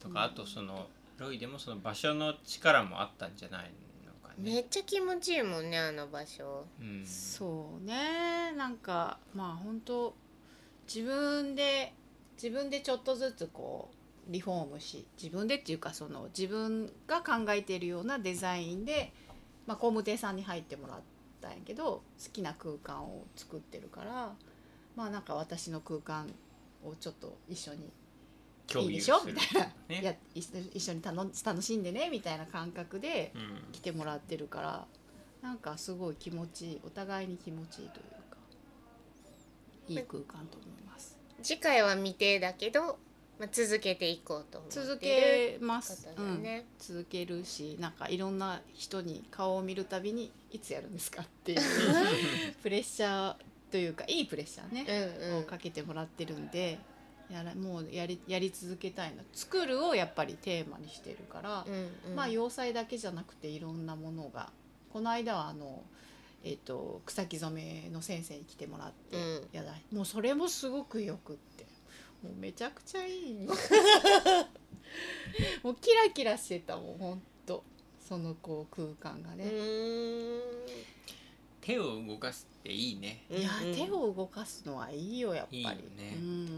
[SPEAKER 3] とかあとそのロイでもその場所の力もあったんじゃないのかね
[SPEAKER 1] めっちゃ気持ちいいもんねあの場所。
[SPEAKER 3] うん
[SPEAKER 2] そうねなんかまあ本当自分で自分でちょっとずつこうリフォームし自分でっていうかその自分が考えているようなデザインで、まあ、工務店さんに入ってもらったんやけど好きな空間を作ってるからまあなんか私の空間をちょっと一緒に
[SPEAKER 3] 共
[SPEAKER 2] いい
[SPEAKER 3] 有
[SPEAKER 2] ですしょ
[SPEAKER 3] る
[SPEAKER 2] みたい
[SPEAKER 3] ね
[SPEAKER 2] や一緒一緒に楽楽しんでねみたいな感覚で
[SPEAKER 3] うん
[SPEAKER 2] 来てもらってるからなんかすごい気持ちいいお互いに気持ちいいというかいい空間と思います
[SPEAKER 1] 次回は未定だけど、まあ、続けていこうと思ってる
[SPEAKER 2] 続けま
[SPEAKER 1] こ
[SPEAKER 2] す、
[SPEAKER 1] とだよね。
[SPEAKER 2] うん、続けるしなんかいろんな人に顔を見るたびにいつやるんですかっていう プレッシャーというかいいプレッシャーね
[SPEAKER 1] う、んう
[SPEAKER 2] を
[SPEAKER 1] ん。
[SPEAKER 2] かけてもらってるんでやらもうやりやり続けたいな作るをやっぱりテーマにしてるから、
[SPEAKER 1] うんうん、
[SPEAKER 2] まあ洋裁だけじゃなくていろんなものがこの間はあの、えっと草木染めの先生に来てもらって、
[SPEAKER 1] うん
[SPEAKER 2] やだもうそれもすごくよくってもうめちゃくちゃい いよもうキラキラしてたもんほんとそのこう空間が
[SPEAKER 1] う
[SPEAKER 2] ね、
[SPEAKER 1] ーん
[SPEAKER 3] 手を動かすっていいね
[SPEAKER 1] うんうん
[SPEAKER 2] いや手を動かすのはいいよやっぱり
[SPEAKER 3] いいよね
[SPEAKER 2] う
[SPEAKER 3] うんん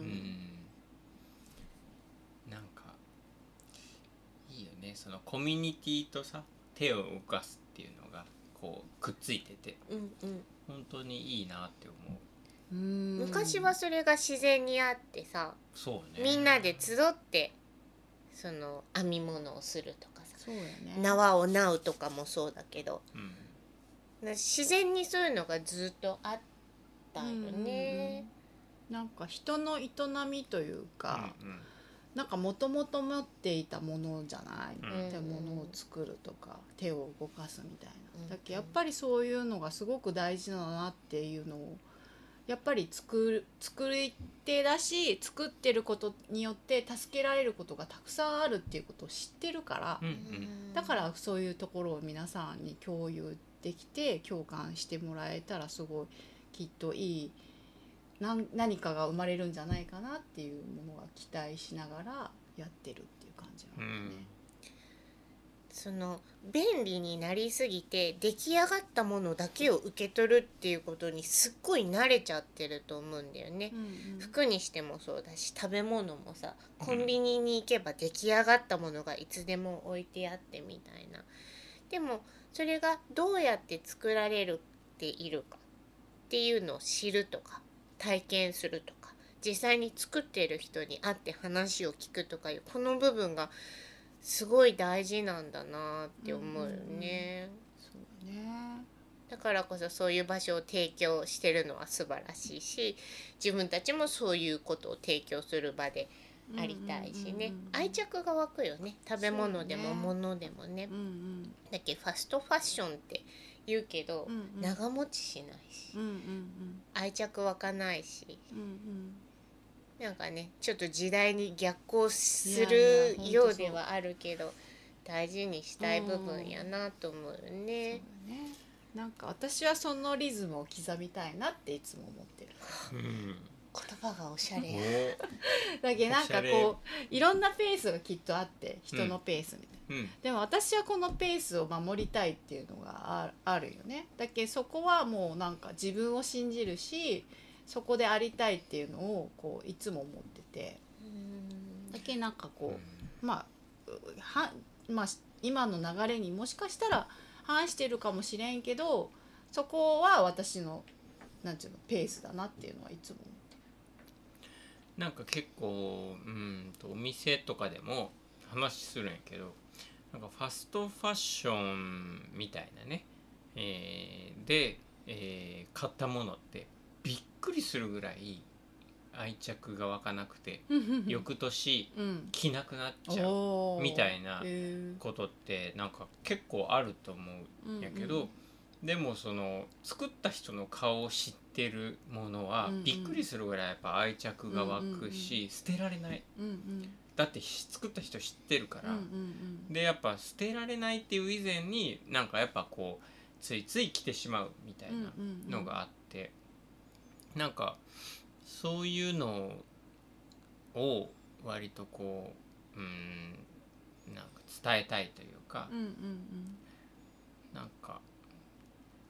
[SPEAKER 3] なんかいいよねそのコミュニティとさ手を動かすっていうのがこうくっついてて
[SPEAKER 1] うんうん
[SPEAKER 3] 本当にいいなって思う
[SPEAKER 2] うん
[SPEAKER 1] 昔はそれが自然にあってさ、
[SPEAKER 3] そうね
[SPEAKER 1] みんなで集ってその編み物をするとかさ
[SPEAKER 2] そうやね
[SPEAKER 1] 縄を縄うとかもそうだけど
[SPEAKER 3] うん
[SPEAKER 1] な自然にそういうのがずっとあったよね。
[SPEAKER 2] うんうんうんなんか人の営みというか、
[SPEAKER 3] うん
[SPEAKER 2] なんかもともと持っていたものじゃない、
[SPEAKER 3] う
[SPEAKER 2] っ
[SPEAKER 3] ん
[SPEAKER 2] てものを作るとか手を動かすみたい
[SPEAKER 1] うん
[SPEAKER 2] なだけどやっぱりそういうのがすごく大事だなっていうのをやっぱり作る作り手だし作ってることによって助けられることがたくさんあるっていうことを知ってるから
[SPEAKER 3] うんう
[SPEAKER 1] うんん
[SPEAKER 2] だからそういうところを皆さんに共有できて共感してもらえたらすごいきっといいなん何かが生まれるんじゃないかなっていうものが期待しながらやってるっていう感じな
[SPEAKER 3] うんん
[SPEAKER 2] で
[SPEAKER 1] その便利になりすぎて出来上がったものだけを受け取るっていうことにすっごい慣れちゃってると思うんだよね。服にしてもそうだし食べ物もさ
[SPEAKER 3] うん
[SPEAKER 1] コンビニに行けば出来上がったものがいつでも置いてあってみたいなでもそれがどうやって作られるっているかっていうのを知るとか体験するとか実際に作ってる人に会って話を聞くとかいうこの部分がすごい大事なんだなって思うよね。
[SPEAKER 2] そうね
[SPEAKER 1] だからこそそういう場所を提供してるのは素晴らしいし自分たちもそういうことを提供する場でありたいしね、
[SPEAKER 2] うんうんうん
[SPEAKER 1] 愛着が湧くよね食べ物でも
[SPEAKER 2] そうね
[SPEAKER 1] 物でもね
[SPEAKER 2] うんうん
[SPEAKER 1] だっけファストファッションって言うけど
[SPEAKER 2] う、んうん
[SPEAKER 1] 長持ちしないし、
[SPEAKER 2] うんうん
[SPEAKER 1] 愛着湧かないし
[SPEAKER 2] うんうん
[SPEAKER 1] なんかねちょっと時代に逆行す
[SPEAKER 2] いやい
[SPEAKER 1] る
[SPEAKER 2] やほんとそう
[SPEAKER 1] ようではあるけど大事にしたい部分やなと思うよ
[SPEAKER 2] そう
[SPEAKER 1] ね。
[SPEAKER 2] だねなんか私はそのリズムを刻みたいなっていつも思ってる
[SPEAKER 3] うん
[SPEAKER 1] 言葉がおしゃれ
[SPEAKER 3] お
[SPEAKER 1] や
[SPEAKER 3] ー
[SPEAKER 2] だけどなん
[SPEAKER 3] おしゃ
[SPEAKER 2] か
[SPEAKER 3] れ
[SPEAKER 2] こういろんなペースがきっとあって人のペースみたいな、
[SPEAKER 3] うん
[SPEAKER 2] でも私はこのペースを守りたいっていうのがああるよねだけどそこはもうなんか自分を信じるしそこでありたいっていうのをこういつも思っててだけどなんかこうまあうはまあ今の流れにもしかしたら反してるかもしれんけどそこは私のなんていうのペースだなっていうのはいつも
[SPEAKER 3] なんか結構うんとお店とかでも話するんやけどなんかファストファッションみたいなね、えーで、えー買ったものってびっくりするぐらい愛着が湧かなくて
[SPEAKER 2] 思う
[SPEAKER 3] 翌年
[SPEAKER 2] うん
[SPEAKER 3] 着なくなっちゃうみたいな
[SPEAKER 2] え
[SPEAKER 3] ことってなんか結構あると思うんやけど、でもその作った人の顔を知ってるものは
[SPEAKER 2] うんうん
[SPEAKER 3] びっくりするぐらいやっぱ愛着が湧くし、
[SPEAKER 2] うん
[SPEAKER 3] 捨てられない
[SPEAKER 2] うんうん
[SPEAKER 3] だってし作った人知ってるか
[SPEAKER 2] う
[SPEAKER 3] ら、
[SPEAKER 2] んうん
[SPEAKER 3] でやっぱ捨てられないっていう以前になんかやっぱこうついつい来てしまうみたいなのがあって、なんかそういうのを割とこううんなんか伝えたいというか
[SPEAKER 2] う、んうんうん
[SPEAKER 3] なんか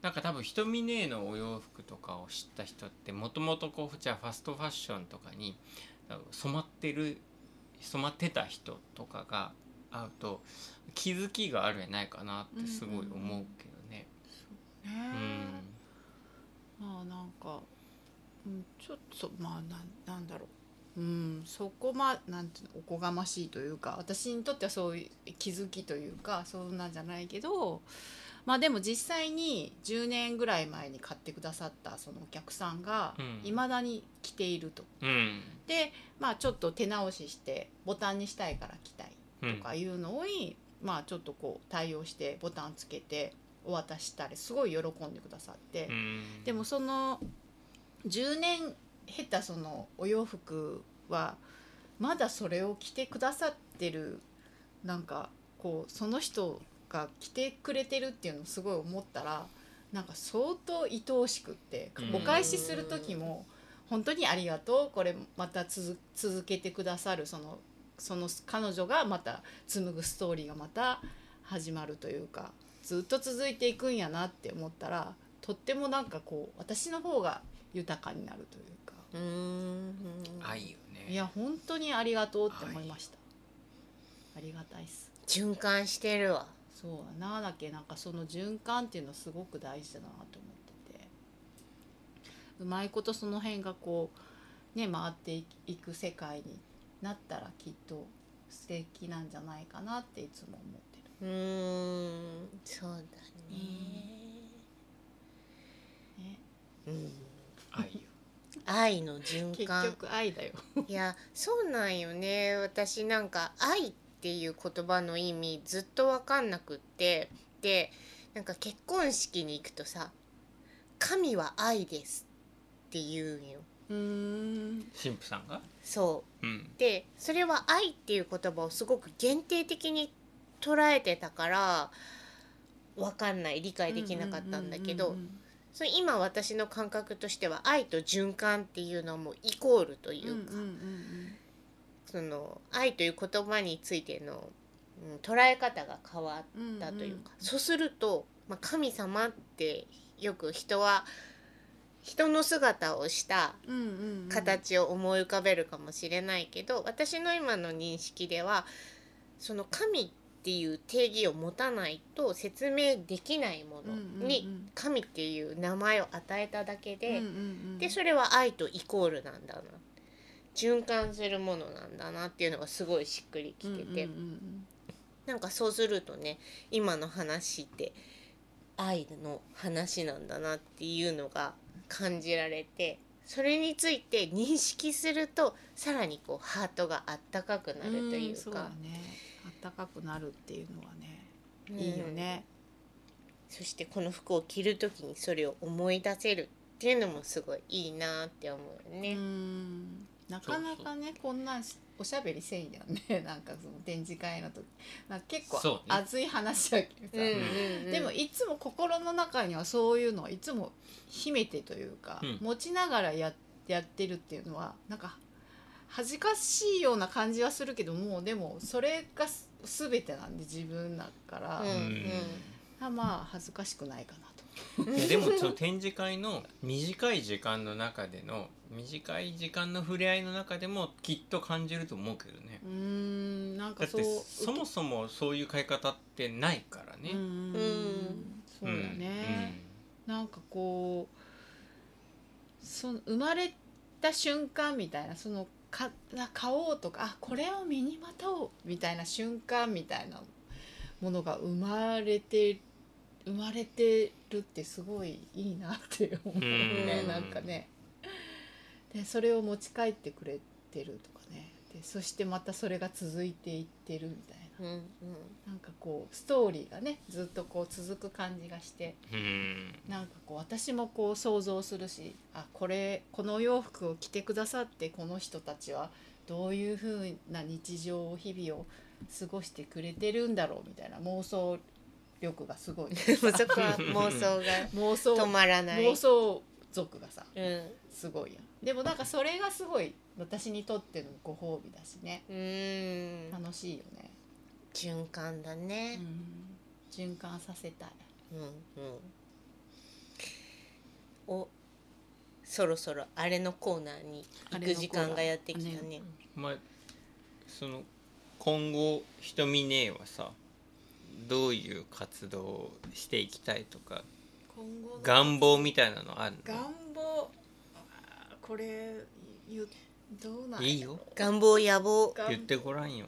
[SPEAKER 3] なんか多分瞳ねえのお洋服とかを知った人ってもともとこうじゃあファストファッションとかになんか染まってる染まってた人とかが会うと気づきがあるんやないかなってすごい思うけどね。
[SPEAKER 2] ね
[SPEAKER 3] うん
[SPEAKER 2] まあなんか、うん、ちょっとまあなんなんだろう、うん、そこまなんていうのおこがましいというか私にとってはそういう気づきというかそんなんじゃないけどまあでも実際に10年ぐらい前に買ってくださったそのお客さんが
[SPEAKER 3] うん
[SPEAKER 2] いまだに着ていると。
[SPEAKER 3] うん
[SPEAKER 2] でまあちょっと手直ししてボタンにしたいから着たい。
[SPEAKER 3] うん
[SPEAKER 2] とかいうのに、まあちょっとこう対応してボタンつけてお渡ししたりすごい喜んでくださって、
[SPEAKER 3] うん
[SPEAKER 2] でもその10年経ったそのお洋服はまだそれを着てくださってるなんかこうその人が着てくれてるっていうのをすごい思ったらなんか相当愛おしくって
[SPEAKER 3] うん
[SPEAKER 2] お返しする時も本当にありがとうこれまた続続けてくださるそのその彼女がまた紡ぐストーリーがまた始まるというかずっと続いていくんやなって思ったらとってもなんかこう私の方が豊かになるというか
[SPEAKER 1] うーん
[SPEAKER 3] 愛よね
[SPEAKER 2] いや本当にありがとうって思いました、ありがたいっす
[SPEAKER 1] 循環してるわ。
[SPEAKER 2] そうやなだけなんかその循環っていうのはすごく大事だなと思っててうまいことその辺がこうね回っていいく世界になったらきっと素敵なんじゃないかなっていつも思ってる
[SPEAKER 1] うーん、そうだね。
[SPEAKER 2] ね
[SPEAKER 1] うん、
[SPEAKER 3] 愛よ。
[SPEAKER 1] 愛の循
[SPEAKER 2] 結
[SPEAKER 1] 環。
[SPEAKER 2] 局愛だよ
[SPEAKER 1] いや、そうなんよね。私なんか愛っていう言葉の意味ずっとわかんなくって、で、なんか結婚式に行くとさ、神は愛ですって言うんよ。
[SPEAKER 2] うん
[SPEAKER 3] 神父さんが、
[SPEAKER 1] そう。
[SPEAKER 3] うん
[SPEAKER 1] でそれは愛っていう言葉をすごく限定的に捉えてたからわかんない理解できなかったんだけどそれ今私の感覚としては愛と循環っていうのはもうイコールというか、その愛という言葉についてのうん、捉え方が変わっ
[SPEAKER 2] うん
[SPEAKER 1] たというか、そうすると、まあ、神様ってよく人は人の姿をした
[SPEAKER 2] うんうんうん
[SPEAKER 1] 形を思い浮かべるかもしれないけど、私の今の認識ではその神っていう定義を持たないと説明できないも
[SPEAKER 2] うんうんう
[SPEAKER 1] の
[SPEAKER 2] ん
[SPEAKER 1] に神っていう名前を与えただけで、
[SPEAKER 2] うんうんうん
[SPEAKER 1] でそれは愛とイコールなんだな循環するものなんだなっていうのがすごいしっくりきてて、
[SPEAKER 2] うんうん
[SPEAKER 1] なんかそうするとね今の話って愛の話なんだなっていうのが感じられてそれについて認識するとさらにこうハートがあったかくな
[SPEAKER 2] う
[SPEAKER 1] る
[SPEAKER 2] ん
[SPEAKER 1] とい
[SPEAKER 2] んそうだ
[SPEAKER 1] か、
[SPEAKER 2] ねあったかくなるっていうのはね
[SPEAKER 1] うん
[SPEAKER 2] いいよね
[SPEAKER 1] そしてこの服を着る時にそれを思い出せるっていうのもすごいいいなって思うよ
[SPEAKER 2] う
[SPEAKER 1] ね。
[SPEAKER 2] んなかなかねこんなんしおしゃべりせんやんね なんかその展示会の時なんか結
[SPEAKER 3] そう
[SPEAKER 2] 構
[SPEAKER 3] ね
[SPEAKER 2] 熱い話やけどさ、
[SPEAKER 1] うんうんうん
[SPEAKER 2] でもいつも心の中にはそういうのをいつも秘めてというか、
[SPEAKER 3] うん
[SPEAKER 2] 持ちながらややってるっていうのはなんか恥ずかしいような感じはするけどもうでもそれがす全てなんで自分だから、
[SPEAKER 1] うん
[SPEAKER 2] あまあ恥ずかしくないかなと。
[SPEAKER 3] いや でもその展示会の短い時間の中での短い時間の触れ合いの中でもきっと感じると思うけどね
[SPEAKER 2] うーんなん
[SPEAKER 3] だ
[SPEAKER 2] か
[SPEAKER 3] っ
[SPEAKER 2] そ
[SPEAKER 3] て
[SPEAKER 2] う
[SPEAKER 3] そもそもそういう買い方ってないからね
[SPEAKER 2] うーん
[SPEAKER 1] うん
[SPEAKER 2] そうだね、なんかこうその生まれた瞬間みたいなそのかな買おうとかあこれを身にまとうみたいな瞬間みたいなものが生まれて生まれてるってすごいいいなって思うね、
[SPEAKER 1] うん
[SPEAKER 2] なんかね。でそれを持ち帰ってくれてるとかねでそしてまたそれが続いていってるみたいな。
[SPEAKER 1] うんうん
[SPEAKER 2] なんかこうストーリーがねずっとこう続く感じがして
[SPEAKER 3] うんうん
[SPEAKER 2] なんかこう私もこう想像するしあこれこの洋服を着てくださってこの人たちはどういうふうな日常を日々を過ごしてくれてるんだろうみたいな妄想力が すごい
[SPEAKER 1] もうそこは妄想が
[SPEAKER 2] 妄想
[SPEAKER 1] 止まらない。
[SPEAKER 2] 妄想族がさ
[SPEAKER 1] うん、う
[SPEAKER 2] すごいやんでもなんかそれがすごい私にとってのご褒美だしね
[SPEAKER 1] ーん、
[SPEAKER 2] 楽しいよね、
[SPEAKER 1] 循環だ
[SPEAKER 2] う
[SPEAKER 1] ね。
[SPEAKER 2] ん、循環させたい
[SPEAKER 1] うんうん。お、そろそろあれのコーナーに行く時間がやってきたね。
[SPEAKER 3] まあその今後瞳ねえはさどういう活動をしていきたいとか
[SPEAKER 2] 今後の
[SPEAKER 3] 願望みたいなのあるの
[SPEAKER 2] 願望あーこれゆどうなんやろ
[SPEAKER 3] いいよ
[SPEAKER 1] 願望野望。
[SPEAKER 2] 願
[SPEAKER 3] 言ってごらんよ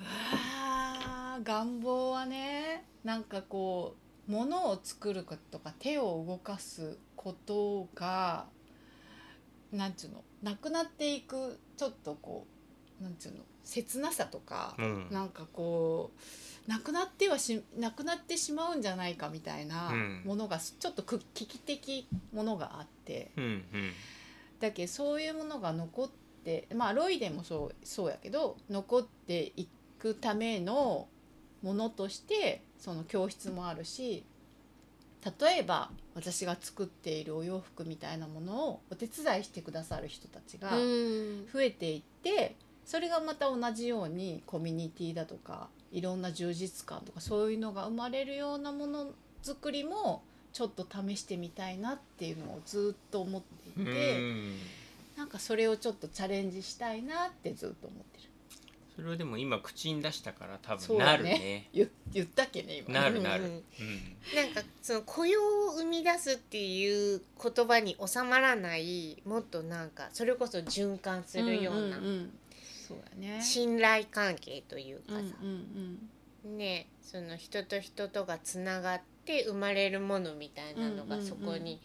[SPEAKER 2] あー願望はねなんかこう物を作ることか手を動かすことがなんつうのなくなっていくちょっとこうなんつうの切なさとか、
[SPEAKER 3] うん
[SPEAKER 2] なんかこうなくなってはしなくなってしまうんじゃないかみたいな
[SPEAKER 3] うん
[SPEAKER 2] ものがすちょっとく危機的ものがあって
[SPEAKER 3] うんうん
[SPEAKER 2] だけどそういうものが残ってまあロイデもそうそうやけど残っていくためのものとしてその教室もあるし例えば私が作っているお洋服みたいなものをお手伝いしてくださる人たちが
[SPEAKER 1] うん。
[SPEAKER 2] 増えていってそれがまた同じようにコミュニティだとかいろんな充実感とかそういうのが生まれるようなものづくりもちょっと試してみたいなっていうのをずっと思って
[SPEAKER 3] う
[SPEAKER 2] いて、
[SPEAKER 3] ん
[SPEAKER 2] なんかそれをちょっとチャレンジしたいなってずっと思ってる
[SPEAKER 3] それをでも今口に出したから多
[SPEAKER 2] そ
[SPEAKER 3] 分
[SPEAKER 2] う
[SPEAKER 3] な
[SPEAKER 2] だね
[SPEAKER 3] るね
[SPEAKER 2] 言言ったっけね今
[SPEAKER 3] なるなる、
[SPEAKER 1] う
[SPEAKER 3] うんん
[SPEAKER 1] なんかその雇用を生み出すっていう言葉に収まらないもっとなんかそれこそ循環するよう
[SPEAKER 2] うんん
[SPEAKER 1] なん
[SPEAKER 2] そうだね
[SPEAKER 1] 信頼関係という
[SPEAKER 2] うん
[SPEAKER 1] か
[SPEAKER 2] う
[SPEAKER 1] さ、
[SPEAKER 2] ん
[SPEAKER 1] ねその人と人とがつながって生まれるものみたいなの
[SPEAKER 2] うん
[SPEAKER 1] が
[SPEAKER 2] うんうん
[SPEAKER 1] そこに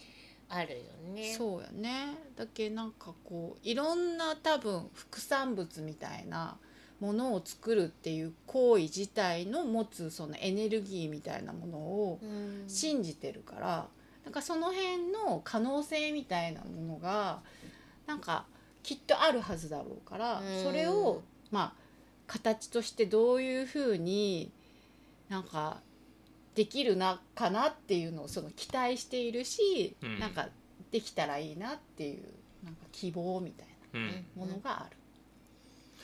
[SPEAKER 1] あるよ
[SPEAKER 2] う
[SPEAKER 1] ね。
[SPEAKER 2] ん、そうやねだけなんかこういろんな多分副産物みたいなものを作るっていう行為自体の持つそのエネルギーみたいなものを
[SPEAKER 1] うん
[SPEAKER 2] 信じてるからなんかその辺の可能性みたいなものがなんかきっとあるはずだろうから
[SPEAKER 1] うん
[SPEAKER 2] それをまあ形としてどういうふうになんかできるなかなっていうのをその期待しているし、
[SPEAKER 3] うん
[SPEAKER 2] なんかできたらいいなっていうなんか希望みたい
[SPEAKER 3] うん
[SPEAKER 1] ん
[SPEAKER 2] なものがある。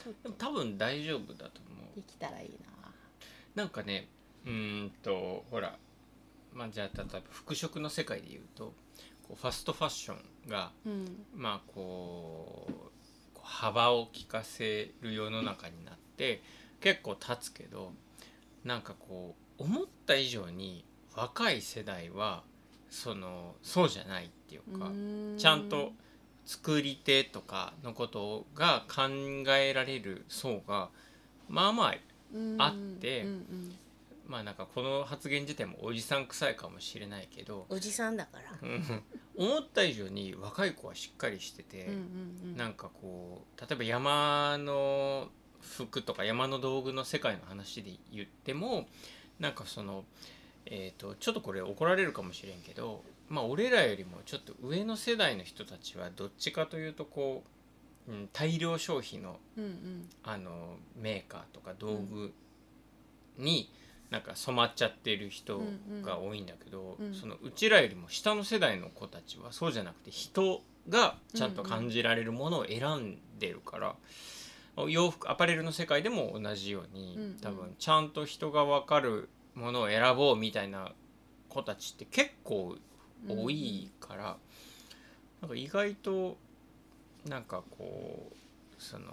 [SPEAKER 2] そう
[SPEAKER 3] でも多分大丈夫だと思う
[SPEAKER 2] できたらいいな
[SPEAKER 3] なんかねうーんとほらまあじゃあ例えば服飾の世界で言うとこうファストファッションが
[SPEAKER 2] うん
[SPEAKER 3] まあこうこう幅を利かせる世の中になって結構経つけどなんかこう思った以上に若い世代はそのそうじゃないっていうか、ちゃんと作り手とかのことが考えられる層がまあまああって
[SPEAKER 2] うんうん
[SPEAKER 3] まあなんかこの発言自体もおじさん臭いかもしれないけど
[SPEAKER 1] おじさんだから
[SPEAKER 3] うん思った以上に若い子はしっかりしてて。
[SPEAKER 2] うんうんうん
[SPEAKER 3] なんかこう例えば山の服とか山の道具の世界の話で言ってもなんかその、えー、とちょっとこれ怒られるかもしれんけど、まあ、俺らよりもちょっと上の世代の人たちはどっちかというとこう、うん、大量消費の
[SPEAKER 2] うんうん
[SPEAKER 3] あのメーカーとか道具になんか染まっちゃってる人が多いんだけど、
[SPEAKER 2] うんうんうん
[SPEAKER 3] そのうちらよりも下の世代の子たちはそうじゃなくて人がちゃんと感じられるものを選んでるから、洋服アパレルの世界でも同じように、
[SPEAKER 2] うんうん
[SPEAKER 3] 多分ちゃんと人が分かるものを選ぼうみたいな子たちって結構多いから、なんか意外となんかこうその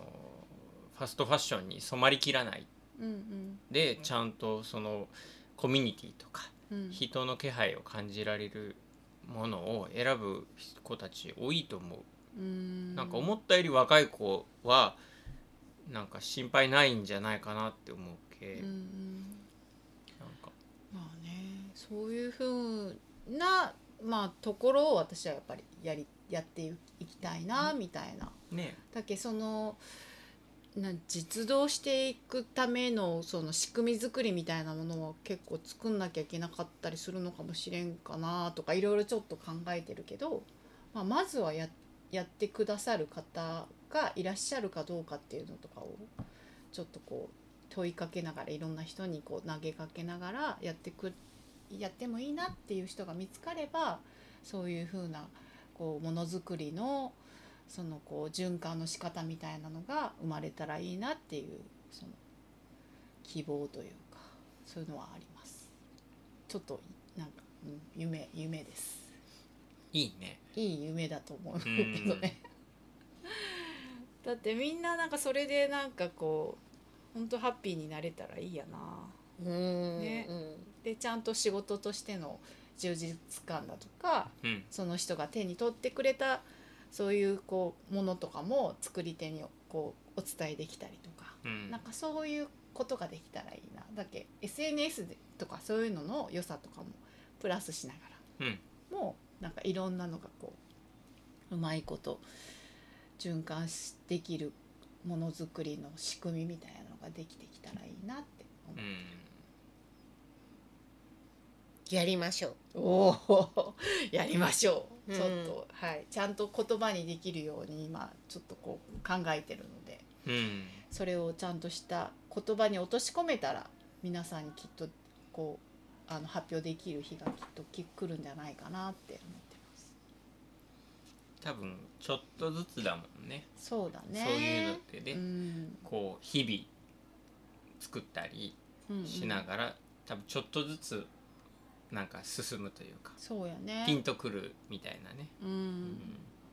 [SPEAKER 3] ファストファッションに染まりきらない
[SPEAKER 2] うんうん
[SPEAKER 3] でちゃんとそのコミュニティとか
[SPEAKER 2] うん
[SPEAKER 3] 人の気配を感じられるものを選ぶ子たち多いと思う
[SPEAKER 2] うん
[SPEAKER 3] なんか思ったより若い子はなんか心配ないんじゃないかなって思うけ、
[SPEAKER 2] うんうん
[SPEAKER 3] なんか
[SPEAKER 2] まあねそういうふうなまあところを私はやっぱりやりやっていきたいなみたいな。
[SPEAKER 3] ね
[SPEAKER 2] だけそのな実動していくためのその仕組み作りみたいなものは結構作んなきゃいけなかったりするのかもしれんかなとかいろいろちょっと考えてるけど、まあ、まずはややってくださる方がいらっしゃるかどうかっていうのとかをちょっとこう問いかけながらいろんな人にこう投げかけながらやってくやってもいいなっていう人が見つかればそういうふうなこうものづくりのそのこう循環の仕方みたいなのが生まれたらいいなっていうその希望というかそういうのはありますちょっとなんか、うん、夢夢です
[SPEAKER 3] いいね
[SPEAKER 2] いい夢だと思うけ
[SPEAKER 3] うん
[SPEAKER 2] どね だってみんななんかそれでなんかこう本当ハッピーになれたらいいやな
[SPEAKER 1] うーん、
[SPEAKER 2] ね
[SPEAKER 1] うん
[SPEAKER 2] でちゃんと仕事としての充実感だとか
[SPEAKER 3] うん
[SPEAKER 2] その人が手に取ってくれたそういうこうものとかも作り手にこうお伝えできたりとか、
[SPEAKER 3] うん
[SPEAKER 2] なんかそういうことができたらいいなだけ SNS でとかそういうのの良さとかもプラスしなが
[SPEAKER 3] うん
[SPEAKER 2] らもうなんかいろんなのがこううまいこと循環しできるものづくりの仕組みみたいなのができてきたらいいなって思う
[SPEAKER 3] うん
[SPEAKER 1] やりましょう
[SPEAKER 2] おおやりましょう、
[SPEAKER 1] うん
[SPEAKER 2] ちょっとはいちゃんと言葉にできるように今ちょっとこう考えてるので
[SPEAKER 3] うん
[SPEAKER 2] それをちゃんとした言葉に落とし込めたら皆さんにきっとこうあの発表できる日がきっとき来るんじゃないかなって思ってます
[SPEAKER 3] 多分ちょっとずつだもんね
[SPEAKER 2] そうだね
[SPEAKER 3] そういうのってね、
[SPEAKER 2] うん
[SPEAKER 3] こう日々作ったり
[SPEAKER 2] うんうん
[SPEAKER 3] しながら、多分ちょっとずつなんか進むというか
[SPEAKER 2] そうやね
[SPEAKER 3] ピンとくるみたいなね。
[SPEAKER 2] うん、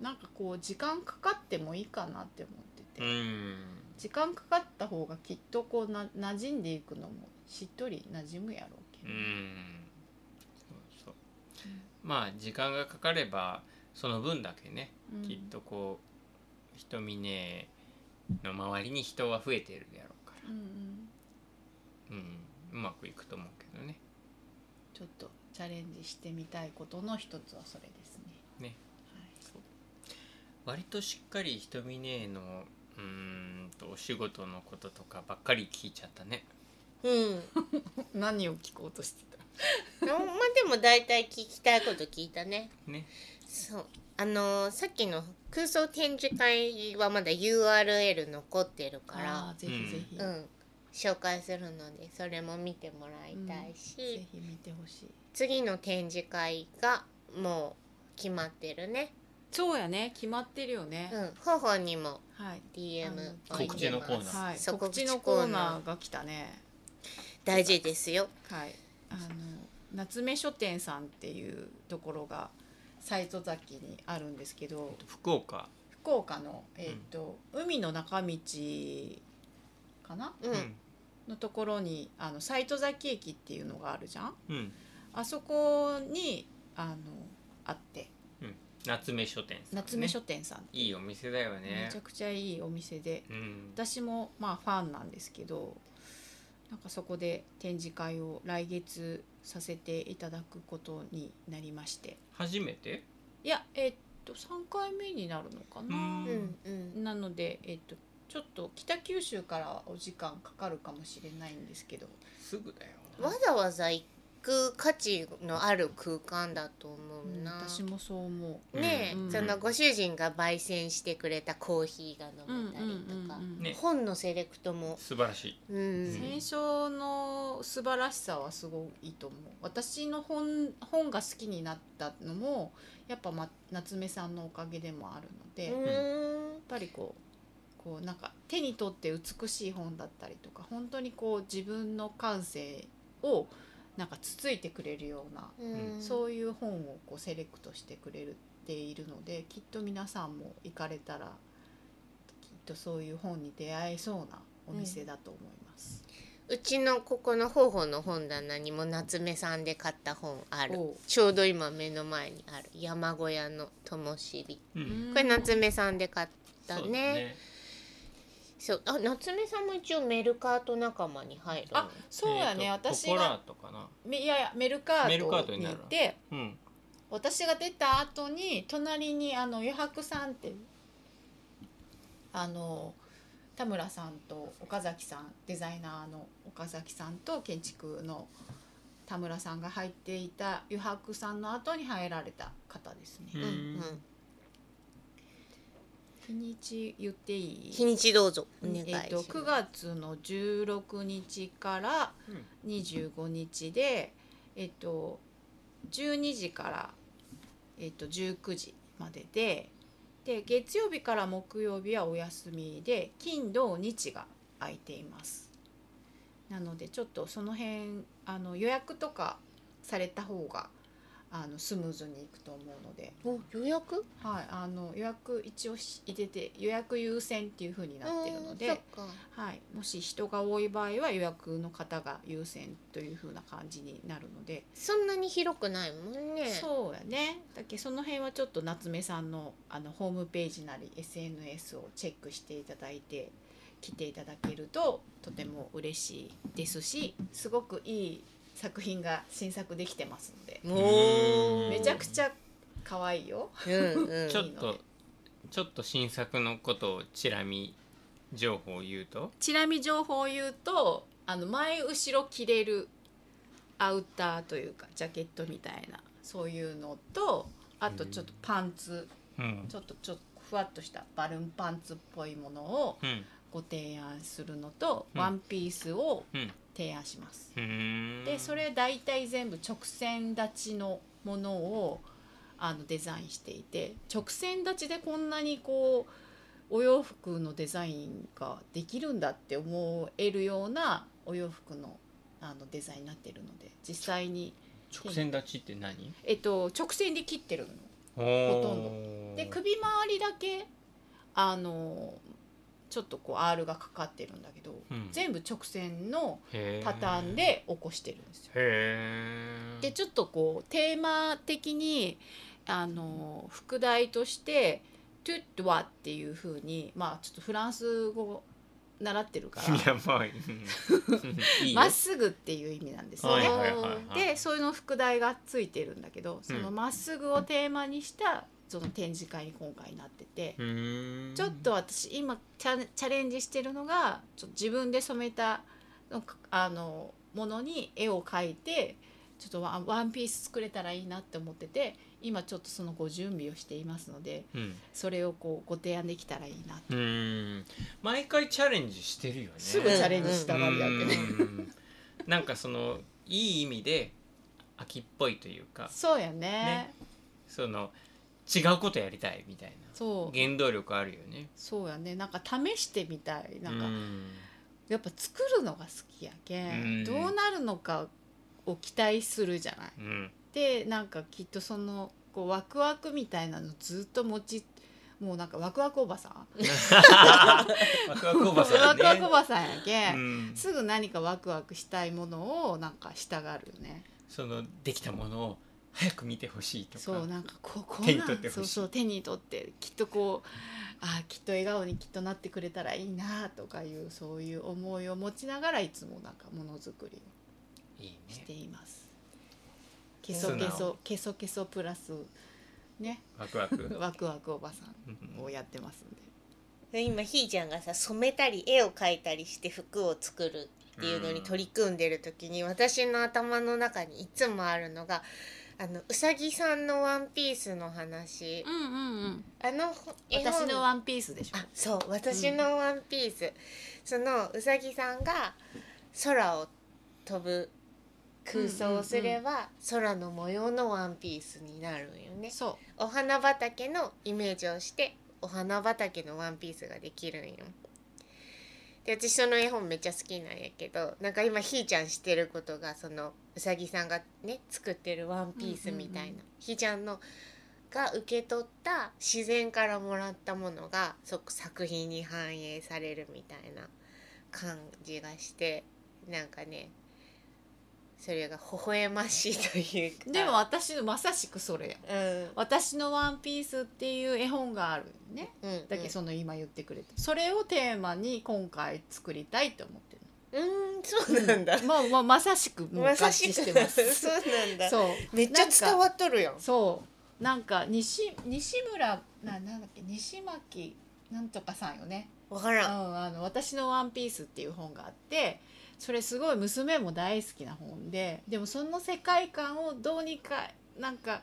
[SPEAKER 3] う
[SPEAKER 2] なんかこう時間かかってもいいかなって思ってて、
[SPEAKER 3] ん、
[SPEAKER 2] 時間かかった方がきっとこうな馴染んでいくのもしっとり馴染むやろうけど、
[SPEAKER 3] うん、そうそう。まあ時間がかかればその分だけね、
[SPEAKER 2] うん
[SPEAKER 3] きっとこう人峰の周りに人は増えてるやろうか
[SPEAKER 2] うんうん、
[SPEAKER 3] ら、うん、うまくいくと思うけどね。
[SPEAKER 2] ちょっとチャレンジしてみたいことの一つはそれですね。
[SPEAKER 3] ね割としっかり人峰のうーんとお仕事のこととかばっかり聞いちゃったね。
[SPEAKER 1] うん
[SPEAKER 2] はい、何を聞こうとしてた
[SPEAKER 1] まあでも大体聞きたいこと聞いたね
[SPEAKER 3] ね。
[SPEAKER 1] そうあのーさっきの空想展示会はまだ URL 残ってるか
[SPEAKER 2] から
[SPEAKER 1] ら
[SPEAKER 2] ぜひぜひ、
[SPEAKER 1] うん、紹介するのでそれも見てもらいたいし、
[SPEAKER 2] ぜひ見てほしい。
[SPEAKER 1] 次の展示会がもう決まってるね
[SPEAKER 2] そうやね決まってるよね、
[SPEAKER 1] うん頬にも
[SPEAKER 2] はい
[SPEAKER 1] DM
[SPEAKER 2] あの
[SPEAKER 1] を入れます
[SPEAKER 3] 告知のコーナー
[SPEAKER 2] はい、
[SPEAKER 1] そう
[SPEAKER 2] 告
[SPEAKER 1] 告
[SPEAKER 2] 知
[SPEAKER 1] 知
[SPEAKER 2] の
[SPEAKER 1] の
[SPEAKER 2] コ
[SPEAKER 1] コ
[SPEAKER 2] ー
[SPEAKER 1] ー
[SPEAKER 2] ナ
[SPEAKER 1] ナ
[SPEAKER 2] ーが来たね
[SPEAKER 1] 大事ですよ
[SPEAKER 2] はいあの夏目書店さんっていうところが斎戸崎にあるんですけど
[SPEAKER 3] 福岡
[SPEAKER 2] 福岡の、えーと海の中道かな
[SPEAKER 1] うん、
[SPEAKER 2] のところにあの斎戸崎駅っていうのがあるじゃん
[SPEAKER 3] うん、うん
[SPEAKER 2] あそこにあのあって
[SPEAKER 3] 夏目書店さん、ね、
[SPEAKER 2] 夏目書店さん、
[SPEAKER 3] いいお店だよね
[SPEAKER 2] めちゃくちゃいいお店で
[SPEAKER 3] うん
[SPEAKER 2] 私もまあファンなんですけどなんかそこで展示会を来月させていただくことになりまして
[SPEAKER 3] 初めて
[SPEAKER 2] いやえっと3回目になるのかな
[SPEAKER 1] う、んうん
[SPEAKER 2] なのでえっとちょっと北九州からはお時間かかるかもしれないんですけど
[SPEAKER 3] すぐだよ
[SPEAKER 1] わざわざ行く価値のある空間だと思うな、
[SPEAKER 2] 私もそう思う
[SPEAKER 1] ねえ、
[SPEAKER 2] うん
[SPEAKER 1] そのご主人が焙煎してくれたコーヒーが飲めたりとか、
[SPEAKER 3] ね
[SPEAKER 1] 本のセレクトも、
[SPEAKER 3] 素晴らしい
[SPEAKER 1] うん
[SPEAKER 3] ね
[SPEAKER 2] 選書の素晴らしさはすごいと思う私の本本が好きになったのもやっぱ、ま、夏目さんのおかげでもあるので、やっ
[SPEAKER 1] うん
[SPEAKER 2] ぱりこうこうなんか手に取って美しい本だったりとか本当にこう自分の感性をなんかつついてくれるような、
[SPEAKER 1] うん
[SPEAKER 2] そういう本をこうセレクトしてくれているのできっと皆さんも行かれたらきっとそういう本に出会えそうなお店だと思います。
[SPEAKER 1] うちのここの方法の本棚にも夏目さんで買った本ある
[SPEAKER 2] おう
[SPEAKER 1] ちょうど今目の前にある山小屋の灯火
[SPEAKER 3] う
[SPEAKER 2] うんん
[SPEAKER 1] これ夏目さんで買ったね
[SPEAKER 3] そう
[SPEAKER 1] そうあ夏目さんも一応メルカート仲間に入るの
[SPEAKER 2] あそうやね、
[SPEAKER 3] えーと
[SPEAKER 2] 私
[SPEAKER 3] ポコラ
[SPEAKER 2] が
[SPEAKER 3] ートかな
[SPEAKER 2] めいやいやメルカ
[SPEAKER 3] メルカ
[SPEAKER 2] ー
[SPEAKER 3] ー
[SPEAKER 2] ト
[SPEAKER 3] ト
[SPEAKER 2] に
[SPEAKER 3] にな
[SPEAKER 2] 行っ
[SPEAKER 3] る
[SPEAKER 2] て
[SPEAKER 3] うん
[SPEAKER 2] 私が出た後に隣にあの余白さんっていうあの田村さんと岡崎さんデザイナーの岡崎さんと建築の田村さんが入っていた余白さんの後に入られた方ですね、
[SPEAKER 3] う
[SPEAKER 1] うんんうん
[SPEAKER 2] 日にち言っていい
[SPEAKER 1] 日にちどうぞお願いします、
[SPEAKER 2] えっと9月の16日から
[SPEAKER 3] うん
[SPEAKER 2] 25日で、えっと12時から、えっと19時まででで月曜日から木曜日はお休みで金土日が空いていますなのでちょっとその辺あの予約とかされた方があのスムーズにいくと思うので、
[SPEAKER 1] お予約
[SPEAKER 2] はい、あの予約一応し入れて予約優先っていう風になってるので。
[SPEAKER 1] うんそっか
[SPEAKER 2] はい、もし人が多い場合は予約の方が優先というふうな感じになるので、
[SPEAKER 1] そんなに広くないもんね
[SPEAKER 2] そうやねだっけその辺はちょっと夏目さんのあのホームページなり SNS をチェックしていただいて来ていただけるととても嬉しいですしすごくいい作品が新作できてますので
[SPEAKER 3] おー
[SPEAKER 2] めちゃくちゃ可愛いよ。
[SPEAKER 1] うんうん
[SPEAKER 3] ちょっとちょっと新作のことをチラ見情報を言うと
[SPEAKER 2] ちなみに情報を言うとあの前後ろ着れるアウターというかジャケットみたいなそういうのとあとちょっとパンツ
[SPEAKER 3] うん
[SPEAKER 2] ちょっとちょっとふわっとしたバルーンパンツっぽいものを
[SPEAKER 3] うん
[SPEAKER 2] ご提案するのと、
[SPEAKER 3] うん
[SPEAKER 2] ワンピースを
[SPEAKER 3] うん
[SPEAKER 2] 提案します。
[SPEAKER 3] うーん
[SPEAKER 2] でそれ大体全部直線立ちのものをあのデザインしていて直線立ちでこんなにこうお洋服のデザインができるんだって思えるようなお洋服のあのデザインになっているので実際に、
[SPEAKER 3] 直線立ちって何
[SPEAKER 2] えっと、直線で切ってる
[SPEAKER 3] ほ
[SPEAKER 2] との。で首周りだけあのちょっとこう R がかかってるんだけど、全部直線のパターンで起こしてるんですよ。
[SPEAKER 3] へー
[SPEAKER 2] でちょっとこうテーマ的にあの副題として「トゥッドワ」っていうふうにまあちょっとフランス語習ってるから
[SPEAKER 3] やば いうんいいよ
[SPEAKER 2] まっすぐっていう意味なんですよ
[SPEAKER 3] はい
[SPEAKER 2] ね。
[SPEAKER 3] はいはいはい
[SPEAKER 2] でそういうの副題がついてるんだけどそのまっすぐをテーマにしたその展示会に今回なってて。
[SPEAKER 3] うーん
[SPEAKER 2] ちょっと私今チャチャレンジしてるのがちょっと自分で染めたのかあのものに絵を描いてちょっとワンワンピース作れたらいいなって思ってて今ちょっとそのご準備をしていますので
[SPEAKER 3] うん
[SPEAKER 2] それをこうご提案できたらいいな
[SPEAKER 3] うーん毎回チャレンジしてるよね
[SPEAKER 2] すぐチャレンジしたがりやってね、
[SPEAKER 3] うんなんかそのいい意味で秋っぽいというか
[SPEAKER 2] そうやね
[SPEAKER 3] その違うことやりたいみたいな
[SPEAKER 2] そう
[SPEAKER 3] 原動力あるよね
[SPEAKER 2] そうやねなんか試してみたいなんか、
[SPEAKER 3] うん
[SPEAKER 2] やっぱ作るのが好きやけん、
[SPEAKER 3] うん
[SPEAKER 2] どうなるのかを期待するじゃない。
[SPEAKER 3] うん
[SPEAKER 2] でなんかきっとそのこうワクワクみたいなのずっと持ちもうなんかワクワクおばさん、
[SPEAKER 3] ワクワクおばさ
[SPEAKER 2] ワ
[SPEAKER 3] ん
[SPEAKER 2] クワクお
[SPEAKER 3] ね
[SPEAKER 2] ばさんやけ、、
[SPEAKER 3] うんん
[SPEAKER 2] すぐ何かワクワクしたいものをなんかしたがるよね。
[SPEAKER 3] そのできたものを早く見てほしいとか
[SPEAKER 2] そうなんかこうこ
[SPEAKER 3] 手
[SPEAKER 2] う
[SPEAKER 3] に
[SPEAKER 2] な
[SPEAKER 3] 取っ
[SPEAKER 2] ん
[SPEAKER 3] てほしい
[SPEAKER 2] そうそう手に取ってきっとこうあーきっと笑顔にきっとなってくれたらいいなとかいうそういう思いを持ちながらいつもなんかものづくり
[SPEAKER 3] いい
[SPEAKER 2] をして
[SPEAKER 3] ね
[SPEAKER 2] います。けそけ
[SPEAKER 3] 素直
[SPEAKER 2] そけそけそプラスね
[SPEAKER 3] ワクワク
[SPEAKER 2] ワクワクおばさ
[SPEAKER 3] うんん
[SPEAKER 2] をやってますんで。
[SPEAKER 1] 今ひーちゃんがさ染めたり絵を描いたりして服を作るっていうのに取り組んでる時に私の頭の中にいつもあるのがあのうさぎさんのワンピースの話
[SPEAKER 2] うんうんうん。
[SPEAKER 1] あの絵本
[SPEAKER 2] 私のワンピースでしょ
[SPEAKER 1] あ。そう私のワンピース、そのうさぎさんが空を飛ぶ空想をすれば、空の模様のワンピースになるんよね
[SPEAKER 2] そ
[SPEAKER 1] お花畑のイメージをしてお花畑のワンピースができるんよで私その絵本めっちゃ好きなんやけどなんか今ひーちゃんしてることがそのうさぎさんがね作ってるワンピースみたいな、
[SPEAKER 2] うんうんう
[SPEAKER 1] ひーちゃんのが受け取った自然からもらったものが即作品に反映されるみたいな感じがしてなんかねそれが微笑ましいというか
[SPEAKER 2] う。でも私のまさしくそれや。
[SPEAKER 1] うん
[SPEAKER 2] 私のワンピースっていう絵本があるよね。
[SPEAKER 1] うん
[SPEAKER 2] だけどその今言ってくれた、それをテーマに今回作りたいと思ってる
[SPEAKER 1] うーん、そうなんだ。
[SPEAKER 2] まあまあまさしくもう合
[SPEAKER 1] まさ
[SPEAKER 2] 致
[SPEAKER 1] しく
[SPEAKER 2] してます
[SPEAKER 1] そうなんだ。
[SPEAKER 2] そう
[SPEAKER 1] めっちゃ伝
[SPEAKER 2] なんか
[SPEAKER 1] わっとるやん。
[SPEAKER 2] そうなんか西西村ななんだっけ西巻なんとかさんよね、
[SPEAKER 1] わか
[SPEAKER 2] うん、
[SPEAKER 1] らん。
[SPEAKER 2] あの私のワンピースっていう本があってそれすごい娘も大好きな本ででもその世界観をどうにかなんか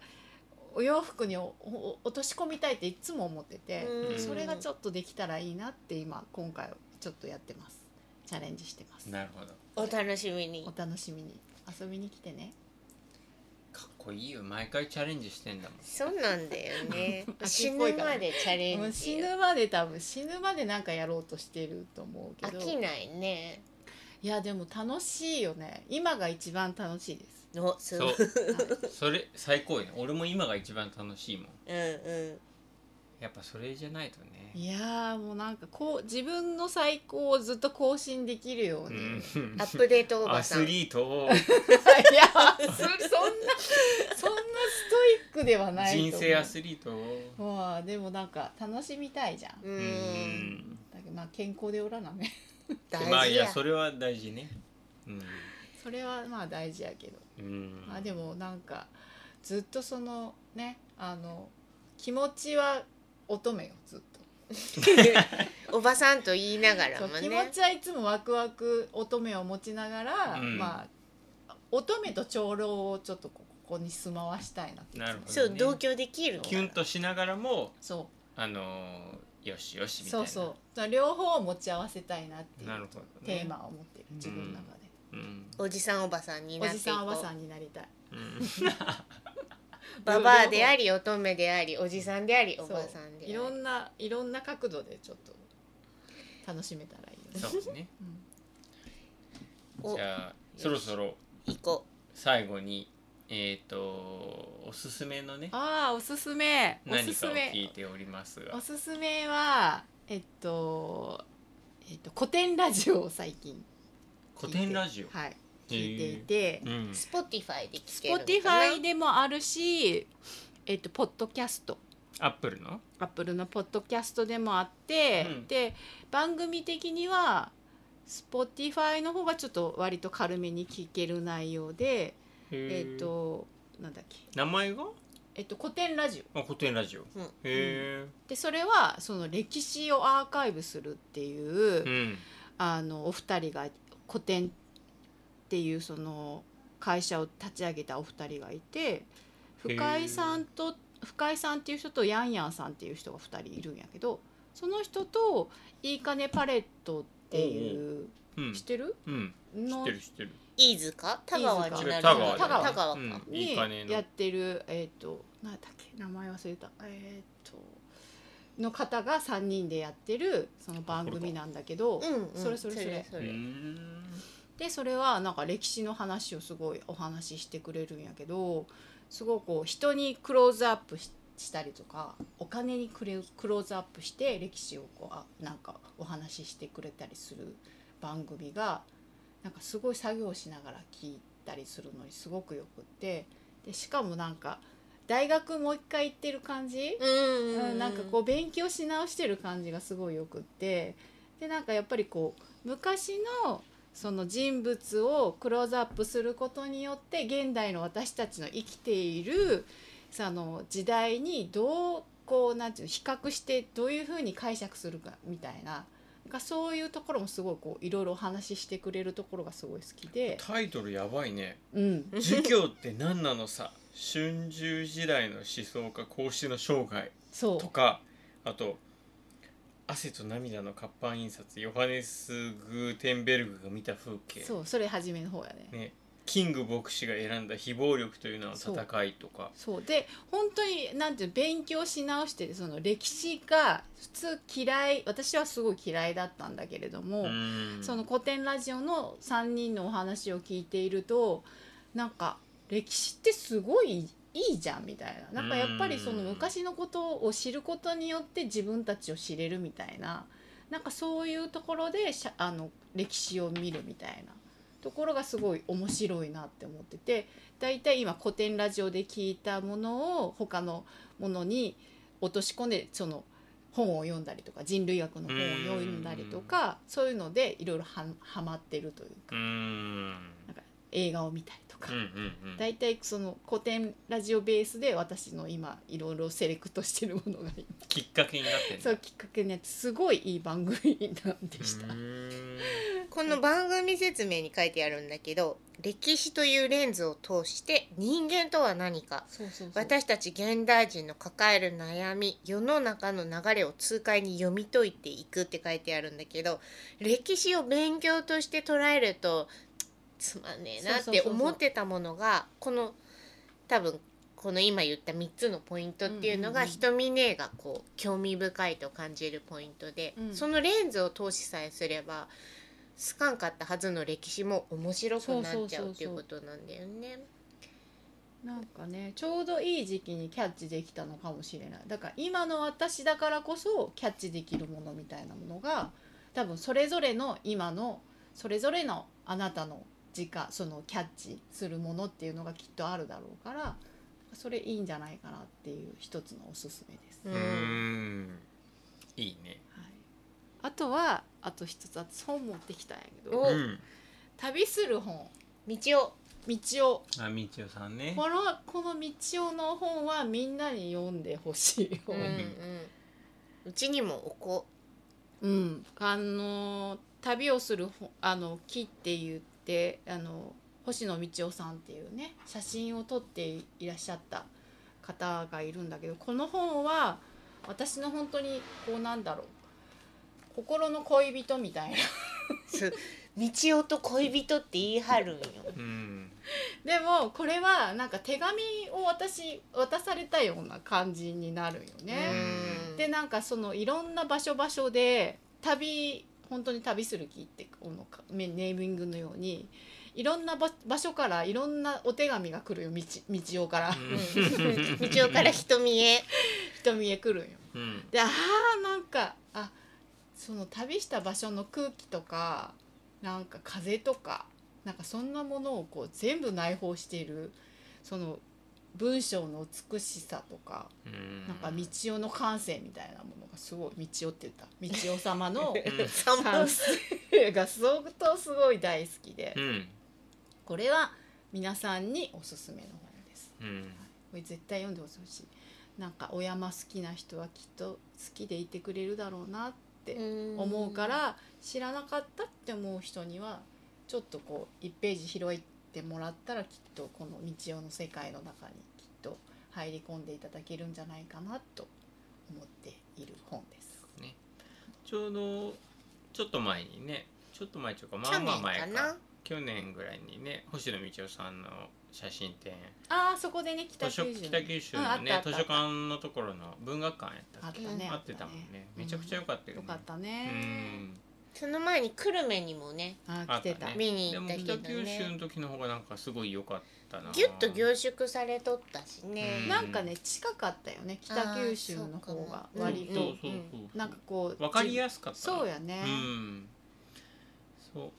[SPEAKER 2] お洋服におお落とし込みたいっていつも思ってて、
[SPEAKER 1] うん
[SPEAKER 2] それがちょっとできたらいいなって今今回ちょっとやってますチャレンジしてます
[SPEAKER 3] なるほど
[SPEAKER 1] お楽しみに
[SPEAKER 2] お。楽しみに遊びに来てね。
[SPEAKER 3] かっこいいよ毎回チャレンジしてんだもん
[SPEAKER 1] そうなんだよね
[SPEAKER 2] 秋
[SPEAKER 1] 死
[SPEAKER 2] っ
[SPEAKER 1] ぬ
[SPEAKER 2] ぽいから
[SPEAKER 1] までチャレ
[SPEAKER 2] も
[SPEAKER 1] ン
[SPEAKER 2] う
[SPEAKER 1] ジ
[SPEAKER 2] 死
[SPEAKER 1] よ。
[SPEAKER 2] ぬまで多分死ぬまでなんかやろうとしてると思うけ
[SPEAKER 1] 飽
[SPEAKER 2] ど
[SPEAKER 1] きないね。
[SPEAKER 2] いやでも楽しいよね今が一番楽しい です
[SPEAKER 1] の、す
[SPEAKER 3] そ
[SPEAKER 1] ごい。
[SPEAKER 3] う
[SPEAKER 2] はい
[SPEAKER 3] それ最高よね俺も今が一番楽しいもん
[SPEAKER 1] うんう
[SPEAKER 3] やっぱそれじゃないとね
[SPEAKER 2] いやーもうなんかこう自分の最高をずっと更新できるように、 い
[SPEAKER 3] うん
[SPEAKER 1] ん。アップデートおば
[SPEAKER 3] ア
[SPEAKER 1] さ
[SPEAKER 3] ス
[SPEAKER 1] ん。
[SPEAKER 3] リートを
[SPEAKER 2] やそそんなそんなストイックではないと思う
[SPEAKER 3] 人生アスリートを
[SPEAKER 2] まあでもなんか楽しみたいじゃん
[SPEAKER 1] う。
[SPEAKER 3] うんん
[SPEAKER 2] だけどまあ健康でおらなね
[SPEAKER 3] まあ
[SPEAKER 1] 大
[SPEAKER 3] い
[SPEAKER 1] 事
[SPEAKER 3] や
[SPEAKER 1] や。
[SPEAKER 3] それは大事ねうん、
[SPEAKER 2] それはまあ大事やけど、
[SPEAKER 3] うん、
[SPEAKER 2] まあでもなんかずっとそのねあの気持ちは乙女よずっと、
[SPEAKER 1] おばさんと言いながら
[SPEAKER 2] そ
[SPEAKER 1] も
[SPEAKER 2] う気
[SPEAKER 1] ね
[SPEAKER 2] 持。ちはいつもワクワク乙女を持ちながら、
[SPEAKER 3] うん
[SPEAKER 2] まあ乙女と長老をちょっとここに住まわしたいなっていつも
[SPEAKER 3] なるほど
[SPEAKER 1] そう、
[SPEAKER 3] ね
[SPEAKER 1] 同居できるのか
[SPEAKER 3] キ
[SPEAKER 1] な。
[SPEAKER 3] ュンとしながらも
[SPEAKER 2] そ
[SPEAKER 3] あのーよしよし
[SPEAKER 2] う
[SPEAKER 3] みたい
[SPEAKER 2] そう
[SPEAKER 3] な
[SPEAKER 2] そう両方を持ち合わせたいなっていう
[SPEAKER 3] なるほど、ね、
[SPEAKER 2] テーマを持ってる自分の中で、
[SPEAKER 3] うん、
[SPEAKER 1] おじさんおばさんに
[SPEAKER 2] お
[SPEAKER 1] なって
[SPEAKER 2] じ
[SPEAKER 1] いこ
[SPEAKER 2] さんおばさ
[SPEAKER 1] う。
[SPEAKER 2] んになりたい
[SPEAKER 3] うん
[SPEAKER 1] ババアであり、乙女であり、おじさんであり、おばさんであ
[SPEAKER 2] い
[SPEAKER 1] り。
[SPEAKER 2] ろんないろんな角度でちょっと楽しめたらいいよね。
[SPEAKER 3] そ うね
[SPEAKER 1] お
[SPEAKER 3] じ、ゃあそろそろ
[SPEAKER 1] 行こ
[SPEAKER 3] 最後にえっ、とおすすめのね
[SPEAKER 2] ああおすすめおす
[SPEAKER 3] 何
[SPEAKER 2] す
[SPEAKER 3] かを聞い
[SPEAKER 2] め
[SPEAKER 3] ておりますが
[SPEAKER 2] おすすめはえっとえっと古典ラジオを最近
[SPEAKER 3] 古典ラジオ、
[SPEAKER 2] はい
[SPEAKER 3] へー
[SPEAKER 2] 聞いていて
[SPEAKER 3] う、ん
[SPEAKER 1] う。スポティファイで聞けるのかな。
[SPEAKER 2] Spotify でもあるしえっとポッドキャスト
[SPEAKER 3] アップルの
[SPEAKER 2] アップルのポッドキャストでもあって、
[SPEAKER 3] うん
[SPEAKER 2] で番組的には Spotify の方がちょっと割と軽めに聞ける内容で、え
[SPEAKER 3] え
[SPEAKER 2] っとなんだっけ
[SPEAKER 3] 名前が
[SPEAKER 2] えっと、古典ラジオ
[SPEAKER 3] あ古典ラジオ、
[SPEAKER 1] うん
[SPEAKER 3] へえ
[SPEAKER 2] でそれはその歴史をアーカイブするっていう、
[SPEAKER 3] うん
[SPEAKER 2] あのお二人が古典っていうその会社を立ち上げたお二人がいて
[SPEAKER 3] ー
[SPEAKER 2] 深井さんと深井さんっていう人とヤンヤンさんっていう人が二人いるんやけどその人と「いいかねパレット」っっていう、
[SPEAKER 3] うん
[SPEAKER 2] 知ってる
[SPEAKER 3] うん知
[SPEAKER 2] の
[SPEAKER 3] ってる知ってる
[SPEAKER 1] 飯塚田川にな
[SPEAKER 3] 違う
[SPEAKER 1] る
[SPEAKER 3] 田川
[SPEAKER 1] 田川
[SPEAKER 2] 田
[SPEAKER 1] か、
[SPEAKER 3] うんいい
[SPEAKER 2] に
[SPEAKER 3] 金の
[SPEAKER 2] やってるえっ、と何だっけ名前忘れたえっ、との方が3人でやってるその番組なんだけど、
[SPEAKER 1] うん、うん、
[SPEAKER 2] それそれそれ
[SPEAKER 1] そう
[SPEAKER 3] ー
[SPEAKER 1] れ
[SPEAKER 3] ん
[SPEAKER 2] でそれはなんか歴史の話をすごいお話ししてくれるんやけどすごくこう人にクローズアップししたりとかお金にクレクローズアップして歴史をこうあなんかお話ししてくれたりする番組がなんかすごい作業しながら聞いたりするのにすごくよくってでしかもなんか大学もう一回行ってる感じ、
[SPEAKER 1] うん
[SPEAKER 2] うん、なんかこう勉強し直してる感じがすごいよくってでなんかやっぱりこう昔のその人物をクローズアップすることによって現代の私たちの生きているその時代にどうこうなんていうの比較してどういうふうに解釈するかみたいななんかそういうところもすごいこういろいろお話ししてくれるところがすごい好きで、
[SPEAKER 3] タイトルやばいね
[SPEAKER 2] うん、
[SPEAKER 3] 「儒教って何なのさ 春秋時代の思想家孔子の生涯」
[SPEAKER 2] そう
[SPEAKER 3] とかあと「汗と涙の活版印刷ヨハネス・グーテンベルグが見た風景」
[SPEAKER 2] そうそれ初めの方やね。
[SPEAKER 3] ね、キング牧師が選んだ非暴力というのは戦いとか
[SPEAKER 2] そうで本当になんていうの勉強し直してその歴史が普通嫌い私はすごい嫌いだったんだけれども、
[SPEAKER 3] うん
[SPEAKER 2] その古典ラジオの3人のお話を聞いているとなんか歴史ってすごいいいじゃんみたいななんかやっぱりその
[SPEAKER 3] うん
[SPEAKER 2] 昔のことを知ることによって自分たちを知れるみたいななんかそういうところでしゃあの歴史を見るみたいなところがすごい面白いなって思っててだいたい今古典ラジオで聞いたものを他のものに落とし込んでその本を読んだりとか人類学の本を読んだりとかそういうのでいろいろははまってるという
[SPEAKER 3] う
[SPEAKER 2] か
[SPEAKER 3] ーん
[SPEAKER 2] 映画を見たりとか
[SPEAKER 3] うんうんうん
[SPEAKER 2] 大体その古典ラジオベースで私の今いろいろセレクトしてるものが
[SPEAKER 3] きっかけになってんだ
[SPEAKER 2] そうきっかけになってすごいいい番組なんでした
[SPEAKER 3] う。ーん
[SPEAKER 1] この番組説明に書いてあるんだけど歴史というレンズを通して人間とは何か
[SPEAKER 2] そうそうそう
[SPEAKER 1] 私たち現代人の抱える悩み世の中の流れを痛快に読み解いていくって書いてあるんだけど歴史を勉強として捉えるとつまんねえなっ
[SPEAKER 2] そうそう
[SPEAKER 1] て
[SPEAKER 2] そうそう
[SPEAKER 1] 思ってたものがこの多分この今言った3つのポイントっていうの
[SPEAKER 2] うん
[SPEAKER 1] が
[SPEAKER 2] うんうん
[SPEAKER 1] 瞳ねがこう興味深いと感じるポイントで、
[SPEAKER 2] うん
[SPEAKER 1] そのレンズを通しさえすれば好かんかったはずの歴史も面白くなっちゃうっていうことなんだよね。
[SPEAKER 2] なんかねちょうどいい時期にキャッチできたのかもしれないだから今の私だからこそキャッチできるものみたいなものが多分それぞれの今のそれぞれのあなたの時間そのキャッチするものっていうのがきっとあるだろうからそれいいんじゃないかなっていう一つのおすすめです。
[SPEAKER 1] う
[SPEAKER 3] うーんいいね
[SPEAKER 2] はい、あとはあと一つ私本持ってきたんやけ
[SPEAKER 1] お
[SPEAKER 2] ど
[SPEAKER 3] うん
[SPEAKER 2] 「旅する本
[SPEAKER 1] 道を
[SPEAKER 2] 道を」
[SPEAKER 3] あみちおさんね
[SPEAKER 2] このこの「道を」の本はみんなに読んでほしい
[SPEAKER 1] うん
[SPEAKER 2] 本。
[SPEAKER 1] うんうちにもおこ
[SPEAKER 2] うん、あの旅をするほあの木って言ってあの星野道夫さんっていうね写真を撮っていらっしゃった方がいるんだけどこの本は私の本当にこうなんだろう心の恋人みたいな
[SPEAKER 1] す道夫と恋人って言い張るんよ。
[SPEAKER 3] うん
[SPEAKER 2] でもこれはなんか手紙を私渡されたような感じになるよね。
[SPEAKER 1] うん
[SPEAKER 2] でなんかそのいろんな場所場所で旅本当に旅する気ってこのかねネーミングのようにいろんな場場所からいろんなお手紙が来るよ道道夫から
[SPEAKER 1] うん道夫から瞳へ。
[SPEAKER 2] 瞳へ来るんよ。
[SPEAKER 3] うん
[SPEAKER 2] であーなんかあその旅した場所の空気とかなんか風とかなんかそんなものをこう全部内包しているその文章の美しさとか
[SPEAKER 3] うん
[SPEAKER 2] なんか道夫の感性みたいなものがすごい道夫って言った道夫様の
[SPEAKER 3] うん
[SPEAKER 1] さ
[SPEAKER 2] 感性 が相当すごい大好きで
[SPEAKER 3] うん
[SPEAKER 2] これは皆さんにおすすめの本です。
[SPEAKER 3] うん
[SPEAKER 2] これ絶対読んでほしい。なんかお山好きな人はきっと好きでいてくれるだろうなって思うから知らなかったって思う人にはちょっとこう1ページ拾ってもらったらきっとこの道夫の世界の中にきっと入り込んでいただけるんじゃないかなと思っている本です。
[SPEAKER 3] ちょうどちょっと前にねちょっと前というかま
[SPEAKER 1] 去
[SPEAKER 3] あまあ
[SPEAKER 1] 年
[SPEAKER 3] 前
[SPEAKER 1] か
[SPEAKER 3] か
[SPEAKER 1] な
[SPEAKER 3] 去年ぐらいにね星野道夫さんの写真展
[SPEAKER 2] ああそこでね北
[SPEAKER 3] 図書
[SPEAKER 2] 九州
[SPEAKER 3] 北九州の
[SPEAKER 2] う
[SPEAKER 3] ね、
[SPEAKER 2] んあったあった
[SPEAKER 3] 図書館のところの文学館やった
[SPEAKER 2] あ
[SPEAKER 3] っ
[SPEAKER 2] っ
[SPEAKER 3] け
[SPEAKER 2] たね
[SPEAKER 3] 合ってたもんねめちゃくちゃ良かったよ
[SPEAKER 2] よ
[SPEAKER 3] ね、
[SPEAKER 2] かった
[SPEAKER 3] う
[SPEAKER 2] ね
[SPEAKER 3] ん
[SPEAKER 1] その前に久留米にもね
[SPEAKER 2] あ
[SPEAKER 3] あ
[SPEAKER 2] ー
[SPEAKER 3] っ
[SPEAKER 2] 来てた
[SPEAKER 3] たね
[SPEAKER 1] 見に
[SPEAKER 3] で
[SPEAKER 1] 行っ
[SPEAKER 3] も
[SPEAKER 1] たけど
[SPEAKER 3] 北
[SPEAKER 1] ね
[SPEAKER 3] 九州の時の方がなんかすごい良かったな
[SPEAKER 1] ギュッと凝縮されとったし
[SPEAKER 3] うん
[SPEAKER 1] ね、
[SPEAKER 2] なんかね近かったよね北九州の
[SPEAKER 1] あ
[SPEAKER 2] 方が
[SPEAKER 1] ーそうかも
[SPEAKER 2] 割
[SPEAKER 3] そ
[SPEAKER 2] と
[SPEAKER 3] うそうそうそう
[SPEAKER 2] なんかこう
[SPEAKER 3] わかり
[SPEAKER 2] す
[SPEAKER 3] やすかったな
[SPEAKER 2] そうやね
[SPEAKER 3] うんそう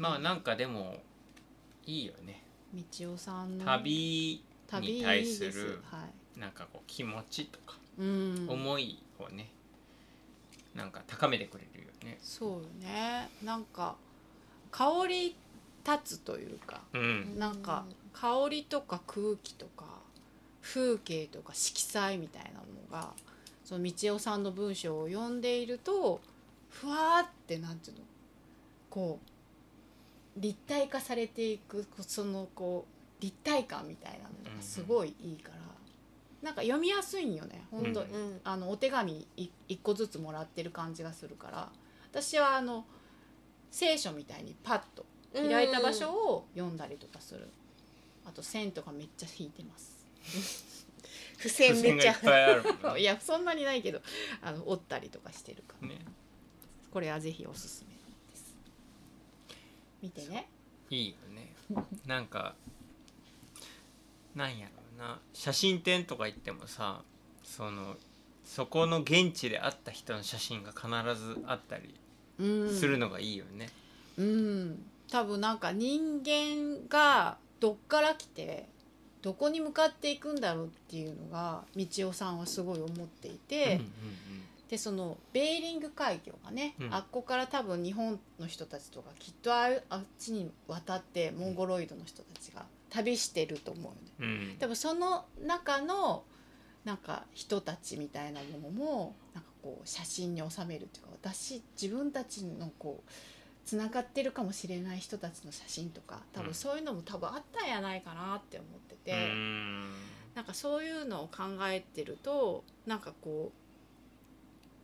[SPEAKER 3] まあなんかでもいいよね
[SPEAKER 2] 道夫さんの
[SPEAKER 3] 旅
[SPEAKER 2] 旅
[SPEAKER 3] に対する
[SPEAKER 2] いいではい
[SPEAKER 3] なんかこう気持ちとか
[SPEAKER 2] うん
[SPEAKER 3] 思いをね、なんか高めてくれるよね
[SPEAKER 2] そうよねなんか香り立つというか
[SPEAKER 3] うん
[SPEAKER 2] なんか香りとか空気とか風景とか色彩みたいなのがその道夫さんの文章を読んでいるとふわーってなんていうのこう立体化されていくこそのこう立体感みたいなのがすごいいいから、なんか読みやすいんよね本当、
[SPEAKER 3] うん
[SPEAKER 1] うん
[SPEAKER 2] あのお手紙い一個ずつもらってる感じがするから私はあの聖書みたいにパッと開いた場所を読んだりとかするあと線とかめっちゃ引いてます
[SPEAKER 1] 付
[SPEAKER 3] 付
[SPEAKER 1] 箋め
[SPEAKER 3] 箋が
[SPEAKER 1] ち
[SPEAKER 3] い
[SPEAKER 1] ゃ
[SPEAKER 3] っぱいあるもん
[SPEAKER 2] い
[SPEAKER 3] ね
[SPEAKER 2] やそんなにないけどあの折ったりとかしてるから
[SPEAKER 3] ね
[SPEAKER 2] これはぜひおすすめです見てね
[SPEAKER 3] いいよねなんかなんやろうな写真展とか行ってもさそのそこの現地で会った人の写真が必ずあったり
[SPEAKER 2] うん
[SPEAKER 3] するのがいいよね、
[SPEAKER 2] うん多分なんか人間がどっから来てどこに向かっていくんだろうっていうのが道夫さんはすごい思っていて、
[SPEAKER 3] うんうん
[SPEAKER 2] でそのベーリング海峡がね、
[SPEAKER 3] うん
[SPEAKER 2] あっこから多分日本の人たちとかきっとああっちに渡ってモンゴロイドの人たちが旅してると思うよね。
[SPEAKER 3] うんうん
[SPEAKER 2] 多分その中のなんか人たちみたいなものもなんかこう写真に収めるっていうか私自分たちのこうつながってるかもしれない人たちの写真とか多
[SPEAKER 3] うん
[SPEAKER 2] 分そういうのも多分あったんやないかなって思ってて。
[SPEAKER 3] うん
[SPEAKER 2] なんかそういうのを考えてるとなんかこう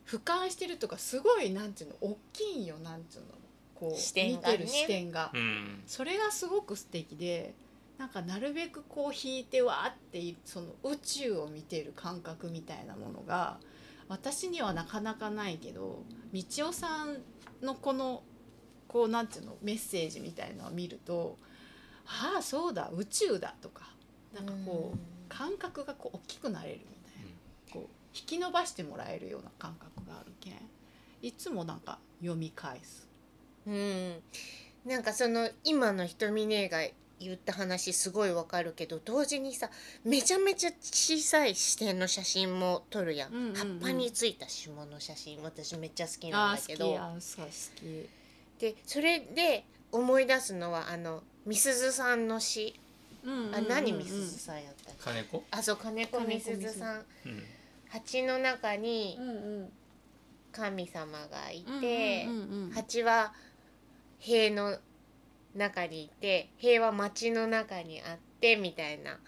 [SPEAKER 2] 俯瞰してるとかすごいなんていうの大きいんよなんていうのこう
[SPEAKER 1] 視点
[SPEAKER 2] 見
[SPEAKER 1] がね
[SPEAKER 2] てる視点が、
[SPEAKER 3] うん
[SPEAKER 2] それがすごく素敵でなんかなるべくこう引いてわーっていその宇宙を見てる感覚みたいなものが私にはなかなかないけど道夫さんのこのこうなんていうのメッセージみたいのを見ると「ああそうだ宇宙だ」とかなんかこう。感覚がこう大きくなれるみたいな、こう引き伸ばしてもらえるような感覚があるけんいつもなんか読み返す
[SPEAKER 1] うん、うん、なんかその今の瞳姉が言った話すごいわかるけど同時にさめちゃめちゃ小さい視点の写真も撮るやん,、
[SPEAKER 2] うんうんうん
[SPEAKER 1] 葉っぱについた霜の写真私めっちゃ好きなんだけど
[SPEAKER 2] あそう好き
[SPEAKER 1] でそれで思い出すのはあのみすずさんの詩あ何みすずさんやったっけ
[SPEAKER 3] 金子、
[SPEAKER 1] あそう金子
[SPEAKER 2] 金子
[SPEAKER 1] み
[SPEAKER 2] みす
[SPEAKER 1] す
[SPEAKER 2] ず
[SPEAKER 1] ずさん
[SPEAKER 3] うん
[SPEAKER 1] 蜂の中に
[SPEAKER 2] うんうん
[SPEAKER 1] 神様がい
[SPEAKER 2] うん
[SPEAKER 1] て、
[SPEAKER 2] うんうんうん
[SPEAKER 1] 蜂は塀の中にいて塀は町の中にあってみたいな。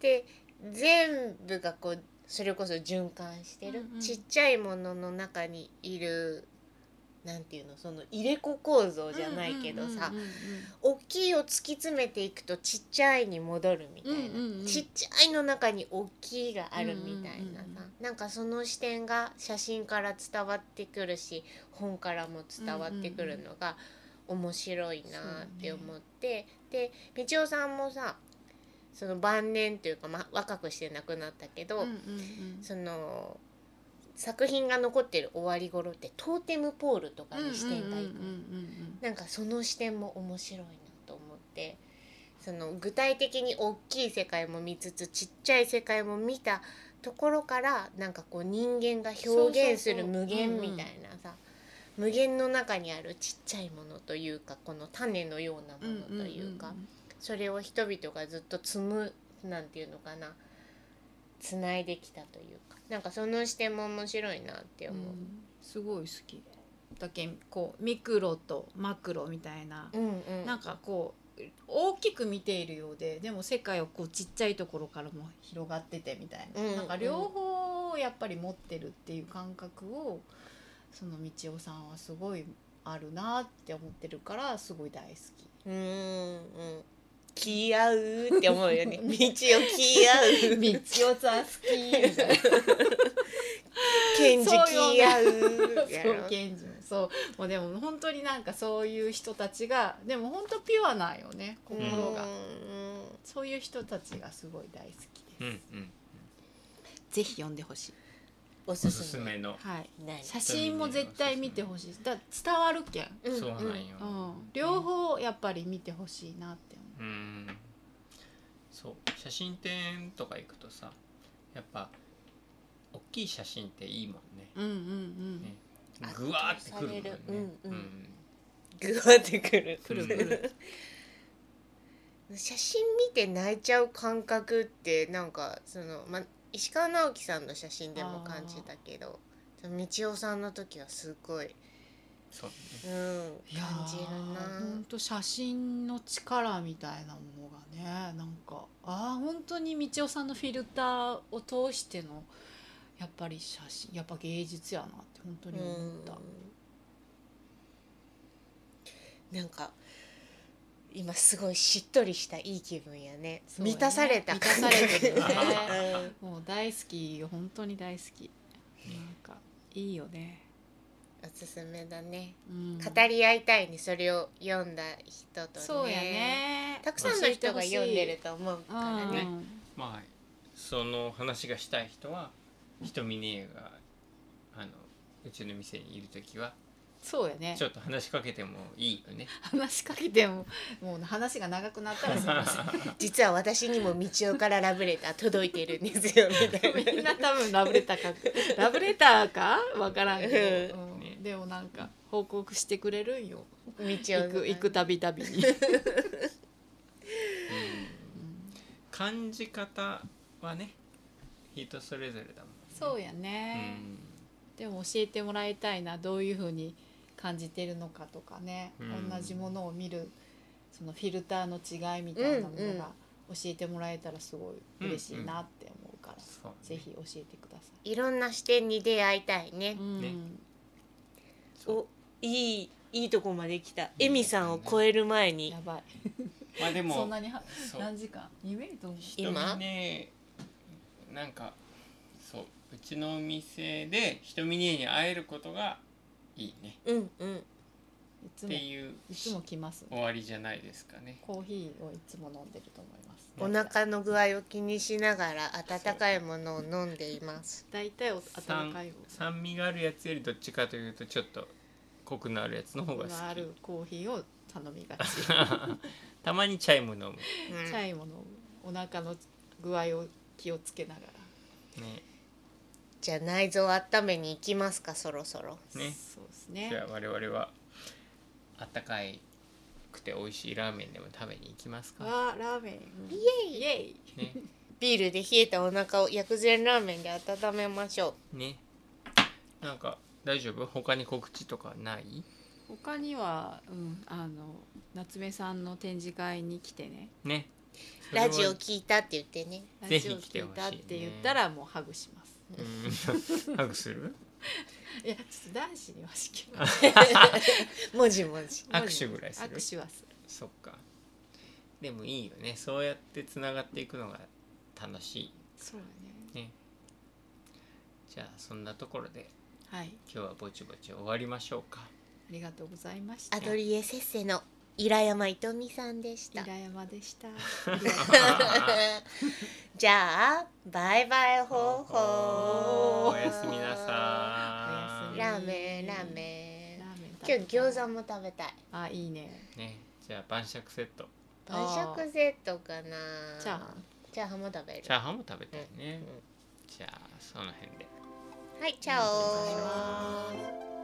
[SPEAKER 1] で全部がこうそれこそ循環してる、
[SPEAKER 2] うんうん
[SPEAKER 1] ちっちゃいものの中にいるなんていうのその入れ子構造じゃないけどさ、
[SPEAKER 2] うんうんうん
[SPEAKER 1] 大きいを突き詰めていくとちっちゃいに戻るみたいな、
[SPEAKER 2] うんうんうん
[SPEAKER 1] ちっちゃいの中に大きいがあるみたいなさ、
[SPEAKER 2] うんうんうん
[SPEAKER 1] なんかその視点が写真から伝わってくるし本からも伝わってくるのが面白いなって思って、で道夫さんもさその晩年というか、まあ、若くして亡くなったけど、
[SPEAKER 2] うんうんうん
[SPEAKER 1] その作品が残ってる終わり頃ってトーテムポールとかに視点がいくの。
[SPEAKER 2] うんうん
[SPEAKER 1] なんかその視点も面白いなと思ってその具体的に大きい世界も見つつちっちゃい世界も見たところからなんかこう人間が表現する
[SPEAKER 2] そうそうそう
[SPEAKER 1] 無限みたいなさ無限の中にあるちっちゃいものというかこの種のような
[SPEAKER 2] うん
[SPEAKER 1] ものというか、
[SPEAKER 2] んんん
[SPEAKER 1] それを人々がずっと積むなんていうのかなつないできたというかなんかその視点も面白いなって
[SPEAKER 2] う
[SPEAKER 1] 思う。
[SPEAKER 2] んすごい好きだけんこうミクロとマクロみたいな
[SPEAKER 1] うんうん、
[SPEAKER 2] なんかこう大きく見ているようででも世界をこうちっちゃいところからも広がっててみたいな,、
[SPEAKER 1] うん
[SPEAKER 2] なんか両方やっぱり持ってるっていう感覚をその道夫さんはすごいあるなって思ってるからすごい大好 き。
[SPEAKER 1] うーんうん気合うって思うよね道を気合う
[SPEAKER 2] 道夫さん好きみたいな。
[SPEAKER 1] 検事気合うや
[SPEAKER 2] そ
[SPEAKER 1] ろ
[SPEAKER 2] うケンジもそうもうでも本当になんかそういう人たちがでも本当ピュアなんよね
[SPEAKER 1] う
[SPEAKER 2] 心が、
[SPEAKER 1] ーん
[SPEAKER 2] そういう人たちがすごい大好き
[SPEAKER 3] う
[SPEAKER 2] で
[SPEAKER 3] んうん
[SPEAKER 2] すぜひ読んでほしい、
[SPEAKER 1] お
[SPEAKER 3] お
[SPEAKER 1] す
[SPEAKER 3] すす
[SPEAKER 1] すめ
[SPEAKER 3] めの
[SPEAKER 2] はい、
[SPEAKER 1] 何
[SPEAKER 2] 写真も絶対見てほしいだ伝わるけん、
[SPEAKER 1] ん
[SPEAKER 3] そうなんよ
[SPEAKER 1] ん、
[SPEAKER 2] うん、両方やっぱり見てほしいなって思
[SPEAKER 3] うーんそう写真展とか行くとさやっぱ大きい写真っていいもんね
[SPEAKER 2] ううんうん
[SPEAKER 3] ね
[SPEAKER 1] 圧
[SPEAKER 3] ぐわーってくるも
[SPEAKER 1] 倒
[SPEAKER 3] んね
[SPEAKER 1] されるうんうん
[SPEAKER 3] ん
[SPEAKER 1] グワってくる
[SPEAKER 2] くるくる
[SPEAKER 1] 写真見て泣いちゃう感覚ってなんかその、ま、石川直樹さんの写真でも感じたけどその道夫さんの時はすごい、
[SPEAKER 3] そうね
[SPEAKER 1] うん、
[SPEAKER 2] いや
[SPEAKER 1] 感じる
[SPEAKER 2] ほんと写真の力みたいなものがねなんかああ本当に道夫さんのフィルターを通してのやっぱり写真やっぱ芸術やなって本当
[SPEAKER 1] な
[SPEAKER 2] に思った、
[SPEAKER 1] うんなんか今すごいしっとりしたいい気分やね
[SPEAKER 2] そうやね
[SPEAKER 1] 満たされた
[SPEAKER 2] 満たされてるね
[SPEAKER 1] うん
[SPEAKER 2] もう大好きよ本当に大好きなんかいいよね、
[SPEAKER 1] おすすめだね
[SPEAKER 2] うん、
[SPEAKER 1] 語り合いたいねそれを読んだ人とね
[SPEAKER 2] そうやね
[SPEAKER 1] たくさんの人が読んでると思う
[SPEAKER 2] う
[SPEAKER 1] から
[SPEAKER 2] ん、
[SPEAKER 1] ね
[SPEAKER 3] まあその話がしたい人は瞳ねえがあのうちの店にいる時は
[SPEAKER 2] そうやね
[SPEAKER 3] ちょっと話しかけてもいいよね。
[SPEAKER 2] 話しかけてももう話が長くなったらすいません
[SPEAKER 1] 実は私にも道夫からラブレター届いてるんですよみたいな
[SPEAKER 2] みん な多分ラブレターかラブレターかわからんけど、うん
[SPEAKER 3] ね
[SPEAKER 2] でもなんか報告してくれるんよ
[SPEAKER 1] 道
[SPEAKER 2] 行
[SPEAKER 1] 夫
[SPEAKER 2] く行くたびたび に、
[SPEAKER 3] うん感じ方はね人それぞれだもんね。
[SPEAKER 2] そうや
[SPEAKER 3] う
[SPEAKER 2] ね、
[SPEAKER 3] ん
[SPEAKER 2] でも教えてもらいたいなどういうふうに感じてるのかとかね、
[SPEAKER 3] うん
[SPEAKER 2] 同じものを見るそのフィルターの違いみたいな
[SPEAKER 1] う
[SPEAKER 2] も
[SPEAKER 1] んう
[SPEAKER 2] の
[SPEAKER 1] ん
[SPEAKER 2] が教えてもらえたらすごい嬉しいなって思うから、
[SPEAKER 3] そうね
[SPEAKER 2] ぜひ教えてくださ
[SPEAKER 1] いろんな視点に出会いたいね
[SPEAKER 2] い、う、ん
[SPEAKER 3] ねそう
[SPEAKER 1] おいいいいとこまで来た
[SPEAKER 3] い
[SPEAKER 1] エミさんを超える前に
[SPEAKER 2] やばい
[SPEAKER 3] まあで
[SPEAKER 2] そん
[SPEAKER 3] も
[SPEAKER 2] なには
[SPEAKER 3] そう
[SPEAKER 2] 何時間2メートル
[SPEAKER 1] 今
[SPEAKER 3] 瞳ねえなんかそううちのお店で瞳ねえに会えることがいいね
[SPEAKER 1] うんうん
[SPEAKER 2] いつも
[SPEAKER 3] って
[SPEAKER 2] い
[SPEAKER 3] いう
[SPEAKER 2] つも来ます
[SPEAKER 3] 終わりじゃないですかね。
[SPEAKER 2] コーヒーをいつも飲んでると思います
[SPEAKER 1] お腹の具合を気にしながら温かいものを飲んでいます
[SPEAKER 2] だいたい温
[SPEAKER 3] 酸
[SPEAKER 2] かい
[SPEAKER 3] 酸味があるやつよりどっちかというとちょっとコクのあるやつの方が好
[SPEAKER 2] があ
[SPEAKER 3] き
[SPEAKER 2] るコーヒーを頼みがち チ
[SPEAKER 3] たまにチャイム飲む、
[SPEAKER 1] うん
[SPEAKER 2] ャイものお腹の具合を気をつけなが
[SPEAKER 3] ね
[SPEAKER 1] じゃあ内臓を温めに行きますかそろそろ
[SPEAKER 2] ら
[SPEAKER 3] ね
[SPEAKER 2] そうです
[SPEAKER 3] じゃ
[SPEAKER 2] ね
[SPEAKER 3] あ我々はあったかいくて美味しいラーメンでも食べに行きますか、
[SPEAKER 2] わあラーメンイエイイエイ
[SPEAKER 3] ね
[SPEAKER 1] ビールで冷えたお腹を薬膳ラーメンで温めましょ
[SPEAKER 3] ねなんか大丈夫他に告知とかない
[SPEAKER 2] 他には、うん、あの夏目さんの展示会に来てね
[SPEAKER 3] ね
[SPEAKER 1] うラジオ
[SPEAKER 3] そ
[SPEAKER 1] 聞いたって言ってね
[SPEAKER 2] ラ
[SPEAKER 3] ぜ
[SPEAKER 2] ジ
[SPEAKER 3] ひ
[SPEAKER 2] オ
[SPEAKER 3] 来て
[SPEAKER 2] 聞い
[SPEAKER 3] ほしいね
[SPEAKER 2] たって言ったらもうハグし ます
[SPEAKER 3] れはうん ハグする
[SPEAKER 2] いやちょっと男子にはしき
[SPEAKER 1] もじもじ
[SPEAKER 3] 握手ぐらいする
[SPEAKER 2] 握手はする
[SPEAKER 3] そっかでもいいよねそうやってつながっていくのが楽し
[SPEAKER 2] そうだね
[SPEAKER 3] いねじゃあそんなところで
[SPEAKER 2] はい
[SPEAKER 3] 今日はぼちぼち終わりましょうか
[SPEAKER 2] ありがとうございました
[SPEAKER 1] アドリエせっせのイ山いとみさんでした
[SPEAKER 2] 平山で した。
[SPEAKER 1] じゃあバイバイほうほう
[SPEAKER 3] おやすみなさ
[SPEAKER 2] おや
[SPEAKER 1] ラ
[SPEAKER 2] すみ
[SPEAKER 3] い
[SPEAKER 1] ーメンラーメン
[SPEAKER 2] ラーメン
[SPEAKER 1] 今日餃子
[SPEAKER 2] も。
[SPEAKER 1] も食べたい
[SPEAKER 2] あ、いいね。
[SPEAKER 3] ねじゃあ晩酌セット
[SPEAKER 1] 晩酌セットかな
[SPEAKER 2] チャーハン
[SPEAKER 1] チャーハンも食べる
[SPEAKER 3] チャーハンも食べたいね、
[SPEAKER 1] うん
[SPEAKER 3] じゃあその辺で
[SPEAKER 1] はいチャオ
[SPEAKER 2] お願いします